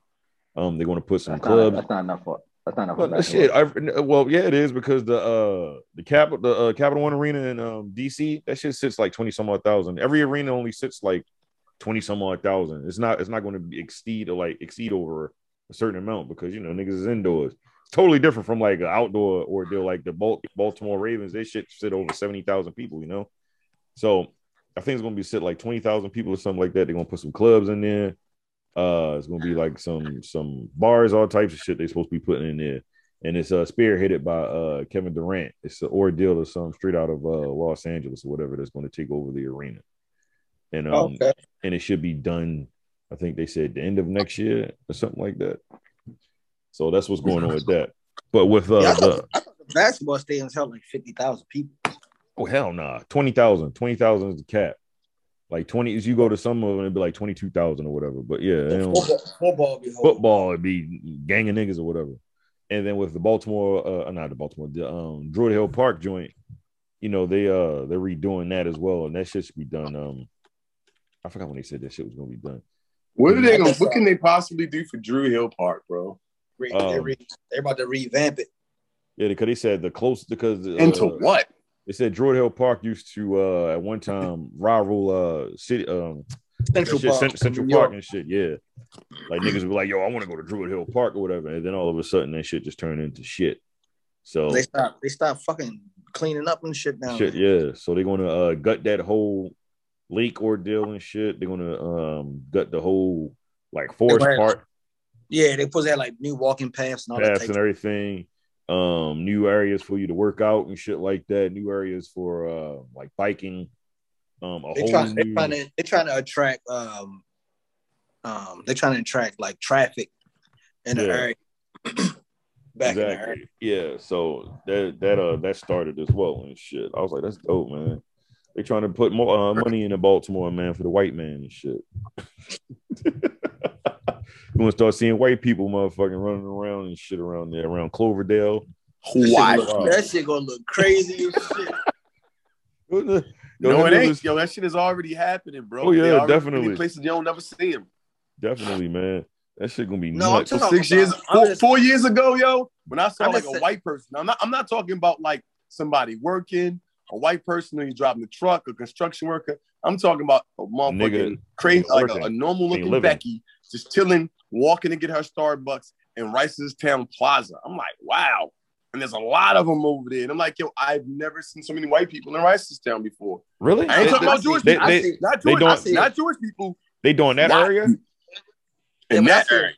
Speaker 3: Um, they're going to put some
Speaker 4: That's not,
Speaker 3: clubs.
Speaker 4: that's not enough for that's not enough
Speaker 3: Well,
Speaker 4: for
Speaker 3: shit.
Speaker 4: basketball.
Speaker 3: I, well, yeah, it is because the uh the capital the uh, Capital One Arena in um DC that shit sits like twenty some odd thousand. Every arena only sits like twenty some odd thousand. It's not it's not going to exceed or like exceed over a certain amount because you know niggas is indoors. It's totally different from like an outdoor or deal like the Bal- Baltimore Ravens. They shit sit over seventy thousand people. You know, so I think it's going to be sit like twenty thousand people or something like that. They're going to put some clubs in there. Uh, it's gonna be like some some bars, all types of shit they supposed to be putting in there, and it's uh spearheaded by uh Kevin Durant. It's an ordeal or something straight out of uh Los Angeles or whatever that's going to take over the arena, and um
Speaker 6: okay.
Speaker 3: and it should be done. I think they said the end of next year or something like that. So that's what's going on with that. But with uh
Speaker 7: Yeah, I
Speaker 3: the
Speaker 7: thought, I thought the basketball stadiums held like fifty thousand people.
Speaker 3: oh hell nah, twenty thousand, twenty thousand is the cap. Like twenty, if you go to some of them, it'd be like twenty two thousand or whatever. But yeah, they don't-
Speaker 7: Football, football be holding.
Speaker 3: football, it'd be gang of niggas or whatever. And then with the Baltimore, uh, not the Baltimore, the um, Druid Hill Park joint, you know they uh they're redoing that as well, and that shit should be done. Um, I forgot when they said that shit was gonna be done.
Speaker 6: What are they? Gonna, what can they possibly do for Drew Hill Park, bro?
Speaker 7: Re- they
Speaker 3: Um,
Speaker 7: re- they're about to revamp it.
Speaker 3: Yeah, because they said the close because uh,
Speaker 6: Into what?
Speaker 3: They said Druid Hill Park used to uh at one time rival uh city um
Speaker 7: Central
Speaker 3: shit,
Speaker 7: Park,
Speaker 3: Cent- Central
Speaker 7: New York.
Speaker 3: Park and shit. Yeah, like niggas would be like, "Yo, I want to go to Druid Hill Park or whatever," and then all of a sudden that shit just turned into shit. So
Speaker 7: They stop. They stop fucking cleaning up and shit now.
Speaker 3: Shit, yeah. So they're gonna uh, gut that whole lake ordeal and shit. They're gonna um, gut the whole like forest
Speaker 7: Right.
Speaker 3: park
Speaker 7: Yeah, they put that like new walking paths and all that.
Speaker 3: paths
Speaker 7: Type.
Speaker 3: and everything. Um, new areas for you to work out and shit like that. New areas for uh, like biking. Um, a
Speaker 7: They
Speaker 3: whole
Speaker 7: trying, they
Speaker 3: new-
Speaker 7: trying to they trying to attract um um they trying to attract like traffic in the
Speaker 3: Yeah.
Speaker 7: area. [CLEARS THROAT] Back in the area.
Speaker 3: exactly. Yeah. So that that uh that started as well and shit. I was like, that's dope, man. They trying to put more uh, money into Baltimore, man, for the white man and shit. [LAUGHS] you want to start seeing white people, motherfucking, running around and shit around there, around Cloverdale.
Speaker 7: That
Speaker 6: Hawaii.
Speaker 7: shit gonna look- That shit gonna look crazy as shit.
Speaker 3: Yo, that
Speaker 6: No, it
Speaker 3: nigga
Speaker 6: ain't.
Speaker 3: was-
Speaker 6: Yo, that shit is already happening, bro.
Speaker 3: Oh, yeah,
Speaker 6: They already
Speaker 3: definitely.
Speaker 6: in Places you don't never see him.
Speaker 3: [LAUGHS] Definitely, man. That shit gonna be
Speaker 7: No, I'm
Speaker 3: nuts.
Speaker 7: talking-
Speaker 6: Six
Speaker 7: about-
Speaker 6: years,
Speaker 7: I'm
Speaker 6: four,
Speaker 7: just-
Speaker 6: four years ago, yo, when I saw
Speaker 7: I'm
Speaker 6: like a
Speaker 7: just saying-
Speaker 6: white person, I'm not, I'm not talking about like somebody working, a white person who's driving the truck, a construction worker. I'm talking about a motherfucking
Speaker 3: Nigga,
Speaker 6: crazy,
Speaker 3: nigga
Speaker 6: like a,
Speaker 3: working,
Speaker 6: a normal looking
Speaker 3: living.
Speaker 6: Becky, just chilling, walking to get her Starbucks in Rice's Town Plaza. I'm like, wow. And there's a lot of them over there, and I'm like, yo, I've never seen so many white people in Rice's Town before.
Speaker 3: really?
Speaker 6: I ain't
Speaker 3: They,
Speaker 6: talking about Jewish
Speaker 3: they-
Speaker 6: people.
Speaker 3: they-
Speaker 6: I see, not
Speaker 3: they
Speaker 6: Jewish, I
Speaker 3: don't-
Speaker 6: see, not Jewish people
Speaker 3: they doing that
Speaker 6: Wow.
Speaker 3: area?
Speaker 7: Yeah,
Speaker 6: in
Speaker 7: but I
Speaker 6: that
Speaker 7: see-
Speaker 6: area.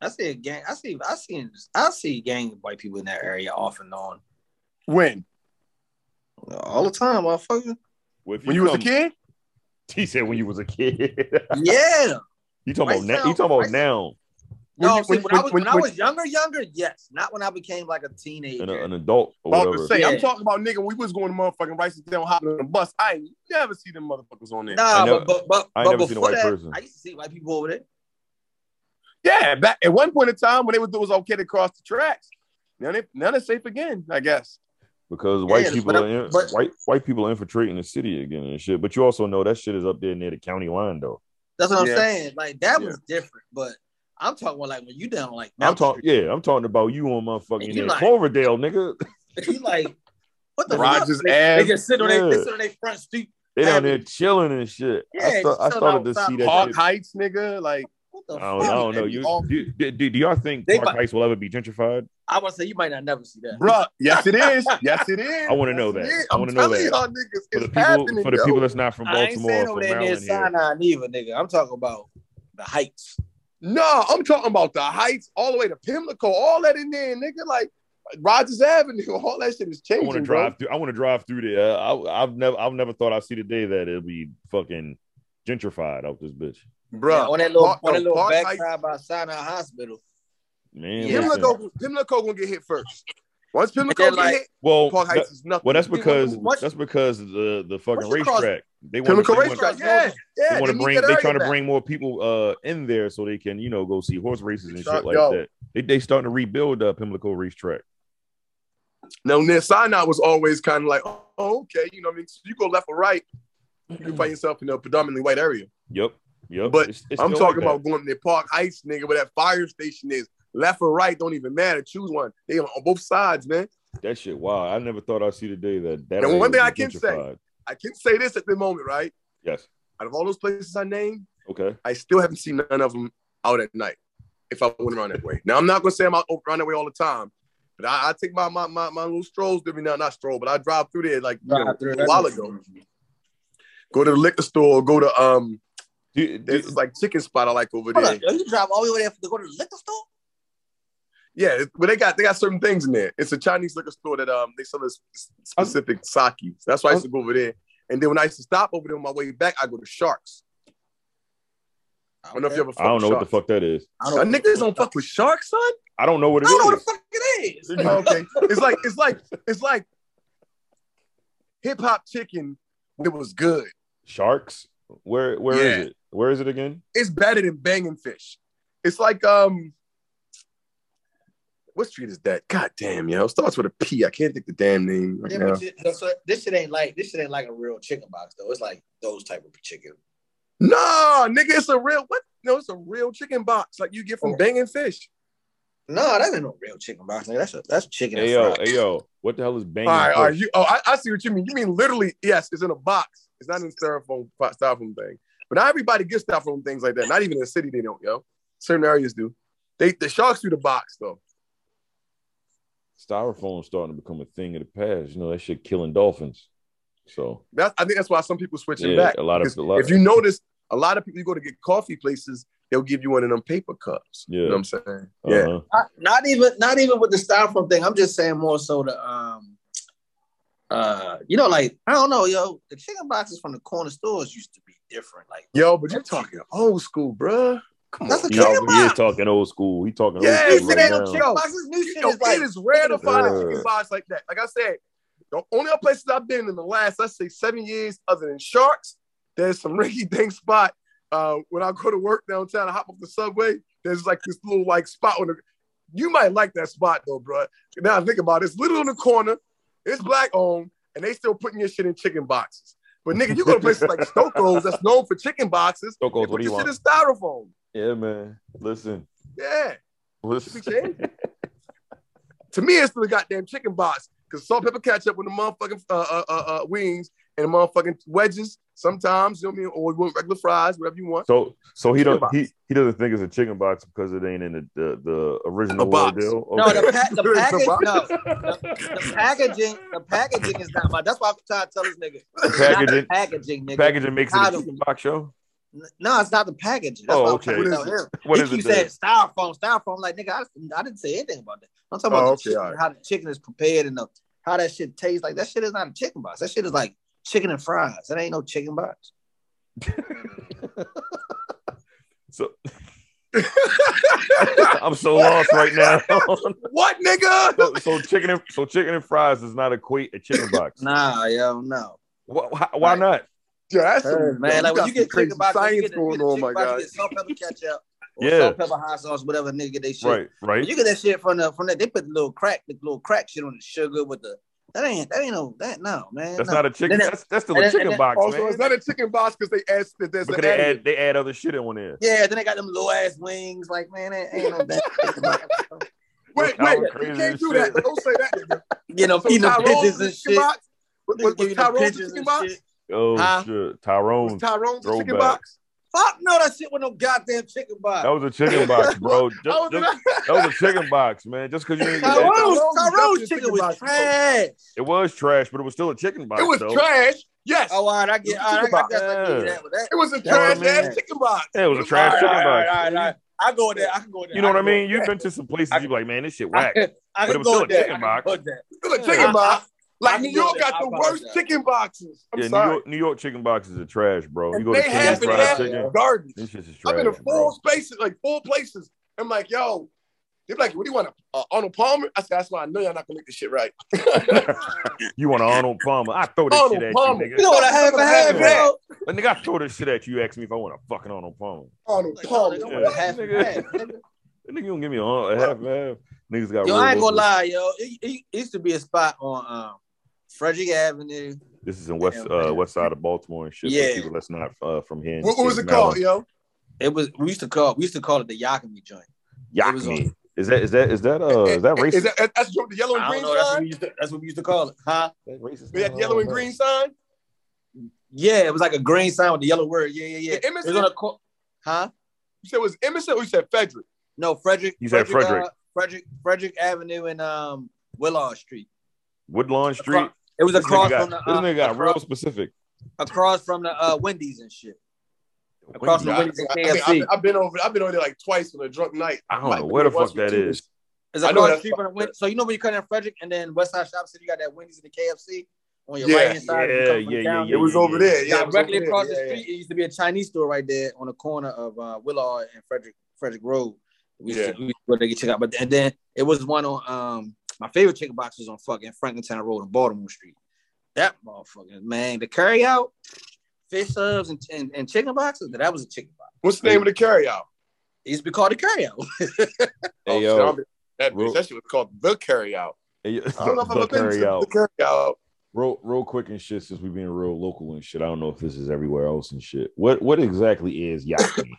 Speaker 7: I see a gang. I see. I see. I see gang of white people in that area off and on
Speaker 6: When?
Speaker 7: all the time, motherfucker.
Speaker 3: Well, if
Speaker 6: When you was a
Speaker 3: come-
Speaker 6: kid?
Speaker 3: [LAUGHS] he said when you was a kid. [LAUGHS]
Speaker 7: Yeah.
Speaker 3: you talking about
Speaker 7: Right
Speaker 3: now?
Speaker 7: now,
Speaker 3: You talking about
Speaker 7: right-
Speaker 3: now?
Speaker 6: When
Speaker 7: No,
Speaker 6: you-
Speaker 7: see,
Speaker 6: when-
Speaker 7: when, I was when, I was younger, younger, yes. Not when I became like a teenager.
Speaker 3: An, an adult or
Speaker 6: About to
Speaker 3: whatever?
Speaker 6: say,
Speaker 7: Yeah.
Speaker 6: I'm talking about nigga. We was going to motherfucking Rice's down, hopping on the bus. I ain't never see them motherfuckers on there.
Speaker 7: Nah,
Speaker 3: I never-
Speaker 7: but but but,
Speaker 3: I ain't
Speaker 7: but
Speaker 3: never seen a
Speaker 7: before
Speaker 3: white
Speaker 7: that,
Speaker 3: person.
Speaker 7: I used to see white people over there.
Speaker 6: Yeah, back at one point in time when they was it was okay to cross the tracks. Now they now they're safe again, I guess.
Speaker 3: because white
Speaker 7: that's
Speaker 3: people
Speaker 7: what
Speaker 3: are in,
Speaker 7: but-
Speaker 3: white white people are infiltrating the city again and shit. But you also know that shit is up there near the county line though.
Speaker 7: That's what
Speaker 6: Yeah.
Speaker 7: I'm saying. Like that
Speaker 6: Yeah.
Speaker 7: was different, but I'm talking about like when you down like
Speaker 3: I'm
Speaker 7: Mount
Speaker 3: talking, yeah, I'm talking about you on
Speaker 7: And
Speaker 3: motherfucking
Speaker 7: you
Speaker 3: in
Speaker 7: like-
Speaker 3: Cloverdale, nigga. [LAUGHS]
Speaker 7: Street. You like what the
Speaker 6: Rogers
Speaker 7: fuck? They
Speaker 6: Ave,
Speaker 7: just sit on their they
Speaker 3: Yeah.
Speaker 7: sit on their front street.
Speaker 3: They down there
Speaker 7: Miami.
Speaker 3: chilling and shit.
Speaker 7: Yeah,
Speaker 3: I, sta- I
Speaker 7: chilling
Speaker 3: started to
Speaker 7: outside
Speaker 3: see that.
Speaker 6: Park
Speaker 3: shit.
Speaker 6: Heights, nigga. Like
Speaker 7: What the
Speaker 3: I
Speaker 7: fuck?
Speaker 3: don't, I don't know. You, do, do, do, do y'all think
Speaker 7: They
Speaker 3: Park
Speaker 7: might-
Speaker 3: Heights will ever be gentrified?
Speaker 7: I want to say you might not never see that.
Speaker 6: bruh, yes it is. Yes it is.
Speaker 3: I wanna know
Speaker 6: Yes, it
Speaker 3: that.
Speaker 6: is.
Speaker 3: I
Speaker 6: I'm
Speaker 3: wanna know
Speaker 6: telling
Speaker 3: that.
Speaker 6: Y'all niggas,
Speaker 3: For the
Speaker 6: it's
Speaker 3: people,
Speaker 6: happening,
Speaker 3: for the
Speaker 6: yo.
Speaker 3: people that's not from
Speaker 7: I ain't
Speaker 3: Baltimore,
Speaker 7: saying
Speaker 3: from
Speaker 7: over there near
Speaker 3: Maryland here.
Speaker 7: Sinai neither, nigga. I'm talking about the heights.
Speaker 6: No, I'm talking about the Heights all the way to Pimlico, all that in there, nigga. Like Rogers Avenue, [LAUGHS] all that shit is
Speaker 3: I
Speaker 6: changing.
Speaker 3: want to
Speaker 6: bro.
Speaker 3: drive through. I want to drive through there. I, I've never, I've never thought I'd see the day that it'll be fucking gentrified out this bitch.
Speaker 6: Bruh,
Speaker 7: Yeah, on that little
Speaker 6: Park-
Speaker 7: on that
Speaker 6: no,
Speaker 7: little
Speaker 6: Park
Speaker 7: backside
Speaker 6: Heights-
Speaker 7: by Sinai Hospital.
Speaker 3: Man,
Speaker 7: Yeah.
Speaker 3: listen.
Speaker 6: Pimlico, Pimlico gonna get hit first. Once Pimlico
Speaker 7: then,
Speaker 6: get
Speaker 7: like,
Speaker 6: hit,
Speaker 3: well,
Speaker 6: Park
Speaker 3: that-
Speaker 6: Heights is nothing.
Speaker 3: Well, that's
Speaker 6: We- we-
Speaker 3: because
Speaker 6: we- once-
Speaker 3: that's because the the fucking
Speaker 7: What's it called?
Speaker 3: racetrack. They want
Speaker 6: Pimlico
Speaker 3: to
Speaker 6: Racetrack, yeah, yeah.
Speaker 3: they want to
Speaker 6: need
Speaker 3: bring.
Speaker 6: that
Speaker 3: They
Speaker 6: area
Speaker 3: trying to
Speaker 6: back.
Speaker 3: bring more people uh in there so they can you know go see horse races and
Speaker 6: Start-
Speaker 3: shit like
Speaker 6: yo.
Speaker 3: that. They they starting to rebuild uh, Pimlico racetrack.
Speaker 6: Now, near Sinai was always kind of like, oh, okay, you know what I mean? So you go left or right, you can find yourself in a predominantly white area.
Speaker 3: Yep. Yep.
Speaker 6: But
Speaker 3: It's- it's
Speaker 6: I'm
Speaker 3: still
Speaker 6: talking
Speaker 3: like that.
Speaker 6: about going near Park Heights, nigga, where that fire station is. Left or right, don't even matter. Choose one. They on both sides, man.
Speaker 3: that shit. Wow. I never thought I'd see the day that that.
Speaker 6: And
Speaker 3: area
Speaker 6: one
Speaker 3: would
Speaker 6: thing I
Speaker 3: be
Speaker 6: can say-
Speaker 3: gentrified.
Speaker 6: I can say this at the moment, right?
Speaker 3: Yes.
Speaker 6: Out of all those places I named,
Speaker 3: Okay.
Speaker 6: I still haven't seen none of them out at night. If I went around that way, now I'm not gonna say I'm out around that way all the time, but I, I take my, my my my little strolls every now not stroll, but I drive through there like you know,
Speaker 7: Drive-through,
Speaker 6: a
Speaker 7: that's
Speaker 6: while
Speaker 7: what-
Speaker 6: ago. Go to the liquor store, go to um,
Speaker 3: Do, do-
Speaker 6: there's this, like chicken spot I like over
Speaker 7: Hold
Speaker 6: there.
Speaker 7: on, yo, you drive all the way there to go to the liquor store?
Speaker 6: Yeah, it- but they got they got certain things in there. It's a Chinese liquor store that um they sell this s- specific sake. So that's why I used to go over there. And then when I used to stop over there on my way back, I go to Sharks. I don't know if you ever.
Speaker 3: I don't know what the
Speaker 6: fuck.
Speaker 3: fuck that is.
Speaker 7: I
Speaker 6: with Sharks. Y'all niggas don't fuck with sharks, son. [LAUGHS]
Speaker 3: I don't know what
Speaker 7: I
Speaker 3: it
Speaker 7: don't know what
Speaker 3: is.
Speaker 7: the fuck it is.
Speaker 6: okay. It's like it's like it's like hip hop chicken. It was good.
Speaker 3: Sharks. Where Where is
Speaker 6: Yeah.
Speaker 3: it? Where is it again?
Speaker 6: It's better than banging fish. It's like um, what street is that? God damn, yo, it starts with a P. I can't think the damn name right
Speaker 7: Yeah,
Speaker 6: now.
Speaker 7: but you- no, so this shit ain't like this shit ain't like a real chicken box though. It's like those type of chicken.
Speaker 6: No, nigga, it's a real what? No, it's a real chicken box like you get from
Speaker 7: Oh.
Speaker 6: banging fish.
Speaker 7: No, that ain't no real chicken box. Nigga. That's a, that's chicken. and
Speaker 3: Hey yo,
Speaker 7: fries.
Speaker 3: hey yo. What the hell is banging?
Speaker 6: all right, all right.
Speaker 3: Fish?
Speaker 6: You, oh, I, I see what you mean. You mean literally? Yes, it's in a box. It's not in styrofoam uh, styrofoam thing. But not everybody gets styrofoam things like that. Not even in the city they don't, yo. Certain areas do. They the sharks do the box though.
Speaker 3: Styrofoam's starting to become a thing of the past. You know that shit killing dolphins. So
Speaker 6: That's I think that's why some people switching
Speaker 3: yeah,
Speaker 6: back.
Speaker 3: a lot of
Speaker 6: Because
Speaker 3: a lot.
Speaker 6: if you notice, a lot of people you go to get coffee places, they'll give you one of them paper cups. You
Speaker 3: Yeah.
Speaker 6: know what I'm saying? Yeah.
Speaker 3: uh-huh.
Speaker 7: Not, not even not even with the styrofoam thing. I'm just saying more so the um uh you know like I don't know yo the chicken boxes from the corner stores used to be different. Like
Speaker 6: Yo, but you're talking old school, bruh. Come
Speaker 7: That's
Speaker 6: on,
Speaker 7: a
Speaker 6: yo.
Speaker 7: chicken
Speaker 3: Yo, he is
Speaker 7: box.
Speaker 3: talking old school. He talking
Speaker 6: Yeah,
Speaker 3: old
Speaker 7: This
Speaker 3: school
Speaker 7: shit
Speaker 3: right
Speaker 7: ain't
Speaker 3: now.
Speaker 7: no chicken boxes. New shit
Speaker 6: Yo,
Speaker 7: is like
Speaker 6: it is rare to find
Speaker 3: Uh.
Speaker 6: a chicken box like that. Like I said, the only other places I've been in the last, let's say, seven years, other than Sharks, there's some rinky [LAUGHS] dink spot. Uh, when I go to work downtown, I hop off the subway. There's like this little like spot on the. You might like that spot though, bro. Now I think about it, it's little in the corner, it's black owned, and they still putting your shit in chicken boxes. But nigga, you go to
Speaker 3: [LAUGHS]
Speaker 6: places like Stokoe's that's known for chicken boxes.
Speaker 3: Stokoe's,
Speaker 6: they
Speaker 3: what
Speaker 6: put
Speaker 3: do
Speaker 6: your
Speaker 3: you
Speaker 6: shit
Speaker 3: want?
Speaker 6: in styrofoam.
Speaker 3: Yeah, man. Listen,
Speaker 6: Yeah.
Speaker 3: listen.
Speaker 6: Should be
Speaker 3: [LAUGHS]
Speaker 6: changing. to me, it's still a goddamn chicken box because salt, pepper, ketchup with the motherfucking uh, uh, uh, uh, wings and the motherfucking wedges. Sometimes you know what I mean, or you want regular fries, whatever you want.
Speaker 3: So, so he
Speaker 6: Chicken
Speaker 3: don't
Speaker 6: box.
Speaker 3: he, he doesn't think it's a chicken box because it ain't in the the, the original
Speaker 6: The box.
Speaker 3: deal.
Speaker 7: no
Speaker 3: Okay.
Speaker 7: oh, the, pa- the
Speaker 6: [LAUGHS] It's a
Speaker 7: package
Speaker 6: box.
Speaker 7: no the, the packaging the packaging is not my. That's why I'm trying to tell this nigga
Speaker 3: The packaging
Speaker 7: Not the packaging nigga.
Speaker 3: packaging makes it a
Speaker 7: How do-
Speaker 3: chicken box show.
Speaker 7: No, it's not the packaging. That's
Speaker 3: Oh,
Speaker 7: what
Speaker 3: okay.
Speaker 7: I'm trying to
Speaker 6: What
Speaker 7: tell
Speaker 6: is
Speaker 7: him.
Speaker 3: What
Speaker 7: he
Speaker 3: is
Speaker 7: keeps
Speaker 3: it?
Speaker 7: saying
Speaker 3: then?
Speaker 7: styrofoam, styrofoam. Like nigga, I, I didn't say anything about that. I'm talking about
Speaker 6: Oh,
Speaker 7: the
Speaker 6: okay,
Speaker 7: chicken,
Speaker 6: all right.
Speaker 7: how the chicken is prepared and the, how that shit tastes. Like that shit is not a chicken box. That shit is like chicken and fries. That ain't no chicken box.
Speaker 3: So [LAUGHS] I'm so lost right now.
Speaker 6: [LAUGHS]
Speaker 3: [LAUGHS]
Speaker 6: what, nigga?
Speaker 3: so, so chicken and so chicken and fries does not equate a chicken box.
Speaker 7: Nah, yo, no.
Speaker 3: Why, why, why not?
Speaker 6: Yeah, that's some-
Speaker 7: Man,
Speaker 6: got
Speaker 7: like when you get
Speaker 6: some crazy
Speaker 7: chicken box, when you
Speaker 6: science
Speaker 7: get,
Speaker 6: going
Speaker 7: you
Speaker 6: on,
Speaker 7: get
Speaker 6: my
Speaker 7: chicken box,
Speaker 6: guy.
Speaker 7: you get salt,
Speaker 3: [LAUGHS]
Speaker 7: pepper, ketchup, or
Speaker 3: Yeah.
Speaker 7: salt, pepper, hot sauce, whatever nigga get they shit.
Speaker 3: Right,
Speaker 7: When
Speaker 3: right.
Speaker 7: you get that shit from the from that, they put the little crack, the little crack shit on the sugar with the that ain't that ain't no that no man.
Speaker 3: That's
Speaker 7: no.
Speaker 3: not a chicken.
Speaker 7: Then it-
Speaker 3: That's that's still a
Speaker 7: and then-
Speaker 3: chicken
Speaker 7: and then-
Speaker 3: box,
Speaker 6: Also,
Speaker 3: man.
Speaker 6: it's not a chicken box because they asked that there's
Speaker 3: Because
Speaker 6: an
Speaker 3: they
Speaker 6: add-
Speaker 3: add they add other shit on there.
Speaker 7: Yeah, then they got them little ass wings. Like, man, that ain't no damn.
Speaker 6: Wait,
Speaker 3: That was
Speaker 6: wait, you
Speaker 3: crazy
Speaker 6: can't
Speaker 3: as
Speaker 6: do
Speaker 3: shit.
Speaker 6: that. Don't say
Speaker 7: [LAUGHS]
Speaker 6: that, nigga.
Speaker 7: you know,
Speaker 6: So
Speaker 7: feeding the
Speaker 6: Tyrone's
Speaker 7: pigeons
Speaker 6: a
Speaker 7: and
Speaker 6: chicken
Speaker 7: shit.
Speaker 6: box? Was,
Speaker 7: Niggas
Speaker 6: was,
Speaker 7: give you
Speaker 6: was
Speaker 7: the
Speaker 6: Tyrone's a
Speaker 7: pigeons
Speaker 6: chicken
Speaker 7: and
Speaker 6: box?
Speaker 7: shit.
Speaker 3: Oh
Speaker 7: Huh?
Speaker 3: shit,
Speaker 6: Was
Speaker 3: Tyrone.
Speaker 6: Tyrone's a chicken
Speaker 3: Throwback.
Speaker 6: box?
Speaker 7: Fuck no, that shit with no goddamn chicken box.
Speaker 3: That was a chicken box, bro. Just-
Speaker 6: I was
Speaker 3: just- That was a chicken box, man. Just because you didn't get that,
Speaker 7: Tyrone's,
Speaker 6: Tyrone's
Speaker 7: Tyrone's
Speaker 6: definitely
Speaker 7: chicken
Speaker 6: chicken
Speaker 7: was
Speaker 6: box.
Speaker 7: trash.
Speaker 3: it was trash, but it was still a chicken box.
Speaker 6: It was
Speaker 3: though.
Speaker 6: trash. Yes.
Speaker 7: Oh, all right, I get,
Speaker 6: Chicken
Speaker 7: all right, I got
Speaker 6: box.
Speaker 7: that. I give you that. With that.
Speaker 6: It was a
Speaker 7: know what I
Speaker 6: trash
Speaker 7: mean?
Speaker 6: ass chicken box.
Speaker 3: Yeah, it was a
Speaker 7: All
Speaker 3: trash
Speaker 7: right,
Speaker 3: chicken
Speaker 7: all right,
Speaker 3: box.
Speaker 7: all right, all right. I go there. I can go there.
Speaker 3: You know what I
Speaker 7: can go
Speaker 3: mean?
Speaker 7: there.
Speaker 3: You've been to some places you be like, man, this shit whack.
Speaker 7: [LAUGHS] I
Speaker 3: but it
Speaker 7: can
Speaker 3: was
Speaker 7: go
Speaker 3: still a
Speaker 7: there. I
Speaker 3: chicken
Speaker 7: can
Speaker 3: box.
Speaker 7: go there.
Speaker 6: It was a chicken
Speaker 7: I-
Speaker 6: box.
Speaker 7: I
Speaker 6: Like
Speaker 7: can
Speaker 6: New
Speaker 7: go
Speaker 6: York
Speaker 7: there.
Speaker 6: got
Speaker 7: I
Speaker 6: the worst
Speaker 7: apologize.
Speaker 6: chicken boxes. I'm
Speaker 3: yeah, New
Speaker 6: sorry.
Speaker 3: York, New York chicken boxes are trash, bro. You go to
Speaker 6: They
Speaker 3: Kenny's
Speaker 6: half and
Speaker 3: fried
Speaker 6: half.
Speaker 3: chicken,
Speaker 6: Garden.
Speaker 3: this shit is trash.
Speaker 6: I've been
Speaker 3: bro.
Speaker 6: in four spaces, like four places. I'm like, yo, they're like, what do you want? Uh, Arnold Palmer? I said, that's why I know y'all not gonna make this shit
Speaker 3: [LAUGHS]
Speaker 6: right. [LAUGHS]
Speaker 3: you want an Arnold Palmer? I throw this
Speaker 6: Arnold
Speaker 3: shit at
Speaker 6: Palmer.
Speaker 3: you,
Speaker 7: You know what I have? I have, bro.
Speaker 3: nigga. But nigga, I throw this shit at you. You ask me if I want a fucking Arnold Palmer.
Speaker 6: Arnold
Speaker 7: Like, no,
Speaker 6: Palmer.
Speaker 7: they don't
Speaker 3: Yeah.
Speaker 7: want a half and
Speaker 3: Nigga.
Speaker 7: half, nigga.
Speaker 3: That nigga, you don't give me a, a half and half. Niggas got real
Speaker 7: Yo, I ain't
Speaker 3: locals.
Speaker 7: gonna lie, yo. It, it, it used to be a spot on um, Frederick Avenue.
Speaker 3: This is in west
Speaker 7: Damn,
Speaker 3: uh,
Speaker 7: man.
Speaker 3: west side of Baltimore and shit.
Speaker 7: Yeah.
Speaker 3: For people that's not uh, from here. in the
Speaker 6: What, what
Speaker 3: state
Speaker 6: was
Speaker 3: of
Speaker 6: it called,
Speaker 3: Maryland.
Speaker 6: yo?
Speaker 7: It was we used to call we used to call it the Yakami joint. It was
Speaker 3: Yakme. Is that is that is that uh is that racist?
Speaker 6: Eh, Is that, that's the yellow and
Speaker 7: I
Speaker 6: green
Speaker 7: don't know. That's what,
Speaker 6: sign?
Speaker 7: we used to, that's what we used to call it, huh?
Speaker 3: That racist?
Speaker 6: That
Speaker 3: No,
Speaker 6: yellow and
Speaker 3: no.
Speaker 6: green sign?
Speaker 7: Yeah, it was like a green sign with the yellow word. Yeah, yeah, yeah.
Speaker 6: The
Speaker 7: It was
Speaker 6: Emerson?
Speaker 7: on a co- huh?
Speaker 6: You said it was Emerson or you said Frederick?
Speaker 7: No, Frederick.
Speaker 3: You said Frederick.
Speaker 7: uh, Frederick, Frederick Avenue and um Willard Street.
Speaker 3: [LAUGHS] Woodlawn Street.
Speaker 7: It was
Speaker 3: This
Speaker 7: across
Speaker 3: nigga got,
Speaker 7: from the
Speaker 3: this
Speaker 7: uh,
Speaker 3: nigga got real
Speaker 7: across,
Speaker 3: specific.
Speaker 7: across from the uh, Wendy's and shit. Across from
Speaker 6: I,
Speaker 7: Wendy's and
Speaker 6: I think I've,
Speaker 7: KFC.
Speaker 6: been- I've been over. I've been over there like twice on a drunk night.
Speaker 3: I don't
Speaker 6: Like,
Speaker 3: know Oh, where the
Speaker 6: once
Speaker 3: fuck that
Speaker 6: or two.
Speaker 3: is.
Speaker 7: It's
Speaker 6: I know
Speaker 7: across the
Speaker 6: that's
Speaker 7: street from the
Speaker 6: fucked
Speaker 7: Wendy's. So you know when you cut in Frederick and then West Side Shop City, you got that Wendy's and the KFC on your
Speaker 6: Yeah,
Speaker 7: right hand side. as you
Speaker 3: yeah,
Speaker 7: come from
Speaker 3: yeah,
Speaker 7: the
Speaker 3: yeah,
Speaker 7: county?
Speaker 3: yeah,
Speaker 6: It was
Speaker 3: yeah,
Speaker 6: over
Speaker 3: yeah.
Speaker 6: there. Yeah, it was
Speaker 7: directly
Speaker 6: over there.
Speaker 7: across
Speaker 6: Yeah,
Speaker 7: the
Speaker 6: yeah.
Speaker 7: street. It used to be a Chinese store right there on the corner of uh, Willard and Frederick Frederick Road. We used to- we used to go there to get check out, but and then it was one on um my favorite chicken box was on fucking Frankentown Road and Baltimore Street. That motherfucking man, the carry out, fish subs and, and, and chicken boxes. That was a chicken box.
Speaker 6: What's the name of the carryout? Oh,
Speaker 7: It used to be called a carry out. [LAUGHS]
Speaker 3: Hey,
Speaker 6: shit,
Speaker 3: yo.
Speaker 6: I'll be- that, bitch, that shit was called the carryout.
Speaker 3: Hey, yo,
Speaker 6: I don't know if I've
Speaker 3: the
Speaker 6: ever been to
Speaker 3: carryout.
Speaker 6: the carryout.
Speaker 3: Real, real quick and shit. Since we've been real local and shit, I don't know if this is everywhere else and shit. What what exactly is
Speaker 7: [LAUGHS]
Speaker 3: yakme?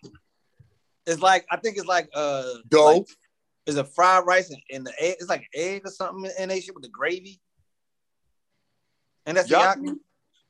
Speaker 7: It's like I think it's like uh
Speaker 6: Dough.
Speaker 7: like, it's a fried rice and, and the egg. It's like egg or something in that shit with the gravy. And that's
Speaker 6: Y'all-
Speaker 7: the yakni.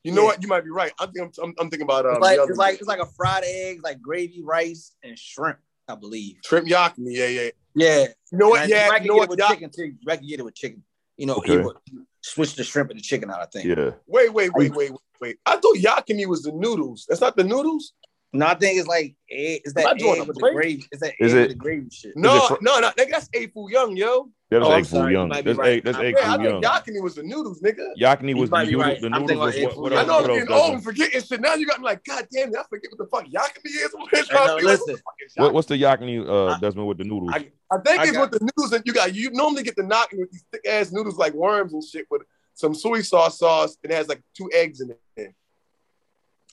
Speaker 6: You know
Speaker 7: Yeah.
Speaker 6: what? You might be right. I think I'm, I'm, I'm thinking about um,
Speaker 7: It's like
Speaker 6: the other
Speaker 7: it's like it's like a fried egg, like gravy, rice, and shrimp, I believe.
Speaker 6: shrimp yakni. Yeah, yeah.
Speaker 7: Yeah.
Speaker 6: You know what?
Speaker 7: And I-
Speaker 6: Yeah,
Speaker 7: I
Speaker 6: you
Speaker 7: can
Speaker 6: know
Speaker 7: get
Speaker 6: what?
Speaker 7: it with
Speaker 6: Yak-
Speaker 7: chicken too. I can get it with chicken. You know,
Speaker 3: Okay.
Speaker 7: it would switch the shrimp and the chicken out. I think.
Speaker 3: yeah,
Speaker 6: wait, wait, wait, wait, wait, wait. I thought yakni was the noodles. That's not the noodles.
Speaker 7: No, I think it's like egg. It's
Speaker 6: Am I
Speaker 7: that
Speaker 6: doing
Speaker 7: egg
Speaker 6: a
Speaker 7: with the
Speaker 6: plate?
Speaker 7: gravy. It's that
Speaker 3: Is
Speaker 7: egg
Speaker 3: it-
Speaker 7: with the gravy shit.
Speaker 6: No,
Speaker 3: fr-
Speaker 6: no, no, nigga, that's A Fu Young, yo.
Speaker 3: that was
Speaker 7: Oh, I'm
Speaker 3: egg food
Speaker 7: sorry, you
Speaker 3: young.
Speaker 7: might be
Speaker 3: That's
Speaker 7: right.
Speaker 3: egg. That's
Speaker 7: I'm-
Speaker 3: egg
Speaker 6: Yeah, I
Speaker 3: food
Speaker 6: think
Speaker 3: young.
Speaker 6: yakni was the noodles, nigga.
Speaker 3: Yakni
Speaker 7: You
Speaker 3: was the
Speaker 7: might be
Speaker 3: noodle.
Speaker 7: right.
Speaker 3: The
Speaker 7: I'm
Speaker 3: noodles
Speaker 7: thinking
Speaker 3: was what,
Speaker 7: about egg
Speaker 3: what
Speaker 7: food
Speaker 6: I
Speaker 3: else?
Speaker 6: know I'm
Speaker 3: What
Speaker 6: getting
Speaker 3: else
Speaker 6: old
Speaker 3: doesn't?
Speaker 6: and forgetting shit. Now you got me like, God damn it, I forget what the fuck yakni is. [LAUGHS] What is
Speaker 7: And, uh,
Speaker 6: yakni?
Speaker 7: listen,
Speaker 3: What, what's the yakni, uh,
Speaker 7: I-
Speaker 3: Desmond, with the noodles?
Speaker 7: I-
Speaker 6: I think
Speaker 7: I
Speaker 6: it's
Speaker 7: got-
Speaker 6: with the noodles that you got. You normally get the knocking with these thick ass noodles like worms and shit with some soy sauce sauce and it has like two eggs in it.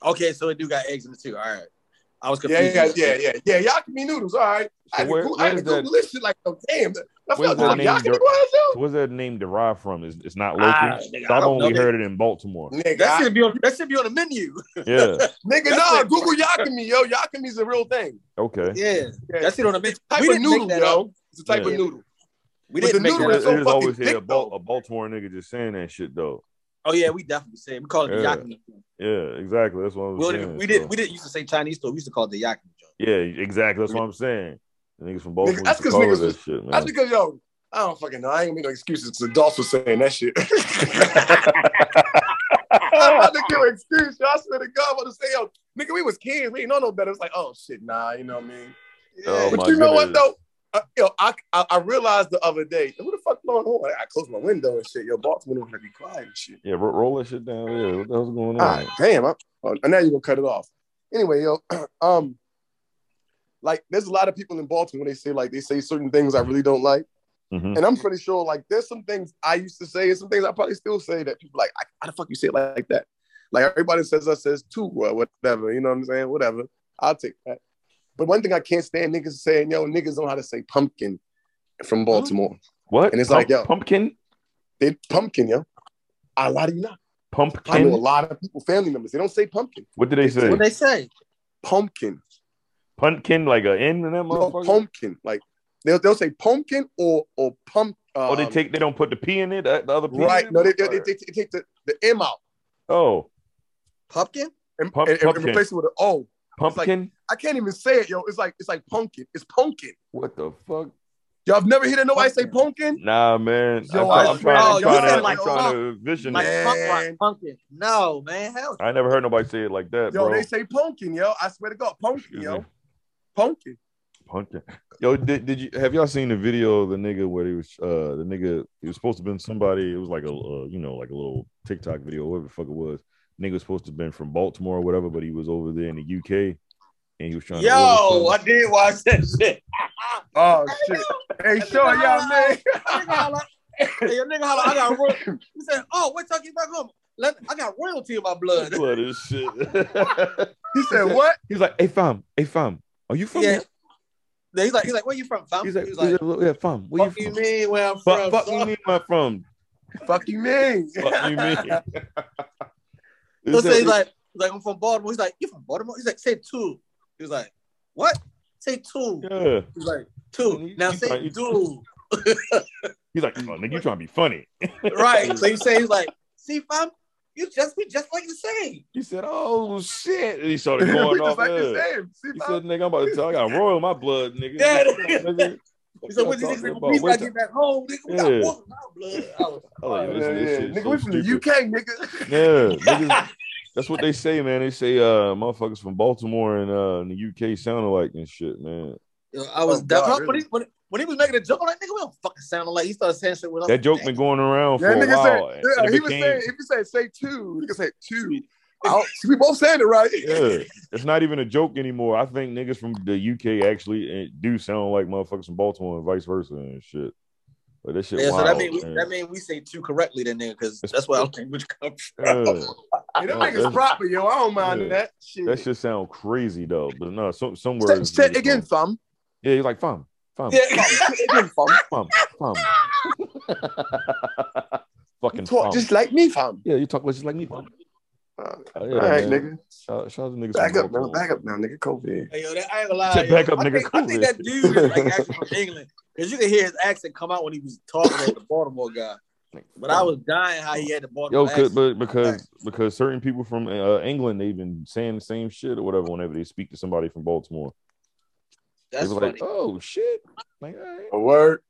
Speaker 7: Okay, so it do got eggs in it too. All right. I was
Speaker 6: Yeah,
Speaker 7: confused.
Speaker 6: yeah, yeah, yeah, yeah. Yakni noodles, all right.
Speaker 3: So
Speaker 6: I had to
Speaker 3: where-
Speaker 6: Google-
Speaker 3: where
Speaker 6: I had to
Speaker 3: is that-
Speaker 6: Google this shit like, oh, damn. I
Speaker 3: Where's
Speaker 6: felt
Speaker 3: that
Speaker 6: like
Speaker 3: name
Speaker 6: yakni
Speaker 3: der-
Speaker 6: was, yo.
Speaker 3: So where's that name derived from? It's, it's not local.
Speaker 7: Ah, nigga, I
Speaker 3: I've
Speaker 7: don't
Speaker 3: only
Speaker 7: know.
Speaker 3: heard it in Baltimore.
Speaker 6: Nigga,
Speaker 7: That
Speaker 6: I-
Speaker 7: should be on that should be on
Speaker 6: [LAUGHS]
Speaker 7: the menu.
Speaker 3: Yeah.
Speaker 6: nigga,
Speaker 7: That's
Speaker 6: nah,
Speaker 7: it. [LAUGHS]
Speaker 6: Google yakni, yo. Yakni's a real thing.
Speaker 3: Okay.
Speaker 7: Yeah.
Speaker 6: Yeah.
Speaker 7: That shit on the menu.
Speaker 6: Type
Speaker 7: we
Speaker 6: of
Speaker 7: didn't make
Speaker 6: noodle,
Speaker 7: that up.
Speaker 6: yo. It's a type
Speaker 3: Yeah.
Speaker 6: of noodle.
Speaker 7: We
Speaker 6: But
Speaker 7: didn't
Speaker 6: the
Speaker 7: make
Speaker 3: It
Speaker 6: noodle
Speaker 7: that
Speaker 6: is
Speaker 7: up.
Speaker 3: is
Speaker 6: so fucking
Speaker 3: always
Speaker 6: thick,
Speaker 3: hear a, Bal- a Baltimore nigga just saying that shit though.
Speaker 7: Oh yeah, we definitely say it. We call it the
Speaker 3: Yeah.
Speaker 7: yakni.
Speaker 3: Yeah, exactly. That's what I'm
Speaker 7: We, don't
Speaker 3: saying.
Speaker 7: even, we
Speaker 3: so-
Speaker 7: did we didn't used to say Chinese store. We used to call it the yakni joint.
Speaker 3: Yeah, exactly. That's what I'm saying. The niggas from Baltimore.
Speaker 6: Nigga, that's
Speaker 3: used to
Speaker 6: 'cause
Speaker 3: call
Speaker 6: niggas
Speaker 3: it that
Speaker 6: was-
Speaker 3: shit, man.
Speaker 6: That's because, yo, I don't fucking know. I ain't gonna make no excuses because adults was saying that shit. [LAUGHS] I'm about to give an excuse, yo. I swear to God, I'm about to say, yo, nigga, we was kids. We didn't know no better. It's like, oh shit, nah, you know what I mean?
Speaker 3: Oh,
Speaker 6: but
Speaker 3: my
Speaker 6: you know what
Speaker 3: goodness.
Speaker 6: though? I, yo, I, I I realized the other day, who the fuck blowing horn? I closed my window and shit. Yo, Baltimore don't wanna be quiet and shit.
Speaker 3: Yeah, ro- roll that shit down. Yeah, what the hell's going on?
Speaker 6: Ah, damn. I, oh, now you're gonna cut it off. Anyway, yo, [CLEARS THROAT] um, like there's a lot of people in Baltimore. They say like they say certain things I really don't like,
Speaker 3: Mhm.
Speaker 6: and I'm pretty sure like there's some things I used to say and some things I probably still say that people like, I, how the fuck you say it like, like that? Like everybody says I says too or whatever. You know what I'm saying? Whatever. I'll take that. But one thing I can't stand niggas saying, yo, niggas know how to say pumpkin from Baltimore.
Speaker 3: What?
Speaker 6: And it's
Speaker 3: Pump-
Speaker 6: like, yo.
Speaker 3: pumpkin,
Speaker 6: They pumpkin, yo. A lot of you not. I know a
Speaker 3: pumpkin.
Speaker 6: lot of people, family members, they don't say pumpkin.
Speaker 3: What did they say?
Speaker 7: What they say?
Speaker 6: Pumpkin.
Speaker 3: Pumpkin, like a N in that
Speaker 6: No,
Speaker 3: motherfucker.
Speaker 6: pumpkin. Like they'll, they'll say pumpkin or or pump. Um,
Speaker 3: oh, they take. They don't put the P in it. uh, The other P. in
Speaker 6: right.
Speaker 3: it?
Speaker 6: No, they, they, they, they take the, the M out
Speaker 3: Oh,
Speaker 7: Pumpkin?
Speaker 6: and,
Speaker 3: Pump-
Speaker 6: and, and
Speaker 3: pumpkin.
Speaker 6: replace it with an O.
Speaker 3: pumpkin.
Speaker 6: I can't even say it, yo. It's like it's like pumpkin. It's pumpkin.
Speaker 3: what the fuck?
Speaker 6: Y'all have never heard nobody say pumpkin.
Speaker 3: Nah, man.
Speaker 6: Yo,
Speaker 3: I,
Speaker 6: I
Speaker 3: am trying, I'm
Speaker 7: swear to
Speaker 3: trying, to,
Speaker 7: God,
Speaker 3: I'm
Speaker 7: yo.
Speaker 3: trying
Speaker 6: uh,
Speaker 3: to envision
Speaker 7: Like
Speaker 3: it.
Speaker 6: Man.
Speaker 7: punk rock, pumpkin. No, man. Hell
Speaker 3: I never heard nobody say it like that,
Speaker 6: Yo,
Speaker 3: bro.
Speaker 6: they say pumpkin, yo. I swear to God, pumpkin,
Speaker 3: Excuse
Speaker 6: yo,
Speaker 3: me.
Speaker 6: pumpkin.
Speaker 3: Pumpkin. Yo, did, did you have y'all seen the video of the nigga where he was uh the nigga he was supposed to been somebody it was like a uh, you know like a little TikTok video whatever the fuck it was nigga was supposed to been from Baltimore or whatever but he was over there in the UK and he was trying to order
Speaker 7: Yo,
Speaker 3: something.
Speaker 7: I did watch that shit.
Speaker 6: Oh
Speaker 7: [LAUGHS]
Speaker 6: shit. Hey, sure, y'all, man.
Speaker 7: Nigga holla- Hey, your nigga holla, I got royalty. He said, Oh, what y'all get back home? Let, I got royalty in my blood.
Speaker 3: Look at this [LAUGHS] shit.
Speaker 6: [LAUGHS] He said what?
Speaker 3: He was like, "Hey fam, hey fam, are you from
Speaker 7: Yeah.
Speaker 3: here?
Speaker 7: He's like, he's like, where you from, fam?
Speaker 3: He's like,
Speaker 7: He was
Speaker 3: he's like, yeah, fam, where
Speaker 7: fuck
Speaker 3: you
Speaker 7: you
Speaker 3: from?
Speaker 7: mean where I'm
Speaker 3: Fuck,
Speaker 7: from?
Speaker 3: fuck you
Speaker 7: son?
Speaker 3: mean I'm from?
Speaker 6: Fuck you, man.
Speaker 3: Fuck you mean?
Speaker 7: So
Speaker 3: It's
Speaker 7: say he's
Speaker 3: like-
Speaker 7: like, he's like, I'm from Baltimore. He's like, you from Baltimore? He's like, say two. He was like, what? Say two.
Speaker 3: yeah.
Speaker 7: He's like, two.
Speaker 3: You-
Speaker 7: Now
Speaker 3: you
Speaker 7: say
Speaker 3: right.
Speaker 7: two.
Speaker 3: He's like, oh, nigga, you trying to be funny?
Speaker 7: right. So you say he's like, see, fam, you just we just like the same.
Speaker 3: He said, oh shit, and he started
Speaker 6: [LAUGHS] we
Speaker 3: going
Speaker 6: just
Speaker 3: off.
Speaker 6: like the
Speaker 3: yeah.
Speaker 6: same. See,
Speaker 3: He
Speaker 6: Bob?
Speaker 3: said, nigga, I'm about to tell. I got royal in my blood, nigga.
Speaker 7: Yeah.
Speaker 3: Nigga,
Speaker 7: He said,
Speaker 3: what
Speaker 7: what
Speaker 3: y'all
Speaker 7: do you think
Speaker 3: talking
Speaker 7: nigga
Speaker 3: about?
Speaker 7: police
Speaker 3: What
Speaker 7: I
Speaker 3: y'all-
Speaker 7: get back home? Nigga, we got
Speaker 3: Yeah.
Speaker 7: wolves in our blood. I was-
Speaker 3: I like,
Speaker 6: Oh, Yeah,
Speaker 3: listen, this
Speaker 6: yeah.
Speaker 3: shit's
Speaker 6: Nigga,
Speaker 3: so
Speaker 6: we from the
Speaker 3: stupid.
Speaker 6: UK, nigga.
Speaker 3: Yeah,
Speaker 7: [LAUGHS]
Speaker 3: niggas, that's what they say, man. They say uh motherfuckers from Baltimore and uh in the UK sound alike and shit, man.
Speaker 7: Yo, I was
Speaker 6: Oh,
Speaker 7: deaf.
Speaker 6: God,
Speaker 7: when, he, when, when he was making a joke, I'm like, nigga, we don't fucking sound alike. He started saying shit with us.
Speaker 3: That joke been going around for
Speaker 6: That
Speaker 3: a
Speaker 6: nigga
Speaker 3: while.
Speaker 6: said,
Speaker 3: and
Speaker 6: yeah,
Speaker 3: it
Speaker 6: he was
Speaker 3: became-
Speaker 6: saying, if you say say two, nigga say two. I don't- see, we both saying it right. [LAUGHS]
Speaker 3: yeah, it's not even a joke anymore. I think niggas from the UK actually eh, do sound like motherfuckers from Baltimore and vice versa and shit. But that shit
Speaker 7: Yeah, so
Speaker 3: wild.
Speaker 7: that means
Speaker 3: man.
Speaker 7: that mean we say two correctly then, nigga, because
Speaker 3: That's-
Speaker 7: that's where our language comes from.
Speaker 3: Yeah.
Speaker 6: Hey, them
Speaker 3: Yeah,
Speaker 6: niggas
Speaker 3: that's-
Speaker 6: proper, yo. I don't mind
Speaker 3: yeah.
Speaker 6: that shit.
Speaker 3: That shit sound crazy though. But no, some somewhere
Speaker 6: Say, say again, fam.
Speaker 3: Yeah, you're like fam, fam,
Speaker 7: Yeah.
Speaker 6: Say again, fam.
Speaker 3: fam, fam. [LAUGHS] Fucking
Speaker 6: Talk
Speaker 3: fam.
Speaker 6: just like me, fam.
Speaker 3: yeah, you talk just like me. Fam.
Speaker 6: Uh,
Speaker 3: Oh, yeah,
Speaker 6: All right,
Speaker 3: man.
Speaker 6: nigga.
Speaker 3: Shout, shout out to niggas.
Speaker 6: Back
Speaker 3: from
Speaker 6: up now.
Speaker 3: Baltimore.
Speaker 6: Back up now, nigga. COVID.
Speaker 7: Hey, yo, that, I ain't gonna lie.
Speaker 3: Said
Speaker 7: yo.
Speaker 3: back up,
Speaker 7: I
Speaker 3: nigga.
Speaker 7: Think, I think that dude
Speaker 3: [LAUGHS]
Speaker 7: is like actually from England because you could hear his accent come out when he was talking at the Baltimore guy. But I was dying how he had the Baltimore
Speaker 3: Yo,
Speaker 7: accent.
Speaker 3: could, but because because certain people from uh, England they've been saying the same shit or whatever whenever they speak to somebody from Baltimore. They
Speaker 7: that's
Speaker 3: was
Speaker 7: funny.
Speaker 3: like, oh shit, like all right.
Speaker 6: A word.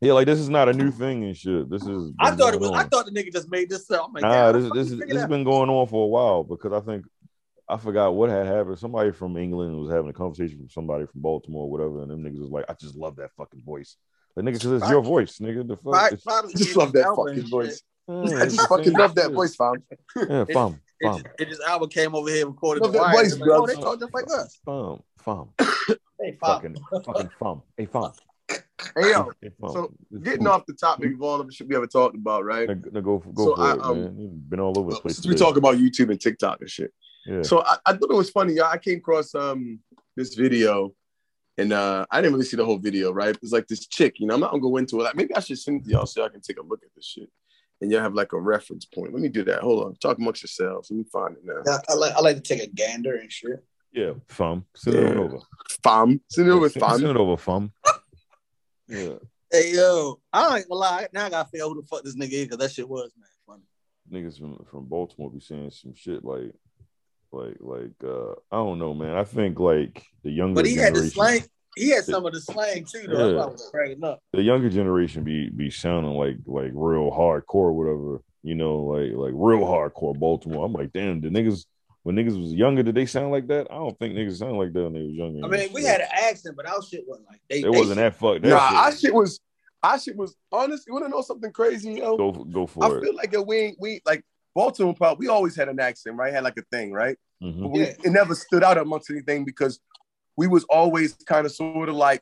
Speaker 3: yeah, like this is not a new thing and shit. This is
Speaker 7: I thought it was.
Speaker 3: been
Speaker 7: I
Speaker 3: going
Speaker 7: thought the nigga just made this up. I'm like,
Speaker 3: on. nah,
Speaker 7: damn,
Speaker 3: this
Speaker 7: how the
Speaker 3: this is
Speaker 7: fuck you
Speaker 3: this has
Speaker 7: figure
Speaker 3: been going on for a while because I think I forgot what had happened. Somebody from England was having a conversation with somebody from Baltimore or whatever, and them niggas was like, I just love that fucking voice. Like nigga, because it's your voice, nigga. The fuck.
Speaker 7: that out?
Speaker 3: It's-
Speaker 6: I
Speaker 7: Probably
Speaker 6: just
Speaker 7: his
Speaker 6: love that
Speaker 7: album and
Speaker 6: fucking
Speaker 7: shit.
Speaker 6: voice.
Speaker 3: yeah,
Speaker 6: I
Speaker 3: it's
Speaker 6: just
Speaker 3: the
Speaker 6: fucking
Speaker 3: same
Speaker 6: love that
Speaker 3: shit.
Speaker 6: voice, fam.
Speaker 3: Yeah, fam,
Speaker 7: It
Speaker 3: fam,
Speaker 7: just, it just album came over here recorded.
Speaker 6: Love
Speaker 7: the
Speaker 6: that
Speaker 7: wire.
Speaker 6: voice,
Speaker 7: It's like,
Speaker 6: bro.
Speaker 7: oh, they talk just like us.
Speaker 3: fam, fam.
Speaker 7: Hey, fuck.
Speaker 3: fucking fucking fun. Hey, fun.
Speaker 6: Hey,
Speaker 3: [LAUGHS]
Speaker 6: yo.
Speaker 3: Hey, fun.
Speaker 6: so,
Speaker 3: It's
Speaker 6: Getting
Speaker 3: cool.
Speaker 6: off the topic of all of the shit we ever talked about, right?
Speaker 3: Now, now go go
Speaker 6: So
Speaker 3: for
Speaker 6: I,
Speaker 3: it,
Speaker 6: um,
Speaker 3: man. You've been all over the place.
Speaker 6: Since we
Speaker 3: today.
Speaker 6: talk about YouTube and TikTok and shit.
Speaker 3: Yeah.
Speaker 6: So I, I thought it was funny. y'all. I came across um this video, and uh I didn't really see the whole video, right? It's like this chick, you know. I'm not gonna go into it. Like, maybe I should send it to y'all so y'all can take a look at this shit, and y'all have like a reference point. Let me do that. Hold on. Talk amongst yourselves. Let me find it now.
Speaker 7: Yeah, I like I like to take a gander and shit.
Speaker 3: yeah, fam. Send it
Speaker 6: Yeah.
Speaker 3: on over.
Speaker 6: Fam, send it over. Fam.
Speaker 3: Send it over, fam.
Speaker 6: [LAUGHS]
Speaker 3: Yeah.
Speaker 7: Hey yo, I ain't gonna lie. Now I gotta figure out who the fuck this nigga is because that shit was man funny.
Speaker 3: Niggas from, from Baltimore be saying some shit like like like uh I don't know, man. I think like the younger
Speaker 7: But he had the
Speaker 3: generation-
Speaker 7: slang. He had some of the slang too, though. That's why I was cracking up.
Speaker 3: the younger generation be be sounding like like real hardcore, whatever you know, like like real hardcore Baltimore. I'm like, damn, the niggas when niggas was younger, did they sound like that? I don't think niggas sound like that when they was younger.
Speaker 7: I mean, we had an accent, but our shit wasn't like they.
Speaker 3: [LAUGHS] it
Speaker 7: they
Speaker 3: wasn't that fuck. That
Speaker 6: Nah,
Speaker 3: shit.
Speaker 6: I shit was, I shit was honestly. You want to know something crazy, yo?
Speaker 3: go go
Speaker 6: I
Speaker 3: for it.
Speaker 6: feel like yo, we ain't we like Baltimore. Pop, we always had an accent, right? Had like a thing, right?
Speaker 3: Mhm.
Speaker 6: But we,
Speaker 7: Yeah.
Speaker 6: it never stood out amongst anything because we was always kind of sort of like,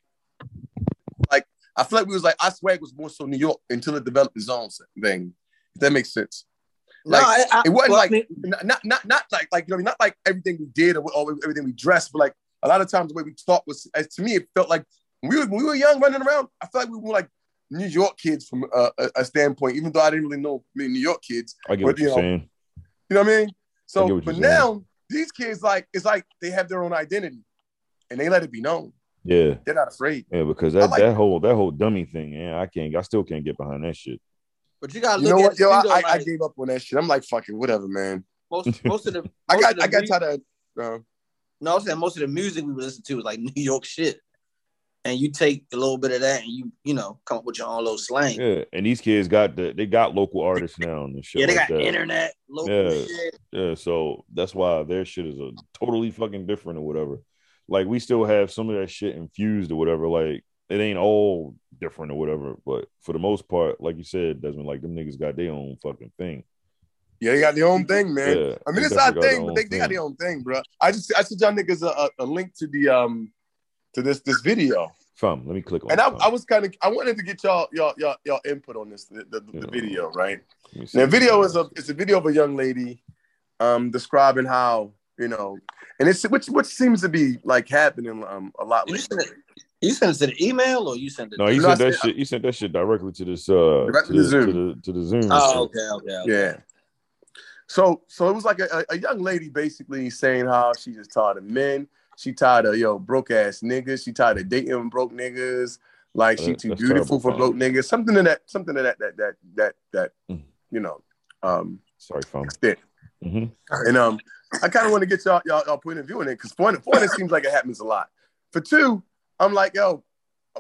Speaker 6: like I feel like we was like our swag was more so New York until it developed its own thing. If that makes sense.
Speaker 7: No,
Speaker 6: Like,
Speaker 7: I, I-
Speaker 6: It wasn't
Speaker 7: well, I
Speaker 6: like
Speaker 7: mean,
Speaker 6: not not not not like like you know what I mean? not like everything we did or, or everything we dressed, but like a lot of times the way we talked was as to me it felt like when we were when we were young running around. I felt like we were like New York kids from uh, a, a standpoint, even though I didn't really know many New York kids.
Speaker 3: I get
Speaker 6: but,
Speaker 3: what you're
Speaker 6: you know,
Speaker 3: saying.
Speaker 6: You know what I mean?
Speaker 3: I get
Speaker 6: So,
Speaker 3: what you're
Speaker 6: but
Speaker 3: saying.
Speaker 6: now these kids like it's like they have their own identity, and they let it be known.
Speaker 3: Yeah,
Speaker 6: They're not afraid.
Speaker 3: yeah, because that
Speaker 6: like-
Speaker 3: that whole that whole dummy thing, yeah, I can't, I still can't get behind that shit.
Speaker 7: but you gotta
Speaker 6: You
Speaker 7: look
Speaker 6: know
Speaker 7: at
Speaker 6: what?
Speaker 7: it
Speaker 6: Yo,
Speaker 7: too,
Speaker 6: I,
Speaker 7: though,
Speaker 6: I, I
Speaker 7: like,
Speaker 6: gave up on that shit. I'm like fucking whatever, man. [LAUGHS]
Speaker 7: most most of the.
Speaker 6: I
Speaker 7: most of
Speaker 6: got
Speaker 7: the
Speaker 6: I got
Speaker 7: mu-
Speaker 6: tired of. Uh,
Speaker 7: No, I'm saying most of the music we would listen to was like New York shit, and you take a little bit of that and you you know come up with your own little slang. Yeah,
Speaker 3: Yeah, and these kids got the they got local artists now and shit.
Speaker 7: they
Speaker 3: like
Speaker 7: got
Speaker 3: that.
Speaker 7: internet, local
Speaker 3: Yeah.
Speaker 7: shit.
Speaker 3: Yeah, so that's why their shit is a totally fucking different or whatever. Like we still have some of that shit infused or whatever. Like it ain't all different or whatever, but for the most part, like you said, Desmond, like them niggas got their own fucking thing.
Speaker 6: yeah, they got their own thing, man.
Speaker 3: Yeah,
Speaker 6: I
Speaker 3: they
Speaker 6: mean, it's our
Speaker 3: definitely got
Speaker 6: thing, but they, they got
Speaker 3: thing.
Speaker 6: their own thing, bro. I just I sent y'all niggas a, a, a link to the um to this this video,
Speaker 3: Fam, let me click on.
Speaker 6: and I,
Speaker 3: it,
Speaker 6: I
Speaker 3: fam.
Speaker 6: was kind of I wanted to get y'all y'all y'all, y'all input on this the, the, the
Speaker 3: Yeah.
Speaker 6: video, right?
Speaker 3: Let me see.
Speaker 6: Now, video is a it's a video of a young lady um describing how you know, and it's which which seems to be like happening um a lot.
Speaker 7: You
Speaker 6: lately.
Speaker 7: sent it. You sent it to the email or you sent it?
Speaker 3: No, he
Speaker 6: No, I
Speaker 3: sent that
Speaker 6: said-
Speaker 3: shit. He sent that shit directly to this uh
Speaker 6: Direct
Speaker 3: to
Speaker 6: to
Speaker 3: the,
Speaker 6: Zoom.
Speaker 3: to the to the Zoom.
Speaker 7: Oh, okay, okay. okay.
Speaker 6: Yeah. So so it was like a, a a young lady basically saying how she just tired of men. She tired of yo broke ass niggas. She tired of dating broke niggas. Like she
Speaker 3: That-
Speaker 6: too
Speaker 3: that's terrible,
Speaker 6: beautiful for
Speaker 3: man.
Speaker 6: broke niggas. Something to that. Something to that. That that that that.
Speaker 3: Mm.
Speaker 6: You know. Um.
Speaker 3: Sorry, fam.
Speaker 6: Extent.
Speaker 3: hmm
Speaker 6: And um, I kind of want to get y'all y'all, y'all point of view on it because for one, for one, it seems like it happens a lot. For two, I'm like, yo,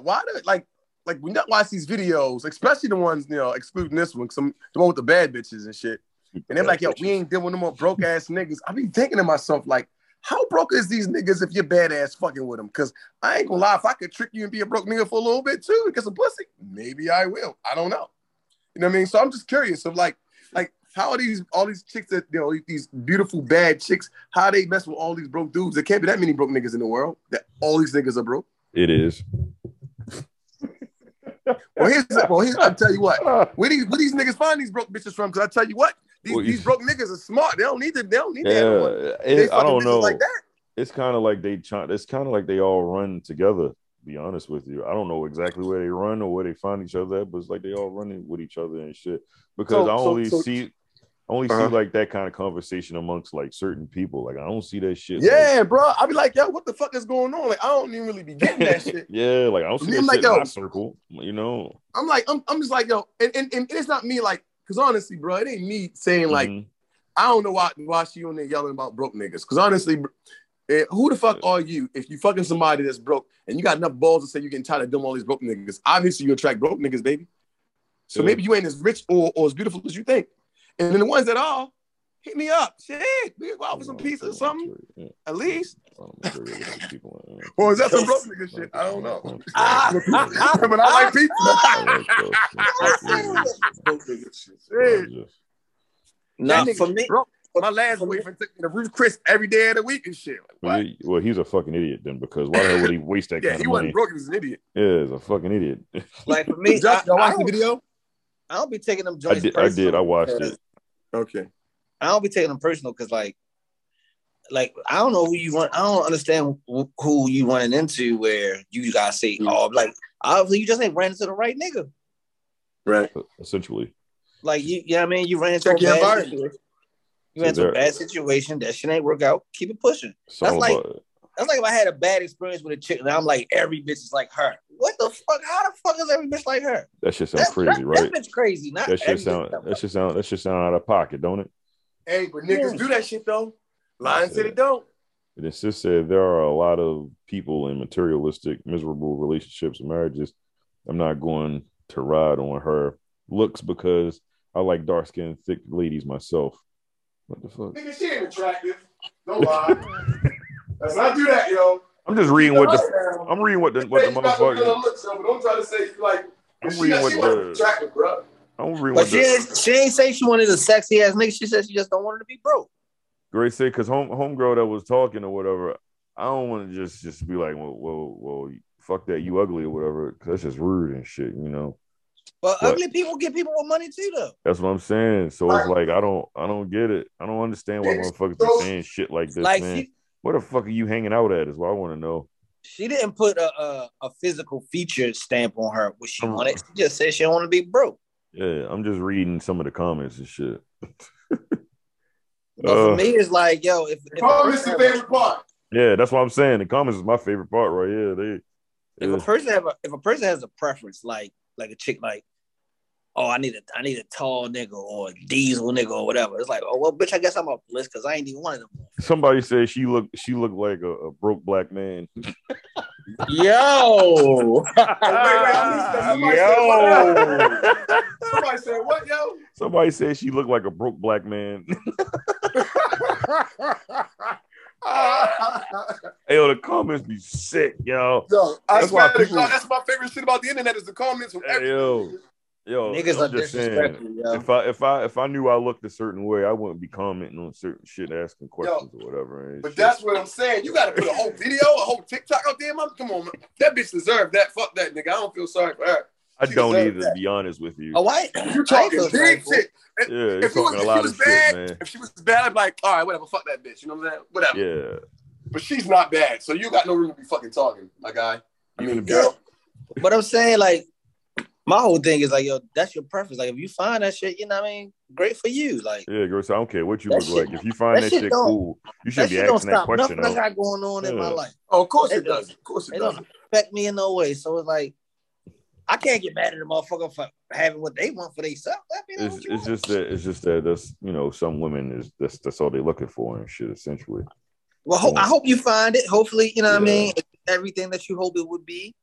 Speaker 6: why do like like when you watch these videos, especially the ones you know, excluding this one, some the one with the bad bitches and shit. And they're like, yo, we ain't dealing with no more broke ass niggas. I be thinking to myself, like, how broke is these niggas if you're badass fucking with them? Because I ain't gonna lie, if I could trick you and be a broke nigga for a little bit too and get some pussy, maybe I will. I don't know. You know what I mean? So I'm just curious of like, like how are these all these chicks that you know these beautiful bad chicks? How they mess with all these broke dudes? There can't be that many broke niggas in the world. That all these niggas are broke.
Speaker 3: It is.
Speaker 6: Well, here's well, here's, I'll tell you what. Where these where these niggas find these broke bitches from? Because I tell you what, these,
Speaker 3: Well, you-
Speaker 6: these broke niggas are smart. They don't need to. They don't need to have no one.
Speaker 3: Yeah,
Speaker 6: They
Speaker 3: it, I
Speaker 6: fucking
Speaker 3: don't
Speaker 6: bitches
Speaker 3: know.
Speaker 6: like that.
Speaker 3: It's kind of like they. Try, it's kind of like they all run together. to Be honest with you, I don't know exactly where they run or where they find each other, at, but it's like they all running with each other and shit. Because
Speaker 6: So-
Speaker 3: I
Speaker 6: so-
Speaker 3: only
Speaker 6: so-
Speaker 3: see, I only
Speaker 6: Uh-huh.
Speaker 3: see like that kind of conversation amongst like certain people. Like I don't see that shit. like- [LAUGHS]
Speaker 6: Yeah, bro. I be like, yo, what the fuck is going on? Like, I don't even really be getting that [LAUGHS] shit.
Speaker 3: yeah, like I don't see
Speaker 6: Me,
Speaker 3: that
Speaker 6: I'm like,
Speaker 3: shit in
Speaker 6: yo.
Speaker 3: my circle. You know,
Speaker 6: I'm like, I'm, I'm just like, yo, and, and, and it's not me, like, cause honestly, bro, it ain't me saying like,
Speaker 3: Mhm.
Speaker 6: I don't know why why she on there yelling about broke niggas. Cause honestly, br- eh, who the fuck are you if you fucking somebody that's broke and you got enough balls to say you're getting tired of them all these broke niggas? Obviously, you attract broke niggas, baby. So
Speaker 3: Yeah.
Speaker 6: maybe you ain't as rich or, or as beautiful as you think. And then the ones that are, hit me up. Shit, we can go out for some
Speaker 3: Oh,
Speaker 6: pizza or something,
Speaker 3: Yeah.
Speaker 6: at least.
Speaker 3: I don't know if there really is people in there.
Speaker 6: Or is that some broke nigga shit? [LAUGHS] I
Speaker 3: [LAUGHS]
Speaker 6: don't know.
Speaker 7: Ah,
Speaker 6: [LAUGHS] but I like pizza. [LAUGHS] Shit.
Speaker 7: Nah,
Speaker 6: That nigga
Speaker 7: for me,
Speaker 6: broke. My last boyfriend took me to Ruth Chris every day of the week and shit. Like,
Speaker 3: Well,
Speaker 6: what?
Speaker 3: he- well, he's a fucking idiot then, because why the hell would he waste that
Speaker 6: Yeah,
Speaker 3: kind
Speaker 6: he
Speaker 3: of money?
Speaker 6: wasn't broke. He was an idiot.
Speaker 3: Yeah, he's a fucking idiot.
Speaker 7: like for me, I,
Speaker 6: Josh, y'all
Speaker 7: I
Speaker 6: watch the
Speaker 7: don't-
Speaker 6: video?
Speaker 7: I don't be taking them
Speaker 3: I
Speaker 7: joints.
Speaker 3: did. I did. I
Speaker 7: personal.
Speaker 3: watched it.
Speaker 6: Okay.
Speaker 7: I don't be taking them personal because like, like I don't know who you run. I don't understand wh- who you running into where you guys say, oh, like obviously you just ain't ran into the right nigga.
Speaker 6: Right.
Speaker 3: uh, Essentially,
Speaker 7: Like you, you know what I mean? You ran into
Speaker 6: Check
Speaker 7: a
Speaker 6: your
Speaker 7: bad
Speaker 6: environment.
Speaker 7: situation. You ran into a
Speaker 3: There-
Speaker 7: bad situation. That shit ain't work out. Keep it pushing.
Speaker 3: it's all
Speaker 7: like-
Speaker 3: about-
Speaker 7: That's like if I had a bad experience with a chick and I'm like, every bitch is like her. What the fuck? How the fuck is every bitch like her?
Speaker 3: that shit sounds
Speaker 7: That's
Speaker 3: crazy,
Speaker 7: that,
Speaker 3: right?
Speaker 7: That bitch crazy. Not
Speaker 3: That shit
Speaker 7: every bitch
Speaker 3: sound.
Speaker 7: like her.
Speaker 3: That shit sound. That shit sound out of pocket, don't it?
Speaker 6: Hey, but niggas do that shit though. Lions
Speaker 3: Yeah.
Speaker 6: said it don't.
Speaker 3: And it's just said there are a lot of people in materialistic, miserable relationships and marriages. I'm not going to ride on her looks because I like dark skinned, thick ladies myself. What the fuck?
Speaker 6: Nigga, she ain't attractive. Don't [LAUGHS] lie. Let's not do that, yo.
Speaker 3: I'm just reading what the.
Speaker 6: the
Speaker 3: I'm reading what the what the motherfucker.
Speaker 6: but don't try to say like
Speaker 3: I'm
Speaker 6: she-
Speaker 3: reading
Speaker 6: she
Speaker 3: what
Speaker 6: wasn't
Speaker 3: the-
Speaker 6: attractive, bro.
Speaker 3: I'm reading
Speaker 7: But
Speaker 3: what
Speaker 7: she
Speaker 3: the.
Speaker 7: ain't, she ain't say she wanted a sexy ass nigga. She said she just don't want her to be broke.
Speaker 3: Great say because home homegirl that was talking or whatever. I don't want to just just be like, well, well, well, fuck that, you ugly or whatever. 'cause that's just rude and shit, you know.
Speaker 7: But
Speaker 3: What?
Speaker 7: ugly people get people with money too, though.
Speaker 3: That's what I'm saying. So it's like I don't, I don't get it. I don't understand why motherfuckers be saying shit like this,
Speaker 7: like
Speaker 3: man.
Speaker 7: she,
Speaker 3: Where the fuck are you hanging out at? Is what I want to know.
Speaker 7: she didn't put a, a a physical feature stamp on her. What she
Speaker 3: Mm.
Speaker 7: wanted, she just said she don't want to be broke.
Speaker 3: Yeah, I'm just reading some of the comments and shit. [LAUGHS] Uh,
Speaker 7: But for
Speaker 3: Ugh.
Speaker 7: me, it's like, yo, if, if, a,
Speaker 6: Call this
Speaker 7: person
Speaker 6: the
Speaker 7: have a,
Speaker 6: favorite part.
Speaker 3: Yeah, that's what I'm saying. The comments is my favorite part right here. They,
Speaker 7: if a person have a, if a person has a preference, like like a chick, like, oh, I need a I need a tall nigga or a diesel nigga or whatever. It's like, oh well, bitch, I guess I'm off the list because I ain't even one of them.
Speaker 3: [LAUGHS] somebody said she looked, she looked like a, a broke black man.
Speaker 7: Yo,
Speaker 6: Wait, wait, I missed that. Somebody said what? Somebody said what, Ah, yo?
Speaker 3: [LAUGHS] Somebody said she looked like a broke black man. [LAUGHS] hey, yo, the comments be sick, yo.
Speaker 6: [LAUGHS] yo, I
Speaker 3: That's why
Speaker 6: swear to
Speaker 3: people-
Speaker 6: God, that's my favorite shit about the internet is the comments from
Speaker 3: Hey,
Speaker 6: every
Speaker 3: yo, yo,
Speaker 7: niggas
Speaker 3: I'm
Speaker 7: are
Speaker 3: just saying.
Speaker 7: disrespectful. Yo.
Speaker 3: If I if I if I knew I looked a certain way, I wouldn't be commenting on certain shit, asking questions or whatever. and
Speaker 6: But
Speaker 3: shit.
Speaker 6: that's what I'm saying. You gotta put a whole video, a whole TikTok out there. Man. Come on, man. That bitch deserved that. Fuck that nigga. I don't feel sorry for her.
Speaker 3: I don't
Speaker 6: deserve
Speaker 3: either, to
Speaker 6: that.
Speaker 3: be honest with you.
Speaker 7: Oh, I,
Speaker 6: You talking
Speaker 7: I feel
Speaker 6: big
Speaker 7: sorry
Speaker 6: shit.
Speaker 3: yeah, you're
Speaker 6: If, it was,
Speaker 3: talking a
Speaker 6: if she
Speaker 3: lot
Speaker 6: was
Speaker 3: of
Speaker 6: bad,
Speaker 3: shit,
Speaker 6: if she was bad, I'd be like, all right, whatever, fuck that bitch. You know what I'm saying? Whatever.
Speaker 3: man. Yeah.
Speaker 6: But she's not bad, so you got no room to be fucking talking, my guy. I mean, girl.
Speaker 7: But I'm saying like my whole thing is like, yo, that's your preference. Like if you find that shit, you know what I mean? Great for you. Like
Speaker 3: Yeah, girl. So I don't care what you
Speaker 7: That
Speaker 3: look
Speaker 7: shit-
Speaker 3: like. If you find
Speaker 7: that
Speaker 3: that,
Speaker 7: shit
Speaker 3: shit
Speaker 7: don't-
Speaker 3: cool, you
Speaker 7: that
Speaker 3: shouldn't be
Speaker 7: shit don't
Speaker 3: asking that
Speaker 7: stop
Speaker 3: question.
Speaker 7: nothing I
Speaker 3: Though.
Speaker 7: got going on in my
Speaker 3: Yeah.
Speaker 7: life.
Speaker 6: Oh, of course it
Speaker 7: It
Speaker 6: does. Of course it
Speaker 7: It
Speaker 6: does.
Speaker 7: don't affect me in no way. So it's like I can't get mad at the motherfucker for having what they want for themselves. I mean,
Speaker 3: It's, it's just that it's just that that's you know some women is that's that's all they're looking for and shit essentially.
Speaker 7: Well, ho- I
Speaker 3: Yeah.
Speaker 7: hope you find it. Hopefully, you know what I
Speaker 3: Yeah.
Speaker 7: mean. It's everything that you hope it would be.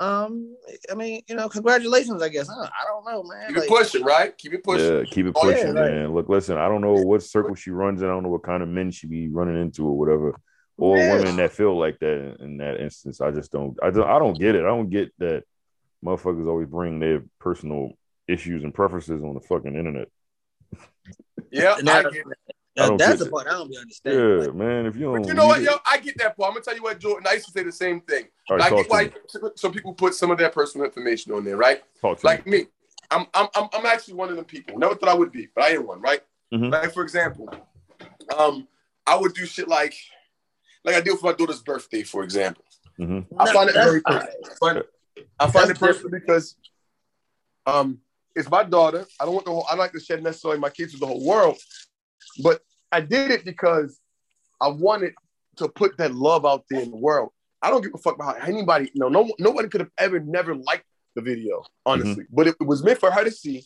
Speaker 7: Um, I mean, you know, congratulations. I guess I don't, I don't know, man.
Speaker 6: Keep it
Speaker 7: Like,
Speaker 6: pushing, right? Keep it pushing.
Speaker 3: Yeah, keep it
Speaker 6: Oh, yeah,
Speaker 3: pushing,
Speaker 7: like-
Speaker 3: man. Look, listen, I don't know what circle she runs in. I don't know what kind of men she be running into or whatever, or
Speaker 7: Yeah.
Speaker 3: women that feel like that in that instance. I just don't. I don't. I don't get it. I don't get that motherfuckers always bring their personal issues and preferences on the fucking internet.
Speaker 6: Yeah,
Speaker 7: and that-
Speaker 6: I get it.
Speaker 3: I don't
Speaker 7: that's
Speaker 3: get
Speaker 7: the
Speaker 3: it.
Speaker 7: part I don't be understanding.
Speaker 3: Yeah,
Speaker 7: Like,
Speaker 3: man. If you don't,
Speaker 6: But you know what,
Speaker 3: read
Speaker 6: yo?
Speaker 3: it-
Speaker 6: I get that part. I'm gonna tell you what, Jordan. I used to say the same thing.
Speaker 3: All
Speaker 6: I
Speaker 3: right,
Speaker 6: get
Speaker 3: talk to me.
Speaker 6: why some people put some of their personal information on there, right?
Speaker 3: Talk to me.
Speaker 6: like me. I'm I'm I'm I'm actually one of them people. Never thought I would be, but I am one, right?
Speaker 3: Mhm.
Speaker 6: Like for example, um, I would do shit like like I do for my daughter's birthday, for example.
Speaker 3: hmm
Speaker 6: I find it
Speaker 7: that's-
Speaker 6: very personal. I find it, I find it
Speaker 7: That's
Speaker 6: personal because um it's my daughter. I don't want the whole I don't like to share necessarily my kids with the whole world, but I did it because I wanted to put that love out there in the world. I don't give a fuck about how anybody, no, no nobody could have ever never liked the video, honestly. But it, it was meant for her to see,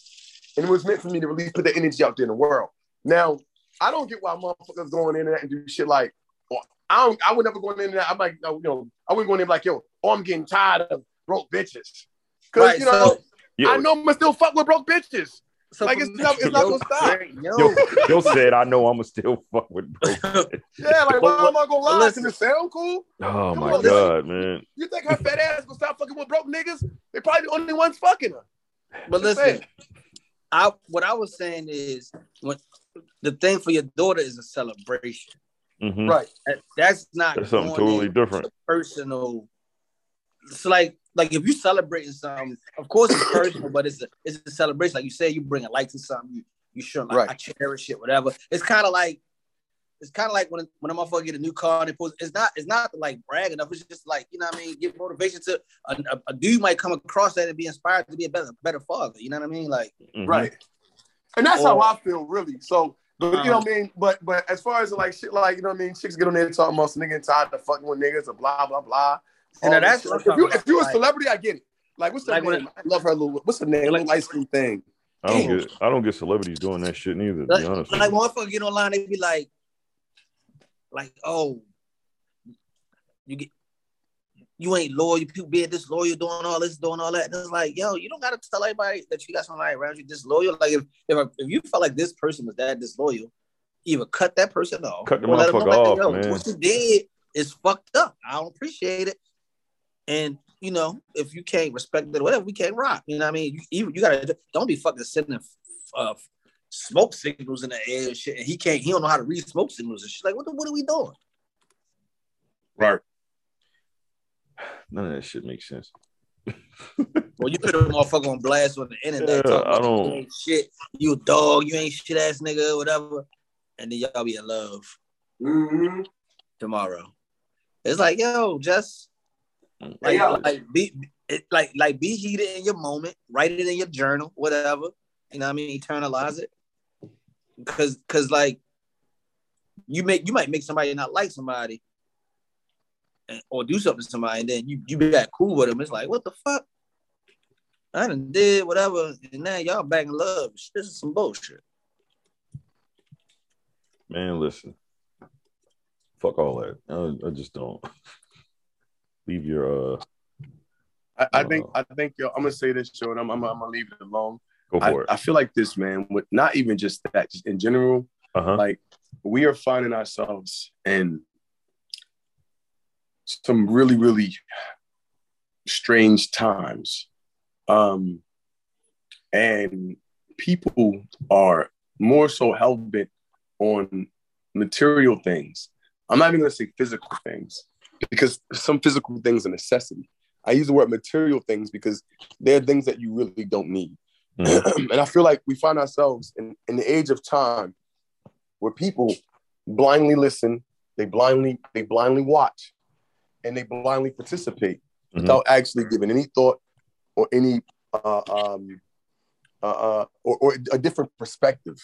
Speaker 6: and it was meant for me to really put the energy out there in the world. Now, I don't get why motherfuckers go on the internet and do shit like, or I don't, I would never go on the internet. I'm like, oh, you know, I wouldn't go in there like, yo, oh, I'm getting tired of broke bitches. Cause
Speaker 7: Right,
Speaker 6: you know,
Speaker 7: so-
Speaker 3: Yeah,
Speaker 6: I know I'm still fuck with broke bitches.
Speaker 7: so
Speaker 6: like
Speaker 7: for
Speaker 6: it's
Speaker 7: me-
Speaker 6: not, it's not
Speaker 7: [LAUGHS] yo,
Speaker 6: gonna stop.
Speaker 7: Yo,
Speaker 3: Yo, yo said I know I'm gonna still [LAUGHS] fuck with. Bro.
Speaker 6: Yeah, like why am I gonna lie?
Speaker 7: Listen.
Speaker 6: Does it sound cool?
Speaker 3: Oh
Speaker 6: Come
Speaker 3: my
Speaker 6: on, listen.
Speaker 3: god, man.
Speaker 6: You think her fat ass gonna stop fucking with broke niggas? They probably the only ones fucking her.
Speaker 7: but
Speaker 6: Just
Speaker 7: listen,
Speaker 6: saying.
Speaker 7: I what I was saying is when the thing for your daughter is a celebration.
Speaker 3: Mhm.
Speaker 6: Right.
Speaker 7: That- that's not
Speaker 3: That's something
Speaker 7: going in
Speaker 3: totally different.
Speaker 7: personal. It's like like if you celebrating something, of course it's personal, but it's a it's a celebration. Like you said, you bring a light to something. You you sure like,
Speaker 6: Right.
Speaker 7: I cherish it, whatever. It's kind of like it's kind of like when when a motherfucker get a new car and they post. It's not it's not like brag enough. It's just like you know what I mean. Get motivation to a, a, a dude might come across that and be inspired to be a better better father. You know what I mean? Like
Speaker 3: Mhm.
Speaker 6: Right. And that's how
Speaker 7: Mm-hmm. Or- Uh-huh.
Speaker 6: I feel really. So but you know what I mean? But but as far as like shit like, you know what I mean, chicks get on there talking about nigga tired of fucking with niggas or blah blah blah.
Speaker 7: And
Speaker 6: All
Speaker 7: that's
Speaker 6: this
Speaker 7: what
Speaker 6: shit. if
Speaker 7: I'm
Speaker 6: you
Speaker 7: talking
Speaker 6: if you a
Speaker 7: about, like-
Speaker 6: celebrity, I get it. Like what's her
Speaker 7: Like when-
Speaker 6: name? I love her little what's her name?
Speaker 7: Like-
Speaker 6: little ice cream thing.
Speaker 3: I don't
Speaker 6: Damn.
Speaker 3: get I don't get celebrities doing that shit neither, to be
Speaker 7: like,
Speaker 3: honest. with
Speaker 7: like
Speaker 3: you.
Speaker 7: motherfucker get online, they be like, like, oh, you get, you ain't loyal. You people being disloyal, doing all this, doing all that. And it's like, yo, you don't gotta tell everybody that you got somebody around you disloyal. Like if if, if you felt like this person was that disloyal, either cut that person off,
Speaker 3: Cut the
Speaker 7: or let 'em know,
Speaker 3: motherfucker
Speaker 7: like,
Speaker 3: off,
Speaker 7: yo,
Speaker 3: man.
Speaker 7: What you did is fucked up. I don't appreciate it. And you know, if you can't respect it, whatever, we can't rock. You know what I mean? You, you, you gotta don't be fucking sending uh, smoke signals in the air and shit. And he can't, he don't know how to read smoke signals and shit. Like, what the, what are we doing?
Speaker 6: Right.
Speaker 3: None of that shit makes sense.
Speaker 7: Well, you put a motherfucker on blast on the internet.
Speaker 3: Yeah,
Speaker 7: talking
Speaker 3: I
Speaker 7: about
Speaker 3: don't-
Speaker 7: You ain't shit. You a dog. You ain't shit ass nigga. Whatever. And then y'all be in love
Speaker 6: Mm-hmm.
Speaker 7: tomorrow. It's like, yo, just like,
Speaker 6: Yeah.
Speaker 7: like be it, like like be heated in your moment. Write it in your journal, whatever. You know what I mean? Eternalize it. Cause cause like you make you might make somebody not like somebody and, or do something to somebody and then you you be that cool with them. It's like, what the fuck? I done did whatever, and now y'all back in love. This is some bullshit.
Speaker 3: Man, listen. Fuck all that. I, I just don't. [LAUGHS] Leave your uh
Speaker 6: I, I think I think yo, I'm gonna say this, Jordan. I'm, I'm, I'm gonna leave it alone.
Speaker 3: go
Speaker 6: I,
Speaker 3: for
Speaker 6: I
Speaker 3: it.
Speaker 6: feel like this, man, with not even just that, just in general.
Speaker 3: Uh huh.
Speaker 6: like we are finding ourselves in some really really strange times um and people are more so hell-bent on material things i'm not even going to say physical things because some physical things are necessity I use the word material things because they're things that you really don't need.
Speaker 3: Mhm.
Speaker 6: [CLEARS THROAT] and I feel like we find ourselves in, in the age of time where people blindly listen, they blindly they blindly watch, and they blindly participate
Speaker 3: Mhm.
Speaker 6: without actually giving any thought or any uh, um, uh, uh, or, or a different perspective.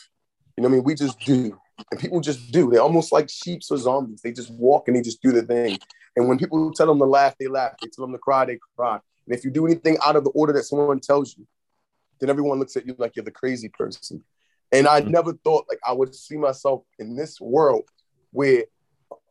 Speaker 6: You know what I mean? We just do, and people just do. They're almost like sheep or zombies. They just walk and they just do the thing. And when people tell them to laugh, they laugh. They tell them to cry, they cry. And if you do anything out of the order that someone tells you, then everyone looks at you like you're the crazy person. And I
Speaker 3: Mhm.
Speaker 6: never thought like I would see myself in this world where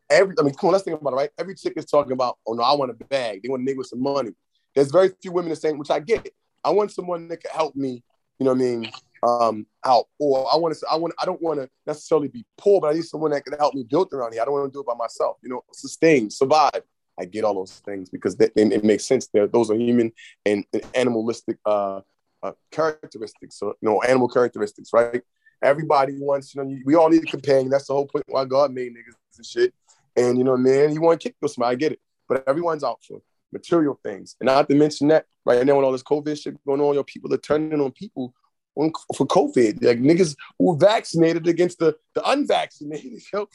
Speaker 6: every I mean, come on, let's think about it, right? Every chick is talking about, oh no, I want a bag. They want to nigga with some money. There's very few women that saying, which I get. I want someone that can help me, you know what I mean, um, out. Or I want to I want I don't want to necessarily be poor, but I need someone that can help me build around here. I don't want to do it by myself, you know, sustain, survive. I get all those things because that, and it makes sense. There, those are human and, and animalistic uh, uh, characteristics, so you know, animal characteristics, right? Everybody wants, you know, you- we all need a companion. That's the whole point why God made niggas and shit. And you know, man, you want to kick with somebody, I get it. But everyone's out for material things, and not to mention that, right? And then with all this COVID shit going on, your people are turning on people on, for COVID, like niggas who vaccinated against the the unvaccinated, [LAUGHS] yo.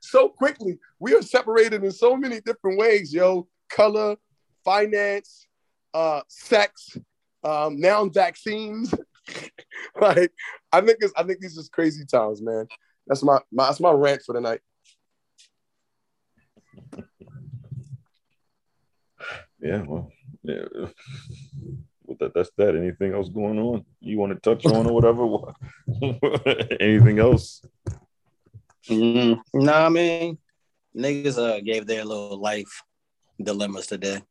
Speaker 6: so quickly, we are separated in so many different ways, yo. Color, finance, uh, sex, um, now vaccines. [LAUGHS] like I think it's I think these is crazy times, man. That's my, my that's my rant for tonight.
Speaker 3: Yeah, well, yeah. [LAUGHS] Well, that, that's that. Anything else going on? You want to touch on or whatever? [LAUGHS] Anything else?
Speaker 7: Mhm. Nah, man. Niggas uh, gave their little life dilemmas today.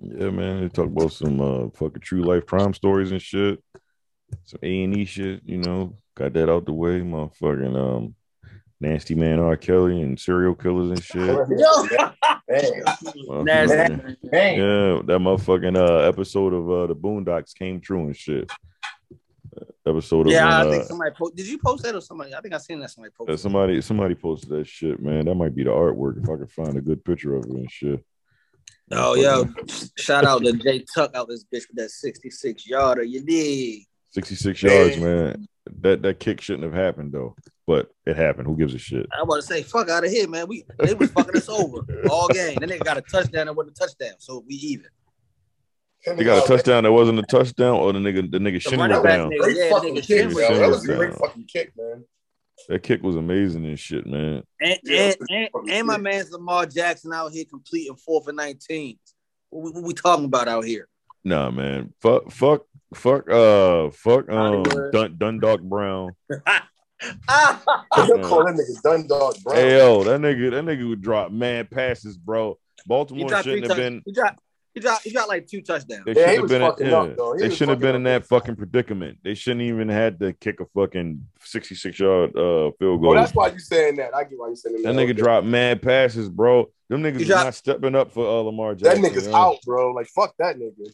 Speaker 3: Yeah, man. They talk about some uh, fucking true life crime stories and shit. Some A and E shit, you know. Got that out the way. Motherfucking um, nasty man R. Kelly and serial killers and shit. Well,
Speaker 7: [LAUGHS] Nasty.
Speaker 4: Dang.
Speaker 3: Yeah, that motherfucking uh, episode of uh, the Boondocks came true and shit. Uh, Episode of
Speaker 7: Yeah, I
Speaker 3: when,
Speaker 7: think
Speaker 3: uh,
Speaker 7: somebody po- did you post that or somebody? I think I seen that somebody
Speaker 3: Yeah,
Speaker 7: posted.
Speaker 3: somebody somebody posted that shit, man. That might be the artwork if I could find a good picture of it and shit.
Speaker 7: Oh yo, shout out to Jay Tuck out this bitch with that 66 yarder. You dig?
Speaker 3: 66
Speaker 6: Man.
Speaker 3: yards, man. That that kick shouldn't have happened though, but it happened. Who gives a shit?
Speaker 7: I want to say fuck out of here, man. We they was fucking us over all game. That nigga got a touchdown and wasn't a touchdown, so we even.
Speaker 3: They got a touchdown that wasn't a touchdown, or the nigga the nigga
Speaker 7: The
Speaker 3: shin
Speaker 7: running
Speaker 3: went
Speaker 7: back
Speaker 3: down.
Speaker 7: nigga.
Speaker 6: Great
Speaker 7: Yeah,
Speaker 6: fucking
Speaker 7: nigga,
Speaker 6: kick,
Speaker 3: Jim
Speaker 6: yo. That was a
Speaker 3: Jim
Speaker 6: great
Speaker 3: down.
Speaker 6: fucking kick, man.
Speaker 3: That kick was amazing and shit, man.
Speaker 7: And
Speaker 6: Yeah,
Speaker 7: and, and, and my man's Lamar Jackson out here completing four for 19. What we, what we talking about out here? [LAUGHS]
Speaker 3: Nah, man. Fuck fuck fuck uh fuck um
Speaker 7: Hollywood.
Speaker 3: Dun Dundalk Brown.
Speaker 7: Ah,
Speaker 6: They
Speaker 3: Yeah.
Speaker 6: don't call that nigga Dundog Brown.
Speaker 3: Hey yo, that nigga that nigga would drop mad passes, bro.
Speaker 7: he
Speaker 3: Baltimore
Speaker 7: dropped three
Speaker 3: shouldn't have been
Speaker 7: touchdowns. He dropped, he dropped, he dropped like two touchdowns.
Speaker 3: They
Speaker 6: Yeah, he
Speaker 3: shouldn't have
Speaker 6: was
Speaker 3: been.
Speaker 6: fucking
Speaker 3: In, yeah,
Speaker 6: up, though. He
Speaker 3: they
Speaker 6: was
Speaker 3: shouldn't have
Speaker 6: fucking
Speaker 3: been
Speaker 6: up.
Speaker 3: in that fucking predicament. They shouldn't even had to kick a fucking sixty-six yard uh, field
Speaker 6: Oh,
Speaker 3: goal.
Speaker 6: that's why you saying that. I get why you saying that.
Speaker 3: that nigga
Speaker 6: Okay.
Speaker 3: dropped mad passes, bro. Them niggas is
Speaker 7: dropped-
Speaker 3: not stepping up for uh, Lamar
Speaker 6: That
Speaker 3: Jackson.
Speaker 6: nigga's
Speaker 3: yo.
Speaker 6: out, bro. Like fuck that nigga.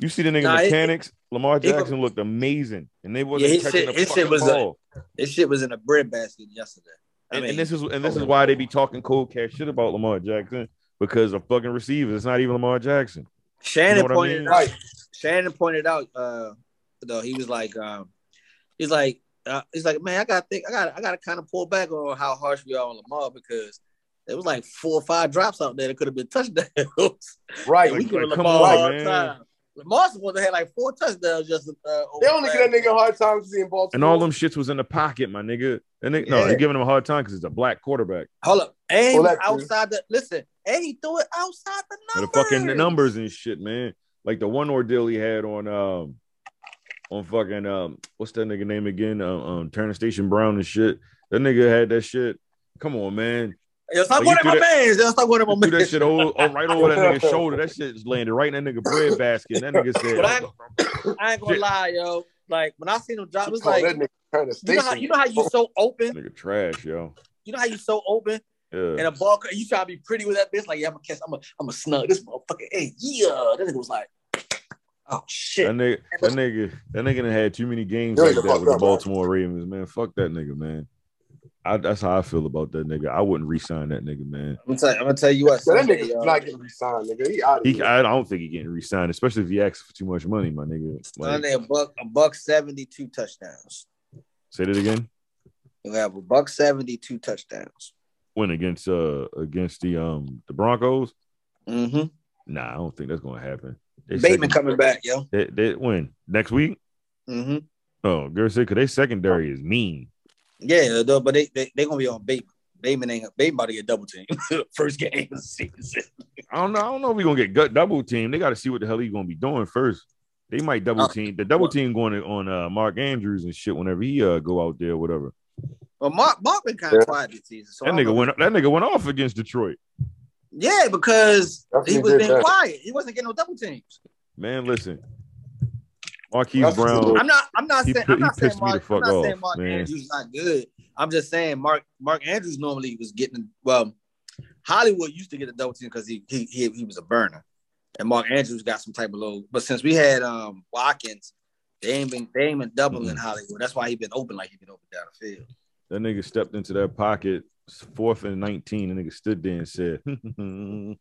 Speaker 3: You see the nigga
Speaker 7: Nah, it-
Speaker 3: mechanics. Lamar
Speaker 7: he go-
Speaker 3: Jackson looked amazing, and they wasn't
Speaker 7: his
Speaker 3: catching
Speaker 7: shit-
Speaker 3: the
Speaker 7: his
Speaker 3: fucking
Speaker 7: shit was a-
Speaker 3: ball.
Speaker 7: This shit was in a breadbasket yesterday. I
Speaker 3: and,
Speaker 7: mean, oh
Speaker 3: and this is and this is why they be talking cold cash shit about Lamar Jackson because of fucking receivers. It's not even Lamar Jackson. You know
Speaker 7: Shannon
Speaker 3: what I
Speaker 7: pointed
Speaker 3: mean?
Speaker 7: out.
Speaker 6: Right.
Speaker 7: Shannon pointed out. Uh, though he was like, um, he's like, uh, he's like, man, I got to think, I got, I got to kind of pull back on how harsh we are on Lamar because there was like four or five drops out there that could have been [LAUGHS] touchdowns.
Speaker 6: Right.
Speaker 7: And we give
Speaker 3: like,
Speaker 7: Lamar
Speaker 3: come
Speaker 7: all
Speaker 3: on, man.
Speaker 7: the time. Lamar's supposed to have like four touchdowns just. Uh,
Speaker 6: They only give that nigga a hard time because he in Baltimore.
Speaker 3: And all them shits was in the pocket, my nigga. And they, no,
Speaker 6: Yeah.
Speaker 3: they're giving him a hard time because it's a black quarterback.
Speaker 7: Hold up, and he
Speaker 6: Well,
Speaker 7: was
Speaker 6: that-
Speaker 7: outside the listen, and he threw it outside the
Speaker 3: And the
Speaker 7: numbers.
Speaker 3: fucking numbers and shit, man. Like the one ordeal he had on um on fucking um what's that nigga name again? Um, um Turner Station Brown and shit. That nigga had that shit. Come on, man.
Speaker 7: Yo, stop
Speaker 3: Oh,
Speaker 7: going
Speaker 3: you
Speaker 7: at my
Speaker 3: threw
Speaker 7: mans. Yo, stop going at my
Speaker 3: Do that
Speaker 7: mans.
Speaker 3: shit over, oh, right over that nigga's shoulder. That shit just landed right in that nigga bread basket. And that nigga said,
Speaker 7: But I, [LAUGHS] I ain't gonna lie, yo. Like when I seen him drop, it was
Speaker 6: Call
Speaker 7: like
Speaker 6: that nigga Turner
Speaker 7: you know how
Speaker 6: Station.
Speaker 7: you know how
Speaker 3: Oh.
Speaker 7: you so open.
Speaker 3: nigga trash, yo.
Speaker 7: You know how you so open, and
Speaker 3: Yeah.
Speaker 7: a ball cut- you try to be pretty with that bitch. Like yeah, I'm gonna catch, I'm gonna, I'm gonna snug this motherfucker. Hey, yeah, that nigga was like, oh
Speaker 3: That
Speaker 7: shit.
Speaker 3: nigga, that nigga, that nigga done had too many games
Speaker 6: Yo,
Speaker 3: like
Speaker 6: you
Speaker 3: that
Speaker 6: fucked
Speaker 3: with the
Speaker 6: up, bro.
Speaker 3: Baltimore Ravens, man. Fuck that nigga, man. I, that's how I feel about that nigga. I wouldn't resign that nigga, man.
Speaker 7: I'm gonna tell, I'm gonna tell you what.
Speaker 6: So that
Speaker 7: Sunday,
Speaker 6: nigga's
Speaker 7: y'all-
Speaker 6: not getting resigned, nigga. He out of
Speaker 3: He,
Speaker 6: here.
Speaker 3: I don't think he getting re-signed, especially if he asks for too much money, my nigga. Like,
Speaker 7: Sunday a buck a buck seventy two touchdowns.
Speaker 3: say that again.
Speaker 7: You have a buck seventy two touchdowns.
Speaker 3: Win against uh against the um the Broncos.
Speaker 7: Mm-hmm.
Speaker 3: Nah, I don't think that's gonna happen. They second-
Speaker 7: Bateman coming back, yo.
Speaker 3: They, they win next week.
Speaker 7: Mm-hmm.
Speaker 3: Oh, girl said, cause they secondary is mean.
Speaker 7: Yeah, though, but they they they gonna be on Bateman. Bateman ain't Bateman about to get double team [LAUGHS] first game of the season.
Speaker 3: I don't know. I don't know if we're gonna get gut double team. They got to see what the hell he's gonna be doing first. They might double
Speaker 7: Uh,
Speaker 3: team the double team going on uh, Mark Andrews and shit whenever he uh, go out there, whatever.
Speaker 7: But Mark Mark been kind of
Speaker 6: Yeah.
Speaker 7: quiet this season. So
Speaker 3: That
Speaker 7: I don't
Speaker 3: nigga
Speaker 7: know.
Speaker 3: went. That nigga went off against Detroit.
Speaker 7: Yeah, because
Speaker 6: That's
Speaker 7: he
Speaker 6: what
Speaker 7: was
Speaker 6: he did,
Speaker 7: being
Speaker 6: yeah.
Speaker 7: quiet. He wasn't getting no double teams.
Speaker 3: Man, listen, Marquise
Speaker 6: That's what
Speaker 3: Brown.
Speaker 7: I'm not. I'm not
Speaker 3: He
Speaker 7: saying.
Speaker 3: pi-
Speaker 7: I'm
Speaker 3: he
Speaker 7: not saying
Speaker 3: pissed me
Speaker 7: Mark.
Speaker 3: the fuck
Speaker 7: I'm not saying
Speaker 3: off,
Speaker 7: Mark
Speaker 3: man.
Speaker 7: Andrews is not good. I'm just saying Mark. Mark Andrews normally was getting. Well, Hollywood used to get a double team because he, he he he was a burner, and Mark Andrews got some type of load. But since we had um Watkins, they ain't been they ain't been doubling
Speaker 3: Mm-mm.
Speaker 7: Hollywood. That's why he been open like he been open down the field.
Speaker 3: That nigga stepped into that pocket, fourth and nineteen. The nigga stood there and said, [LAUGHS] "Here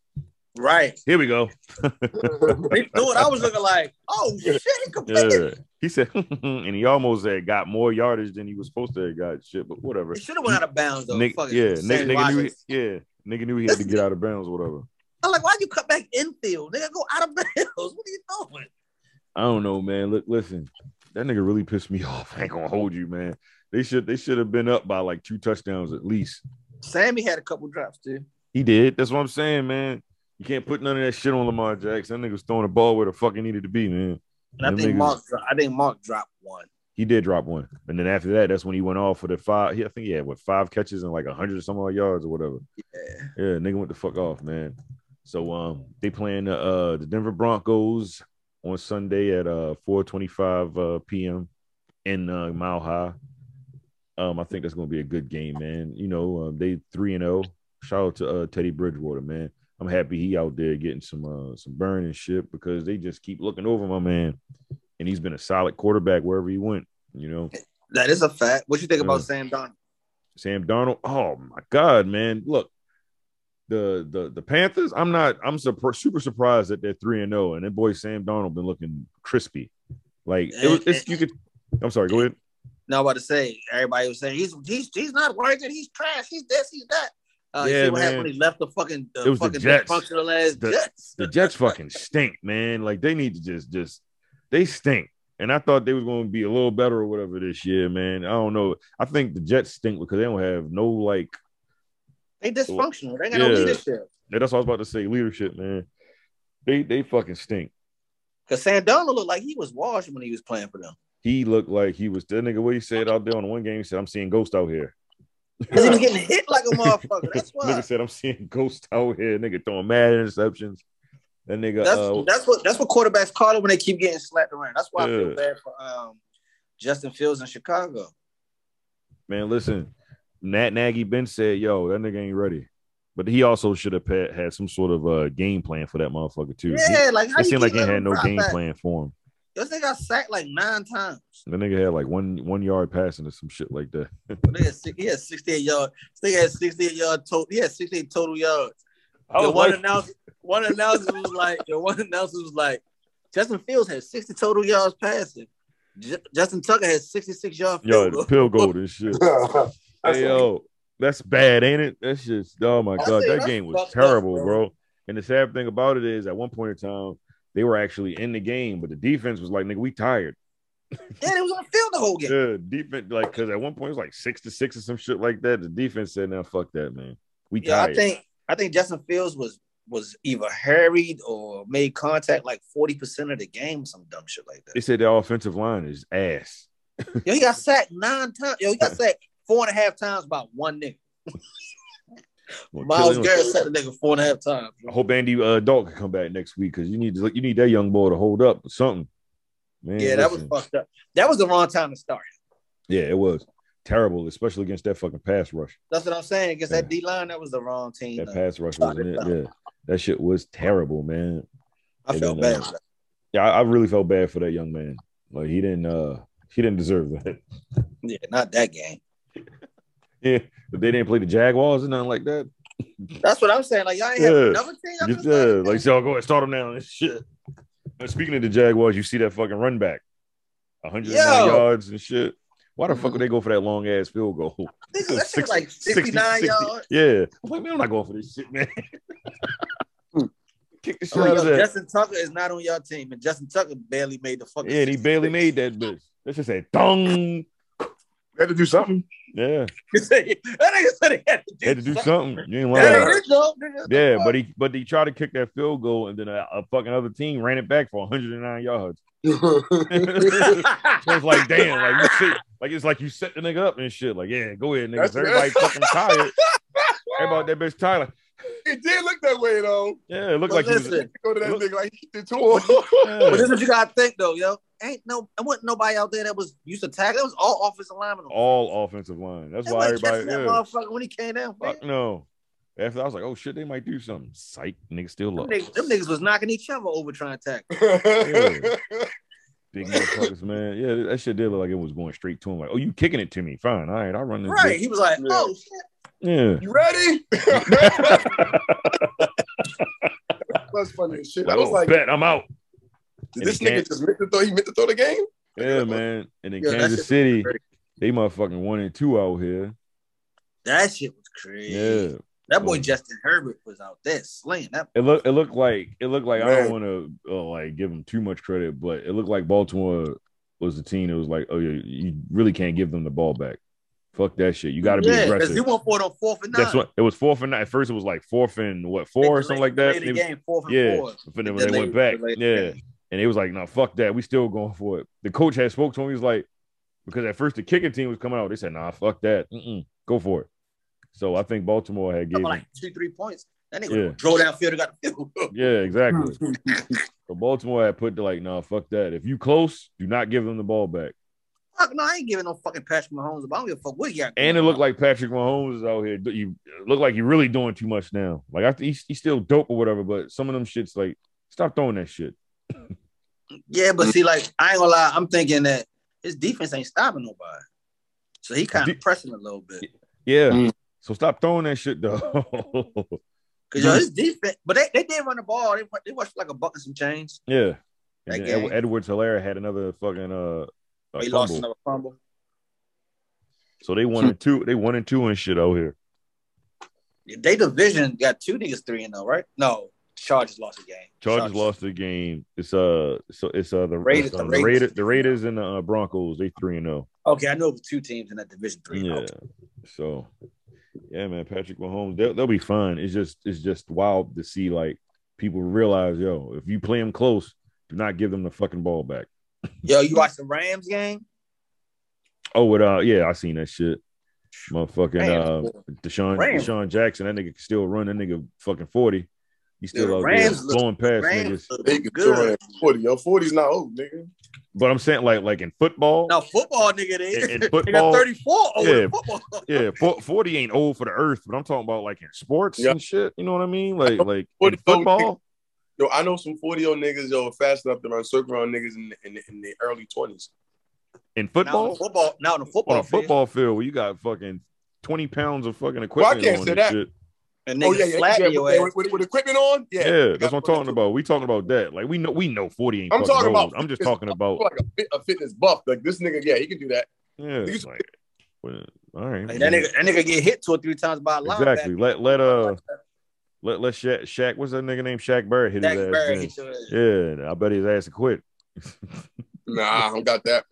Speaker 7: Right.
Speaker 3: we go." [LAUGHS]
Speaker 7: Dude, I was looking like, oh shit, he could play.
Speaker 3: Yeah. He said, [LAUGHS] and he almost said got more yardage than he was supposed to have got. Shit, but whatever.
Speaker 7: It should have went out of bounds though.
Speaker 3: Nigga-
Speaker 7: Fuck it.
Speaker 3: yeah, nigga,
Speaker 7: Sammy
Speaker 3: nigga knew he,
Speaker 7: Watkins.
Speaker 3: yeah, nigga knew he had to get out of bounds, or whatever.
Speaker 7: I'm like, why you cut back infield? Nigga, go out of [LAUGHS] bounds. What are you doing?
Speaker 3: I don't know, man. Look, listen, that nigga really pissed me [LAUGHS] off. I ain't gonna hold you, man. They should they should have been up by like two touchdowns at least.
Speaker 7: Sammy had a couple drops too.
Speaker 3: He did. That's what I'm saying, man. You can't put none of that shit on Lamar Jackson. That nigga was throwing the ball where the fuck he needed to be, man.
Speaker 7: And I
Speaker 3: Them
Speaker 7: think
Speaker 3: niggas-
Speaker 7: Mark dro- I think Mark dropped one.
Speaker 3: He did drop one, and then after that, that's when he went off for the five. He, I think he had what five catches and like a hundred some odd yards or whatever.
Speaker 7: Yeah.
Speaker 3: Yeah, nigga went the fuck off, man. So um, they playing the uh the Denver Broncos on Sunday at uh 4:25 uh, p.m. in uh, Mile High. Um, I think that's gonna be a good game, man. You know, um, they three and zero. Shout out to uh, Teddy Bridgewater, man. I'm happy he out there getting some uh some burn and shit because they just keep looking over my man, and he's been a solid quarterback wherever he went. You know,
Speaker 7: That is a fact. What you think about
Speaker 3: Yeah.
Speaker 7: Sam Donald?
Speaker 3: Sam Darnold. Oh my God, man! Look, the the the Panthers. I'm not. I'm surpr- super surprised that they're three and zero, and that boy Sam Darnold been looking crispy. Like it was, it's, you could. I'm sorry. Go ahead.
Speaker 7: Now I'm about to say everybody was saying he's he's he's not worth it. He's trash. He's this. He's that. Uh,
Speaker 3: Yeah,
Speaker 7: yeah, what happened
Speaker 3: man.
Speaker 7: when he left the fucking the
Speaker 3: It was the
Speaker 7: fucking
Speaker 3: Jets.
Speaker 7: dysfunctional ass
Speaker 3: The-
Speaker 7: Jets.
Speaker 3: The Jets fucking stink, man. Like they need to just just they stink. And I thought they was going to be a little better or whatever this year, man. I don't know. I think the Jets stink because they don't have no like
Speaker 7: [LAUGHS] They dysfunctional. They ain't got no
Speaker 3: Yeah.
Speaker 7: leadership.
Speaker 3: Yeah, that's what I was about to say. Leadership, man. They they fucking stink.
Speaker 7: Cause Sam Donald looked like he was washed when he was playing
Speaker 3: [LAUGHS]
Speaker 7: for them.
Speaker 3: He looked like he was that nigga. What he said out there on the one game, he said, "I'm seeing ghosts out here."
Speaker 7: Cause he was getting hit like a motherfucker. That's why.
Speaker 3: Nigga said, I'm seeing [LAUGHS] ghosts out here. Nigga throwing mad interceptions. That nigga,
Speaker 7: That's
Speaker 3: uh,
Speaker 7: that's what that's what quarterbacks call it when they keep getting slapped around. That's why I
Speaker 3: Yeah.
Speaker 7: feel bad for um, Justin Fields in Chicago.
Speaker 3: man, listen. Nat Nagy Ben said, yo, that nigga ain't ready. But he also should have pa- had some sort of uh, game plan for that motherfucker, too. He-
Speaker 7: Yeah, like
Speaker 3: it
Speaker 7: how you
Speaker 3: seemed like he
Speaker 7: keep letting
Speaker 3: had
Speaker 7: him
Speaker 3: no
Speaker 7: drop
Speaker 3: game
Speaker 7: back?
Speaker 3: plan for him.
Speaker 7: This nigga got sacked like nine times.
Speaker 3: That nigga had like one one yard passing or some shit like that.
Speaker 7: Nigga had six- He had 68 yards. This nigga had 68 yard total. He had 68 total yards.
Speaker 3: I
Speaker 7: Yo,
Speaker 3: was
Speaker 7: one
Speaker 3: like-
Speaker 7: announcer, one announcer was like, yo, one announcer was like, Justin Fields had 60 total yards passing. Ju- Justin Tucker had 66 yards.
Speaker 3: Yo,
Speaker 7: field
Speaker 3: the
Speaker 7: [LAUGHS] goal.
Speaker 3: pill gold and shit.
Speaker 6: That's
Speaker 3: hey, yo, that's bad, ain't it? That's just oh my
Speaker 7: I
Speaker 3: god,
Speaker 7: said,
Speaker 3: that
Speaker 7: that's
Speaker 3: game was
Speaker 7: fucked up,
Speaker 3: terrible,
Speaker 7: bro.
Speaker 3: bro. And the sad thing about it is, at one point in time, they were actually in the game, but the defense was like, "Nigga, we tired."
Speaker 7: Oh, Yeah, they was on the field the whole game.
Speaker 3: Yeah, defense, like, because at one point it was like six to six or some shit like that. The defense said, "Now fuck that, man, we
Speaker 7: Yeah,
Speaker 3: tired."
Speaker 7: I think I think Justin Fields was was either harried or made contact like forty percent of the game, some dumb shit like
Speaker 3: they
Speaker 7: that.
Speaker 3: said the offensive line is ass.
Speaker 7: Yo, he got sacked nine times. Yo, he got sacked four and a half times by one nigga.
Speaker 3: Gonna kill
Speaker 7: Miles
Speaker 3: him.
Speaker 7: Garrett sacked the nigga four and a half times.
Speaker 3: I hope Andy uh, Dalton can come back next week because you need to, you need that young boy to hold up or something. Man,
Speaker 7: Yeah, that was
Speaker 3: listen.
Speaker 7: fucked up. That was the wrong time to start.
Speaker 3: yeah, it was terrible, especially against that fucking pass rush.
Speaker 7: That's what I'm saying. Against
Speaker 3: Yeah.
Speaker 7: that D line, that was the wrong team.
Speaker 3: That
Speaker 7: though.
Speaker 3: pass rush
Speaker 7: Stop
Speaker 3: wasn't
Speaker 7: it,
Speaker 3: it.
Speaker 7: stop
Speaker 3: Yeah, that shit was terrible, man.
Speaker 7: I
Speaker 3: and
Speaker 7: felt
Speaker 3: then,
Speaker 7: bad.
Speaker 3: uh,
Speaker 7: for that.
Speaker 3: Yeah, I, I really felt bad for that young man. Like he didn't, uh he didn't deserve that.
Speaker 7: Yeah, not that game.
Speaker 3: [LAUGHS] Yeah, but they didn't play the Jaguars or nothing like that.
Speaker 7: That's what I'm saying. Like y'all ain't
Speaker 3: Yeah.
Speaker 7: have another team. other
Speaker 3: Yeah,
Speaker 7: than that?
Speaker 3: like so, go ahead, start them now. [LAUGHS] and Shit. And speaking of the Jaguars, you see that fucking run back, 109
Speaker 7: Yo.
Speaker 3: yards and shit. Why the fuck would they go for that long ass field goal?
Speaker 7: Nigga, that shit was like
Speaker 3: 60,
Speaker 7: 69
Speaker 3: 60.
Speaker 7: yards.
Speaker 3: Yeah, I'm like, man, I'm not going for this shit,
Speaker 7: [LAUGHS]
Speaker 3: man. Kick the shit
Speaker 7: Oh,
Speaker 3: out
Speaker 7: yo,
Speaker 3: of that.
Speaker 7: Justin Tucker is not on your team, and Justin Tucker barely made the fucking.
Speaker 3: Yeah, and he barely made that bitch. That shit said dong.
Speaker 6: We had to do [LAUGHS] something.
Speaker 3: Yeah,
Speaker 7: [LAUGHS] that nigga said he had to do,
Speaker 3: had to do
Speaker 7: something.
Speaker 3: something. You ain't
Speaker 7: That
Speaker 3: lying.
Speaker 7: ain't his job, nigga.
Speaker 3: Yeah,
Speaker 7: Fuck.
Speaker 3: but he but he tried to kick that field goal, and then a, a fucking other team ran it back for 109
Speaker 7: [LAUGHS]
Speaker 3: yards. [LAUGHS] so it's like, damn, like you sit, like it's like you set the nigga up and shit. Like, yeah, go ahead, niggas.
Speaker 6: That's-
Speaker 3: Everybody fucking
Speaker 7: [LAUGHS]
Speaker 3: tired. Everybody that bitch tired. Like,
Speaker 6: It did look that way though.
Speaker 3: yeah, it looked
Speaker 7: But
Speaker 3: like you was-
Speaker 7: listen,
Speaker 6: Go to that
Speaker 3: Look-
Speaker 6: nigga like he did to
Speaker 3: yeah.
Speaker 7: but this is what you gotta think though, yo. Ain't no, I wasn't nobody out there that was used to tackle. That was all offensive linemen.
Speaker 3: all offensive line. That's
Speaker 7: They
Speaker 3: why
Speaker 7: wasn't
Speaker 3: everybody.
Speaker 7: catching that
Speaker 3: yeah.
Speaker 7: motherfucker when he came down. man.
Speaker 3: Fuck no. After I was like, oh shit, they might do something. Psych, nigga still
Speaker 7: Them
Speaker 3: lost.
Speaker 7: niggas, them niggas was knocking each other over trying to tackle.
Speaker 6: him.
Speaker 3: Big motherfuckers, man. Yeah, that shit did look like it was going straight to him. Like, oh, you kicking it to me? Fine, all right, I'll run this.
Speaker 7: Right?
Speaker 3: bitch.
Speaker 7: [LAUGHS] He was like,
Speaker 6: Yeah.
Speaker 7: "Oh shit,
Speaker 3: Yeah.
Speaker 6: [LAUGHS] you ready? That's
Speaker 3: [LAUGHS]
Speaker 6: funny as shit. I
Speaker 3: Like,
Speaker 6: was
Speaker 3: oh,
Speaker 6: like,
Speaker 3: bet I'm out.
Speaker 6: did
Speaker 3: and
Speaker 6: this
Speaker 3: he
Speaker 6: nigga
Speaker 3: can't-
Speaker 6: just meant to throw. He meant to throw the game.
Speaker 3: Yeah, man. And in
Speaker 7: Yo, that
Speaker 3: Kansas
Speaker 7: shit-
Speaker 3: City, they motherfucking one and two out here.
Speaker 7: that shit was crazy."
Speaker 3: Yeah.
Speaker 7: That boy
Speaker 3: Yeah.
Speaker 7: Justin Herbert was out there slaying that.
Speaker 3: It looked it looked like it looked like I don't
Speaker 6: Man.
Speaker 3: want to uh, like give them too much credit, but it looked like Baltimore was the team that was like, oh yeah, you really can't give them the ball back. Fuck that shit. You got to be
Speaker 7: yeah,
Speaker 3: aggressive.
Speaker 7: he went for it on fourth and nine.
Speaker 3: That's what it was. Fourth and nine. At first, it was like fourth and what
Speaker 7: They
Speaker 3: four or something
Speaker 7: delayed-
Speaker 3: like that.
Speaker 7: delayed The
Speaker 3: They-
Speaker 7: game, fourth and
Speaker 3: yeah,
Speaker 7: four.
Speaker 3: but then
Speaker 7: They
Speaker 3: when they went
Speaker 7: delayed-
Speaker 3: back,
Speaker 7: delayed the
Speaker 3: yeah,
Speaker 7: game.
Speaker 3: and they was like, no, fuck that. We still going for it. The coach had spoke to him. He was like, because at first the kicking team was coming out. They said, nah, fuck that. Mm-mm, go for it. So I think Baltimore had gave.
Speaker 7: Come on,
Speaker 3: Them,
Speaker 7: like two, three points. That
Speaker 3: Yeah.
Speaker 7: nigga drove downfield and got the field.
Speaker 3: yeah, exactly. So Baltimore had put the like, nah, fuck that. If you close, do not give them the ball back.
Speaker 7: [LAUGHS] Fuck no, I ain't giving no fucking Patrick Mahomes. But I don't give a fuck what he got.
Speaker 3: And it looked like Patrick Mahomes is out here. You look like you're really doing too much now. Like I, he's, he's still dope or whatever, but some of them shits like stop throwing that shit.
Speaker 7: yeah, but see, like I ain't gonna lie, I'm thinking that his defense ain't stopping nobody. So he kind
Speaker 3: Dude.
Speaker 7: of pressing a little bit
Speaker 3: Yeah.
Speaker 4: Mm.
Speaker 3: So stop throwing that shit though. [LAUGHS]
Speaker 7: because yo, his defense. But they, they did run the ball. They wa- they rushed like a buck and some chains.
Speaker 3: yeah.
Speaker 7: That
Speaker 3: And then
Speaker 7: game.
Speaker 3: Ed- Edwards Hilaire had another fucking uh a
Speaker 7: They lost
Speaker 3: fumble.
Speaker 7: another fumble.
Speaker 3: so they one and two, they one and two and shit out here.
Speaker 7: They division got two niggas three and zero, right? No, Chargers lost a game.
Speaker 3: Chargers lost the game. It's uh so it's uh the Raiders,
Speaker 7: Raiders-
Speaker 3: the,
Speaker 7: the
Speaker 3: Raiders.
Speaker 7: Raiders.
Speaker 3: the Raiders and the uh, Broncos, they three and oh.
Speaker 7: Okay, I know it was two teams in that division three. oh.
Speaker 3: Yeah.
Speaker 7: Okay.
Speaker 3: So yeah, man, Patrick Mahomes, they'll, they'll be fine. It's just it's just wild to see like people realize, yo, if you play them close, do not give them the fucking ball back.
Speaker 7: Yo, you watch the Rams game?
Speaker 3: Oh, with uh yeah, I seen that shit. Motherfucking uh
Speaker 7: Rams,
Speaker 3: Deshaun
Speaker 7: Rams.
Speaker 3: Deshaun Jackson, that nigga can still run. That nigga fucking forty. He's still
Speaker 7: Dude,
Speaker 3: out
Speaker 7: Rams
Speaker 3: there
Speaker 7: look-
Speaker 3: blowing past
Speaker 7: Rams
Speaker 3: niggas.
Speaker 7: look
Speaker 6: They could still run
Speaker 7: good.
Speaker 6: at forty. Yo, 40's not old, nigga.
Speaker 3: But I'm saying like like in football,
Speaker 7: Now football, nigga, [LAUGHS] they,
Speaker 3: In- in
Speaker 7: they
Speaker 3: football-
Speaker 7: got thirty four over
Speaker 3: Yeah.
Speaker 7: the football. [LAUGHS]
Speaker 3: yeah, fo- forty ain't old for the earth. But I'm talking about like in sports
Speaker 6: Yeah.
Speaker 3: and shit. You know what I mean? Like like in
Speaker 6: 40 -year-old
Speaker 3: football.
Speaker 6: Yo, I know some forty old niggas yo fast enough to run circle round niggas in the, in the, in the early twenties.
Speaker 3: In
Speaker 7: Now in
Speaker 3: football,
Speaker 7: the football. Now in the football.
Speaker 3: on a football field where you got fucking twenty pounds of fucking
Speaker 6: Well, I
Speaker 3: equipment.
Speaker 6: can't
Speaker 3: on
Speaker 6: say
Speaker 3: and
Speaker 6: that.
Speaker 3: Shit.
Speaker 7: And
Speaker 6: Oh
Speaker 7: niggas
Speaker 6: yeah, yeah,
Speaker 7: slap
Speaker 6: yeah,
Speaker 7: your
Speaker 6: with,
Speaker 7: ass.
Speaker 6: with, with, with equipment on. Yeah,
Speaker 3: Yeah,
Speaker 6: You
Speaker 3: that's what
Speaker 6: gotta
Speaker 3: I'm
Speaker 6: put that
Speaker 3: talking
Speaker 6: to-
Speaker 3: about. We talking about that. Like we know we know forty ain't.
Speaker 6: I'm
Speaker 3: fucking
Speaker 6: talking
Speaker 3: old.
Speaker 6: about-
Speaker 3: I'm just talking about
Speaker 6: Like a, fit, a fitness buff. Like this nigga, yeah, he can do that.
Speaker 3: yeah.
Speaker 6: Niggas-
Speaker 3: Like, well, all right.
Speaker 7: Like, that nigga, that nigga get hit two or three times by a linebacker.
Speaker 3: exactly. Let let uh let let Shaq, Shaq what's that nigga name? Shaq Barrett hit
Speaker 7: Dak
Speaker 3: his ass.
Speaker 7: Barrett
Speaker 3: then.
Speaker 7: hit your ass.
Speaker 3: Yeah, I bet his ass quit.
Speaker 6: Nah, I don't got that.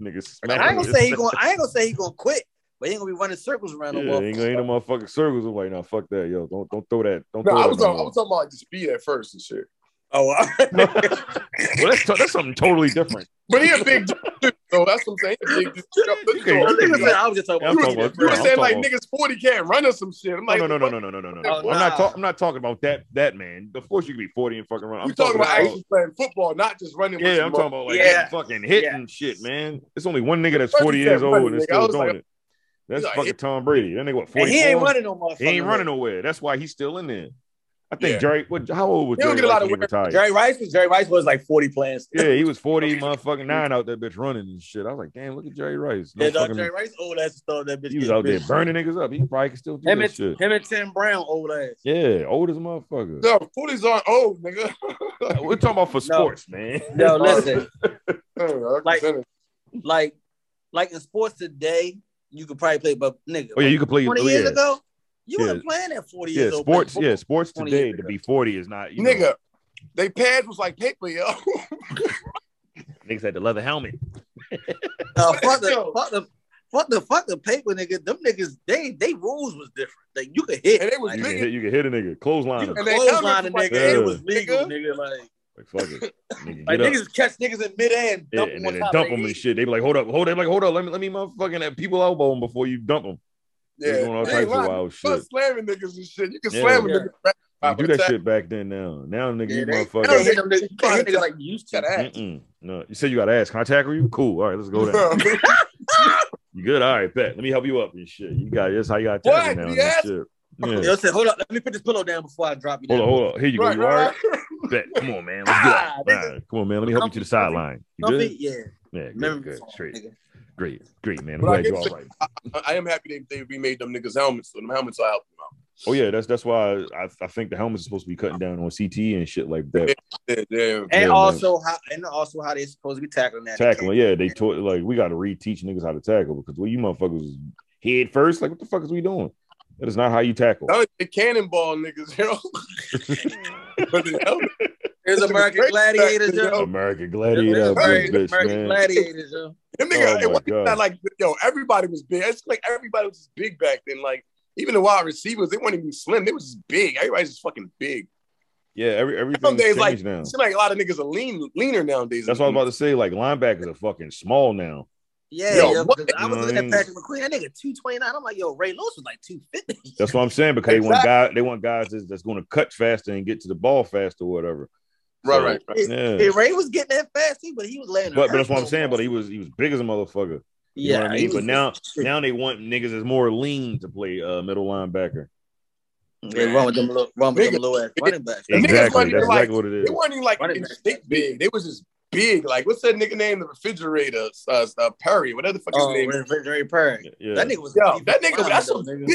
Speaker 3: Nigga, smacked
Speaker 7: I ain't
Speaker 3: him.
Speaker 7: gonna
Speaker 3: [LAUGHS]
Speaker 7: say he going. I ain't gonna say he gonna quit, but he ain't gonna be running circles around the
Speaker 3: Yeah,
Speaker 7: ball.
Speaker 3: ain't gonna ain't no motherfucking circles. I'm like, nah, fuck that, yo. Don't don't throw that. Don't
Speaker 6: No,
Speaker 3: throw
Speaker 6: I
Speaker 3: that
Speaker 6: was
Speaker 3: no
Speaker 6: talking, I
Speaker 3: more.
Speaker 6: was talking about like the speed at first and shit.
Speaker 7: [LAUGHS] Oh, all right.
Speaker 3: [LAUGHS]
Speaker 7: [LAUGHS]
Speaker 3: well, that's, to- that's something totally different.
Speaker 6: But he a big dude, so that's what I'm saying. He a big dude.
Speaker 3: You can't-
Speaker 6: So,
Speaker 7: Those niggas said I was just
Speaker 3: Yeah, I'm
Speaker 6: You
Speaker 7: talking
Speaker 6: was,
Speaker 3: talking
Speaker 7: about.
Speaker 3: about-
Speaker 6: you was
Speaker 3: I'm
Speaker 6: saying like
Speaker 3: talking
Speaker 6: niggas 40 can't run or some shit. I'm like,
Speaker 3: no, no, no, no, no, no, no, no, no.
Speaker 7: Oh,
Speaker 3: I'm not
Speaker 7: nah.
Speaker 3: talking. I'm not talking about that that man. Of course, you can be forty and fucking run. I'm
Speaker 6: You talking about actually playing football, not just running. with
Speaker 3: yeah, I'm
Speaker 6: some
Speaker 3: talking about like
Speaker 7: Yeah.
Speaker 3: hitting fucking hitting shit, man. It's only one nigga that's
Speaker 6: First
Speaker 3: forty
Speaker 6: he
Speaker 3: years
Speaker 6: said
Speaker 3: old
Speaker 6: running,
Speaker 3: and is
Speaker 6: nigga. I
Speaker 3: still
Speaker 6: was
Speaker 3: doing
Speaker 6: like-
Speaker 3: it. That's
Speaker 6: He's like,
Speaker 3: fucking
Speaker 6: hit-
Speaker 3: Tom Brady. That nigga what
Speaker 7: And
Speaker 3: forty?
Speaker 7: he ain't running no motherfucker.
Speaker 3: He ain't running nowhere. That's why he's still in there. I think
Speaker 8: Yeah.
Speaker 3: Jerry. What? How old was
Speaker 8: He don't
Speaker 3: Jerry?
Speaker 8: get a lot
Speaker 3: Rice
Speaker 8: of
Speaker 3: when he
Speaker 8: wear.
Speaker 3: retired?
Speaker 8: Jerry Rice was Jerry Rice was like 40 playing.
Speaker 7: [LAUGHS]
Speaker 8: still.
Speaker 3: Yeah, he was forty motherfucking nine out that bitch running and shit. I was like, damn, look at Jerry Rice. No
Speaker 8: Yeah, dog,
Speaker 3: fucking-
Speaker 8: Jerry Rice old ass thought that bitch.
Speaker 3: he was
Speaker 8: getting
Speaker 3: out there
Speaker 8: busy.
Speaker 3: burning niggas up. He probably could still do
Speaker 7: Him
Speaker 3: that
Speaker 7: and,
Speaker 3: shit.
Speaker 7: him and Tim Brown, old ass.
Speaker 3: Yeah, old as a motherfucker.
Speaker 6: Yo, forties aren't old, nigga. [LAUGHS]
Speaker 3: We're talking about for sports, man.
Speaker 7: No, listen,
Speaker 6: like,
Speaker 7: Like- like, like in sports today, you could probably play, but nigga,
Speaker 3: Oh yeah, you could play.
Speaker 7: twenty
Speaker 3: oh, yeah.
Speaker 7: years ago, you
Speaker 3: Yeah.
Speaker 7: wasn't playing at forty
Speaker 3: yeah,
Speaker 7: years old.
Speaker 3: sports.
Speaker 7: playing
Speaker 3: Yeah, sports
Speaker 7: 20
Speaker 3: today
Speaker 7: years
Speaker 3: to
Speaker 7: ago.
Speaker 3: be forty is not. You know,
Speaker 6: nigga, they pads was like paper, yo. [LAUGHS]
Speaker 3: niggas had the leather helmet.
Speaker 7: Uh, fuck, the,
Speaker 6: Yo.
Speaker 7: fuck the fuck the fuck the paper nigga. Them niggas, they they rules was different. Like you could hit,
Speaker 6: And they was
Speaker 7: like,
Speaker 3: You
Speaker 7: you
Speaker 3: can
Speaker 6: Nigga.
Speaker 3: hit. You can hit a nigga. Clothesline him.
Speaker 7: [LAUGHS] could
Speaker 6: And they
Speaker 7: clothesline a
Speaker 6: helmets was
Speaker 7: nigga.
Speaker 6: like
Speaker 3: that,
Speaker 7: It was
Speaker 6: nigga.
Speaker 7: legal, nigga. Like,
Speaker 3: Like fuck it. Nigga,
Speaker 7: like
Speaker 3: get up.
Speaker 7: niggas catch niggas in midair and
Speaker 3: Yeah,
Speaker 7: dump
Speaker 3: and
Speaker 7: them
Speaker 3: then
Speaker 7: on
Speaker 3: they
Speaker 7: top
Speaker 3: dump
Speaker 7: of
Speaker 3: them
Speaker 7: their
Speaker 3: and shit. They be like, hold up, hold up, like hold up. Let me let me motherfucking have people elbow them before you dump them.
Speaker 6: Yeah,
Speaker 3: doing all
Speaker 6: they
Speaker 3: types of
Speaker 6: lying.
Speaker 3: wild
Speaker 6: You
Speaker 3: shit.
Speaker 6: slamming niggas and shit. You can
Speaker 3: Yeah.
Speaker 6: slam a
Speaker 7: Yeah.
Speaker 6: nigga. back
Speaker 3: You
Speaker 6: five
Speaker 3: do
Speaker 6: at a
Speaker 3: that
Speaker 6: time.
Speaker 3: shit back then. Now, now, nigga,
Speaker 7: Yeah,
Speaker 3: you
Speaker 7: [LAUGHS] they-
Speaker 6: I
Speaker 7: You
Speaker 6: don't
Speaker 7: can't
Speaker 3: motherfucker.
Speaker 7: hit them niggas, you can't hit niggas like you used
Speaker 6: Got
Speaker 7: to.
Speaker 6: ass.
Speaker 3: Mm-mm. No, you said you got to ass. Can I tackle you? Cool. All right, let's go
Speaker 6: [LAUGHS]
Speaker 7: [LAUGHS]
Speaker 3: then.
Speaker 6: Bro.
Speaker 3: You good? All right, bet. Let me help you up and shit. You got this. How you got
Speaker 6: What?
Speaker 3: tackle now?
Speaker 6: The
Speaker 3: and
Speaker 6: ass?
Speaker 3: shit.
Speaker 7: Yo,
Speaker 3: Yeah.
Speaker 7: said, hold up, let me put this pillow down before I drop you.
Speaker 3: Hold on,
Speaker 7: down.
Speaker 3: hold on. Here you go.
Speaker 6: Right,
Speaker 3: You all right?
Speaker 6: right,
Speaker 3: Bet. Come on, man. Let's go.
Speaker 7: Ah,
Speaker 3: All right. Come on, man. Let me help you to the sideline. You
Speaker 7: Dump
Speaker 3: good?
Speaker 7: it? Yeah,
Speaker 3: Yeah, good.
Speaker 7: remember.
Speaker 3: good. Straight.
Speaker 7: nigga.
Speaker 3: Great. Great, man. I'm
Speaker 6: But I
Speaker 3: glad
Speaker 6: get
Speaker 3: you all
Speaker 6: sick.
Speaker 3: right.
Speaker 6: I- I am happy they, they remade them niggas helmets, so them helmets will help them out.
Speaker 3: Oh, yeah. That's that's why I, I think the helmets are supposed to be cutting down on CT and shit like that.
Speaker 6: Yeah, yeah.
Speaker 3: Yeah,
Speaker 7: And
Speaker 3: man.
Speaker 7: also how and also how they supposed to be tackling that.
Speaker 3: tackling. Yeah, they taught like we got to reteach niggas how to tackle because well, you motherfuckers is head first. Like, what the fuck is we doing? That is not how you tackle. [LAUGHS]
Speaker 6: That was the cannonball niggas, [LAUGHS] yo.
Speaker 7: [LAUGHS]
Speaker 6: But the [LAUGHS] helmet-
Speaker 7: There's American
Speaker 6: Great
Speaker 7: Gladiators,
Speaker 6: tackling,
Speaker 7: yo.
Speaker 3: American
Speaker 7: There's
Speaker 3: Gladiator, up in
Speaker 7: American
Speaker 3: this bitch,
Speaker 7: American
Speaker 3: man.
Speaker 7: Gladiators, yo.
Speaker 6: Them nigga,
Speaker 3: Oh
Speaker 6: it
Speaker 3: my
Speaker 6: wasn't
Speaker 3: God.
Speaker 6: that like yo, everybody was big. It's like everybody was just big back then. Like even the wide receivers, they weren't even slim. They was just big. Everybody's just fucking big.
Speaker 3: yeah, every everything
Speaker 6: Nowadays,
Speaker 3: changed
Speaker 6: like
Speaker 3: now.
Speaker 6: seem like a lot of niggas are lean, leaner nowadays.
Speaker 3: That's what I was about to say. Like linebackers are fucking small now.
Speaker 7: Yeah,
Speaker 6: Yo,
Speaker 7: yo,
Speaker 6: what-
Speaker 7: 'cause I
Speaker 3: You know
Speaker 7: was
Speaker 3: what
Speaker 7: looking
Speaker 3: I
Speaker 7: at
Speaker 3: mean?
Speaker 7: Patrick McQueen. That nigga two twenty nine. I'm like, yo, Ray Lewis was like two fifty. [LAUGHS]
Speaker 3: That's what I'm saying because they want guys. They want guys that's, that's going to cut faster and get to the ball faster or whatever.
Speaker 6: Right,
Speaker 3: So,
Speaker 6: right, right.
Speaker 3: Yeah.
Speaker 7: Ray was getting that fast, he, but he was letting.
Speaker 3: But, but
Speaker 7: her
Speaker 3: that's what I'm
Speaker 7: go
Speaker 3: saying. But
Speaker 7: fast.
Speaker 3: he was he was big as a motherfucker. You
Speaker 7: yeah,
Speaker 3: know what I
Speaker 7: he
Speaker 3: mean?
Speaker 7: was-
Speaker 3: But now now they want niggas that's more lean to play uh, middle linebacker.
Speaker 7: they run with them little, run with them
Speaker 6: Nigga.
Speaker 7: little ass running backs.
Speaker 6: Niggas
Speaker 3: Exactly.
Speaker 6: wasn't
Speaker 3: That's
Speaker 6: even like-
Speaker 3: exactly what it
Speaker 6: They
Speaker 3: is.
Speaker 6: weren't even like
Speaker 7: Running
Speaker 6: in shape big. They was just big. Like what's that nigga name? The refrigerator, uh, uh, Perry, whatever the fuck
Speaker 7: Oh,
Speaker 6: his name. is.
Speaker 7: Jerry Perry.
Speaker 3: Yeah.
Speaker 7: That nigga was.
Speaker 6: Yo, that nigga,
Speaker 7: lineman,
Speaker 6: that's a
Speaker 7: though, nigga.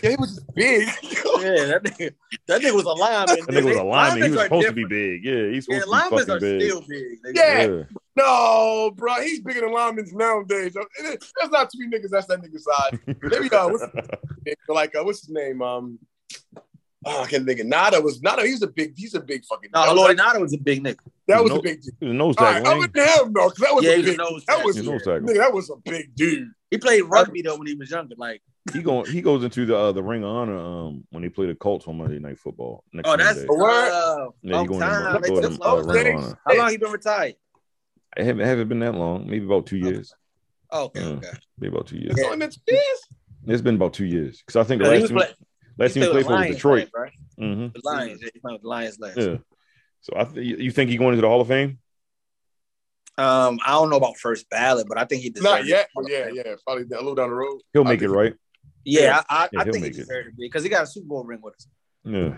Speaker 3: [LAUGHS] That-
Speaker 6: big.
Speaker 7: [LAUGHS]
Speaker 6: Yeah, he was just big. [LAUGHS]
Speaker 7: Yeah, that nigga, that nigga was a lineman.
Speaker 3: That nigga was a lineman. He was
Speaker 7: Linemen are
Speaker 3: supposed to
Speaker 7: different.
Speaker 3: be big. Yeah, he's supposed
Speaker 7: Yeah,
Speaker 3: to be
Speaker 7: linemen
Speaker 3: fucking
Speaker 7: are
Speaker 3: big.
Speaker 7: still big. nigga.
Speaker 6: Yeah.
Speaker 3: yeah.
Speaker 6: no, bro, he's bigger than linemen nowadays. And it- That's not three niggas. That's that nigga's size.
Speaker 3: [LAUGHS]
Speaker 6: [LAUGHS] Maybe uh, what's big, but like uh, what's his name? Um, oh, I can't think of Nada was Nada. He's a big. He's a big fucking.
Speaker 7: No,
Speaker 6: that
Speaker 7: Lloyd
Speaker 6: was,
Speaker 7: Nada was a big nigga.
Speaker 6: that was
Speaker 3: No.
Speaker 6: a big. Dude.
Speaker 3: He was a nose
Speaker 6: All right,
Speaker 3: tackle.
Speaker 6: I
Speaker 3: ain't he?
Speaker 6: wouldn't have him though, 'cause that was
Speaker 7: Yeah,
Speaker 6: a
Speaker 7: he was a
Speaker 6: big.
Speaker 7: nose
Speaker 6: That
Speaker 7: tackle.
Speaker 6: was
Speaker 3: He was a nose
Speaker 6: nigga,
Speaker 3: tackle.
Speaker 6: that was a big dude.
Speaker 7: He played rugby though when he was younger. Like,
Speaker 3: He going he goes into the uh, the ring of honor um when they play the Colts on Monday Night Football next
Speaker 7: oh, that's
Speaker 3: Monday.
Speaker 6: Oh, word.
Speaker 7: uh,
Speaker 3: yeah, he
Speaker 7: long
Speaker 3: going in,
Speaker 7: time.
Speaker 3: the-
Speaker 7: They
Speaker 3: going
Speaker 7: took
Speaker 3: in,
Speaker 7: long
Speaker 3: uh, ring
Speaker 6: time.
Speaker 3: of honor.
Speaker 7: How long he been retired?
Speaker 3: It haven't, haven't been that long. Maybe about two years.
Speaker 7: Oh, okay,
Speaker 3: Mm.
Speaker 7: okay.
Speaker 3: Maybe about two years.
Speaker 6: That's
Speaker 7: Yeah.
Speaker 6: all that's this.
Speaker 3: It's been about two years because I think the
Speaker 7: Yeah, he
Speaker 3: last
Speaker 7: was
Speaker 3: team,
Speaker 7: play-
Speaker 3: last team he
Speaker 7: played
Speaker 3: played
Speaker 7: with
Speaker 3: for was
Speaker 7: Lions,
Speaker 3: Detroit.
Speaker 7: right?
Speaker 3: hmm
Speaker 7: The Lions, yeah, he played with the Lions last.
Speaker 3: Yeah. So I th- you think he going into the Hall of Fame?
Speaker 7: Um, I don't know about first ballot, but I think he deserved.
Speaker 6: Not yet.
Speaker 7: It.
Speaker 6: but Yeah, yeah. Probably down- a little down the road.
Speaker 3: He'll
Speaker 6: I
Speaker 3: make it
Speaker 6: think-
Speaker 3: right.
Speaker 7: Yeah, I, I,
Speaker 3: Yeah,
Speaker 7: I
Speaker 3: he'll
Speaker 7: think he
Speaker 3: make it.
Speaker 7: deserved it because he got a Super Bowl ring with us.
Speaker 3: Yeah.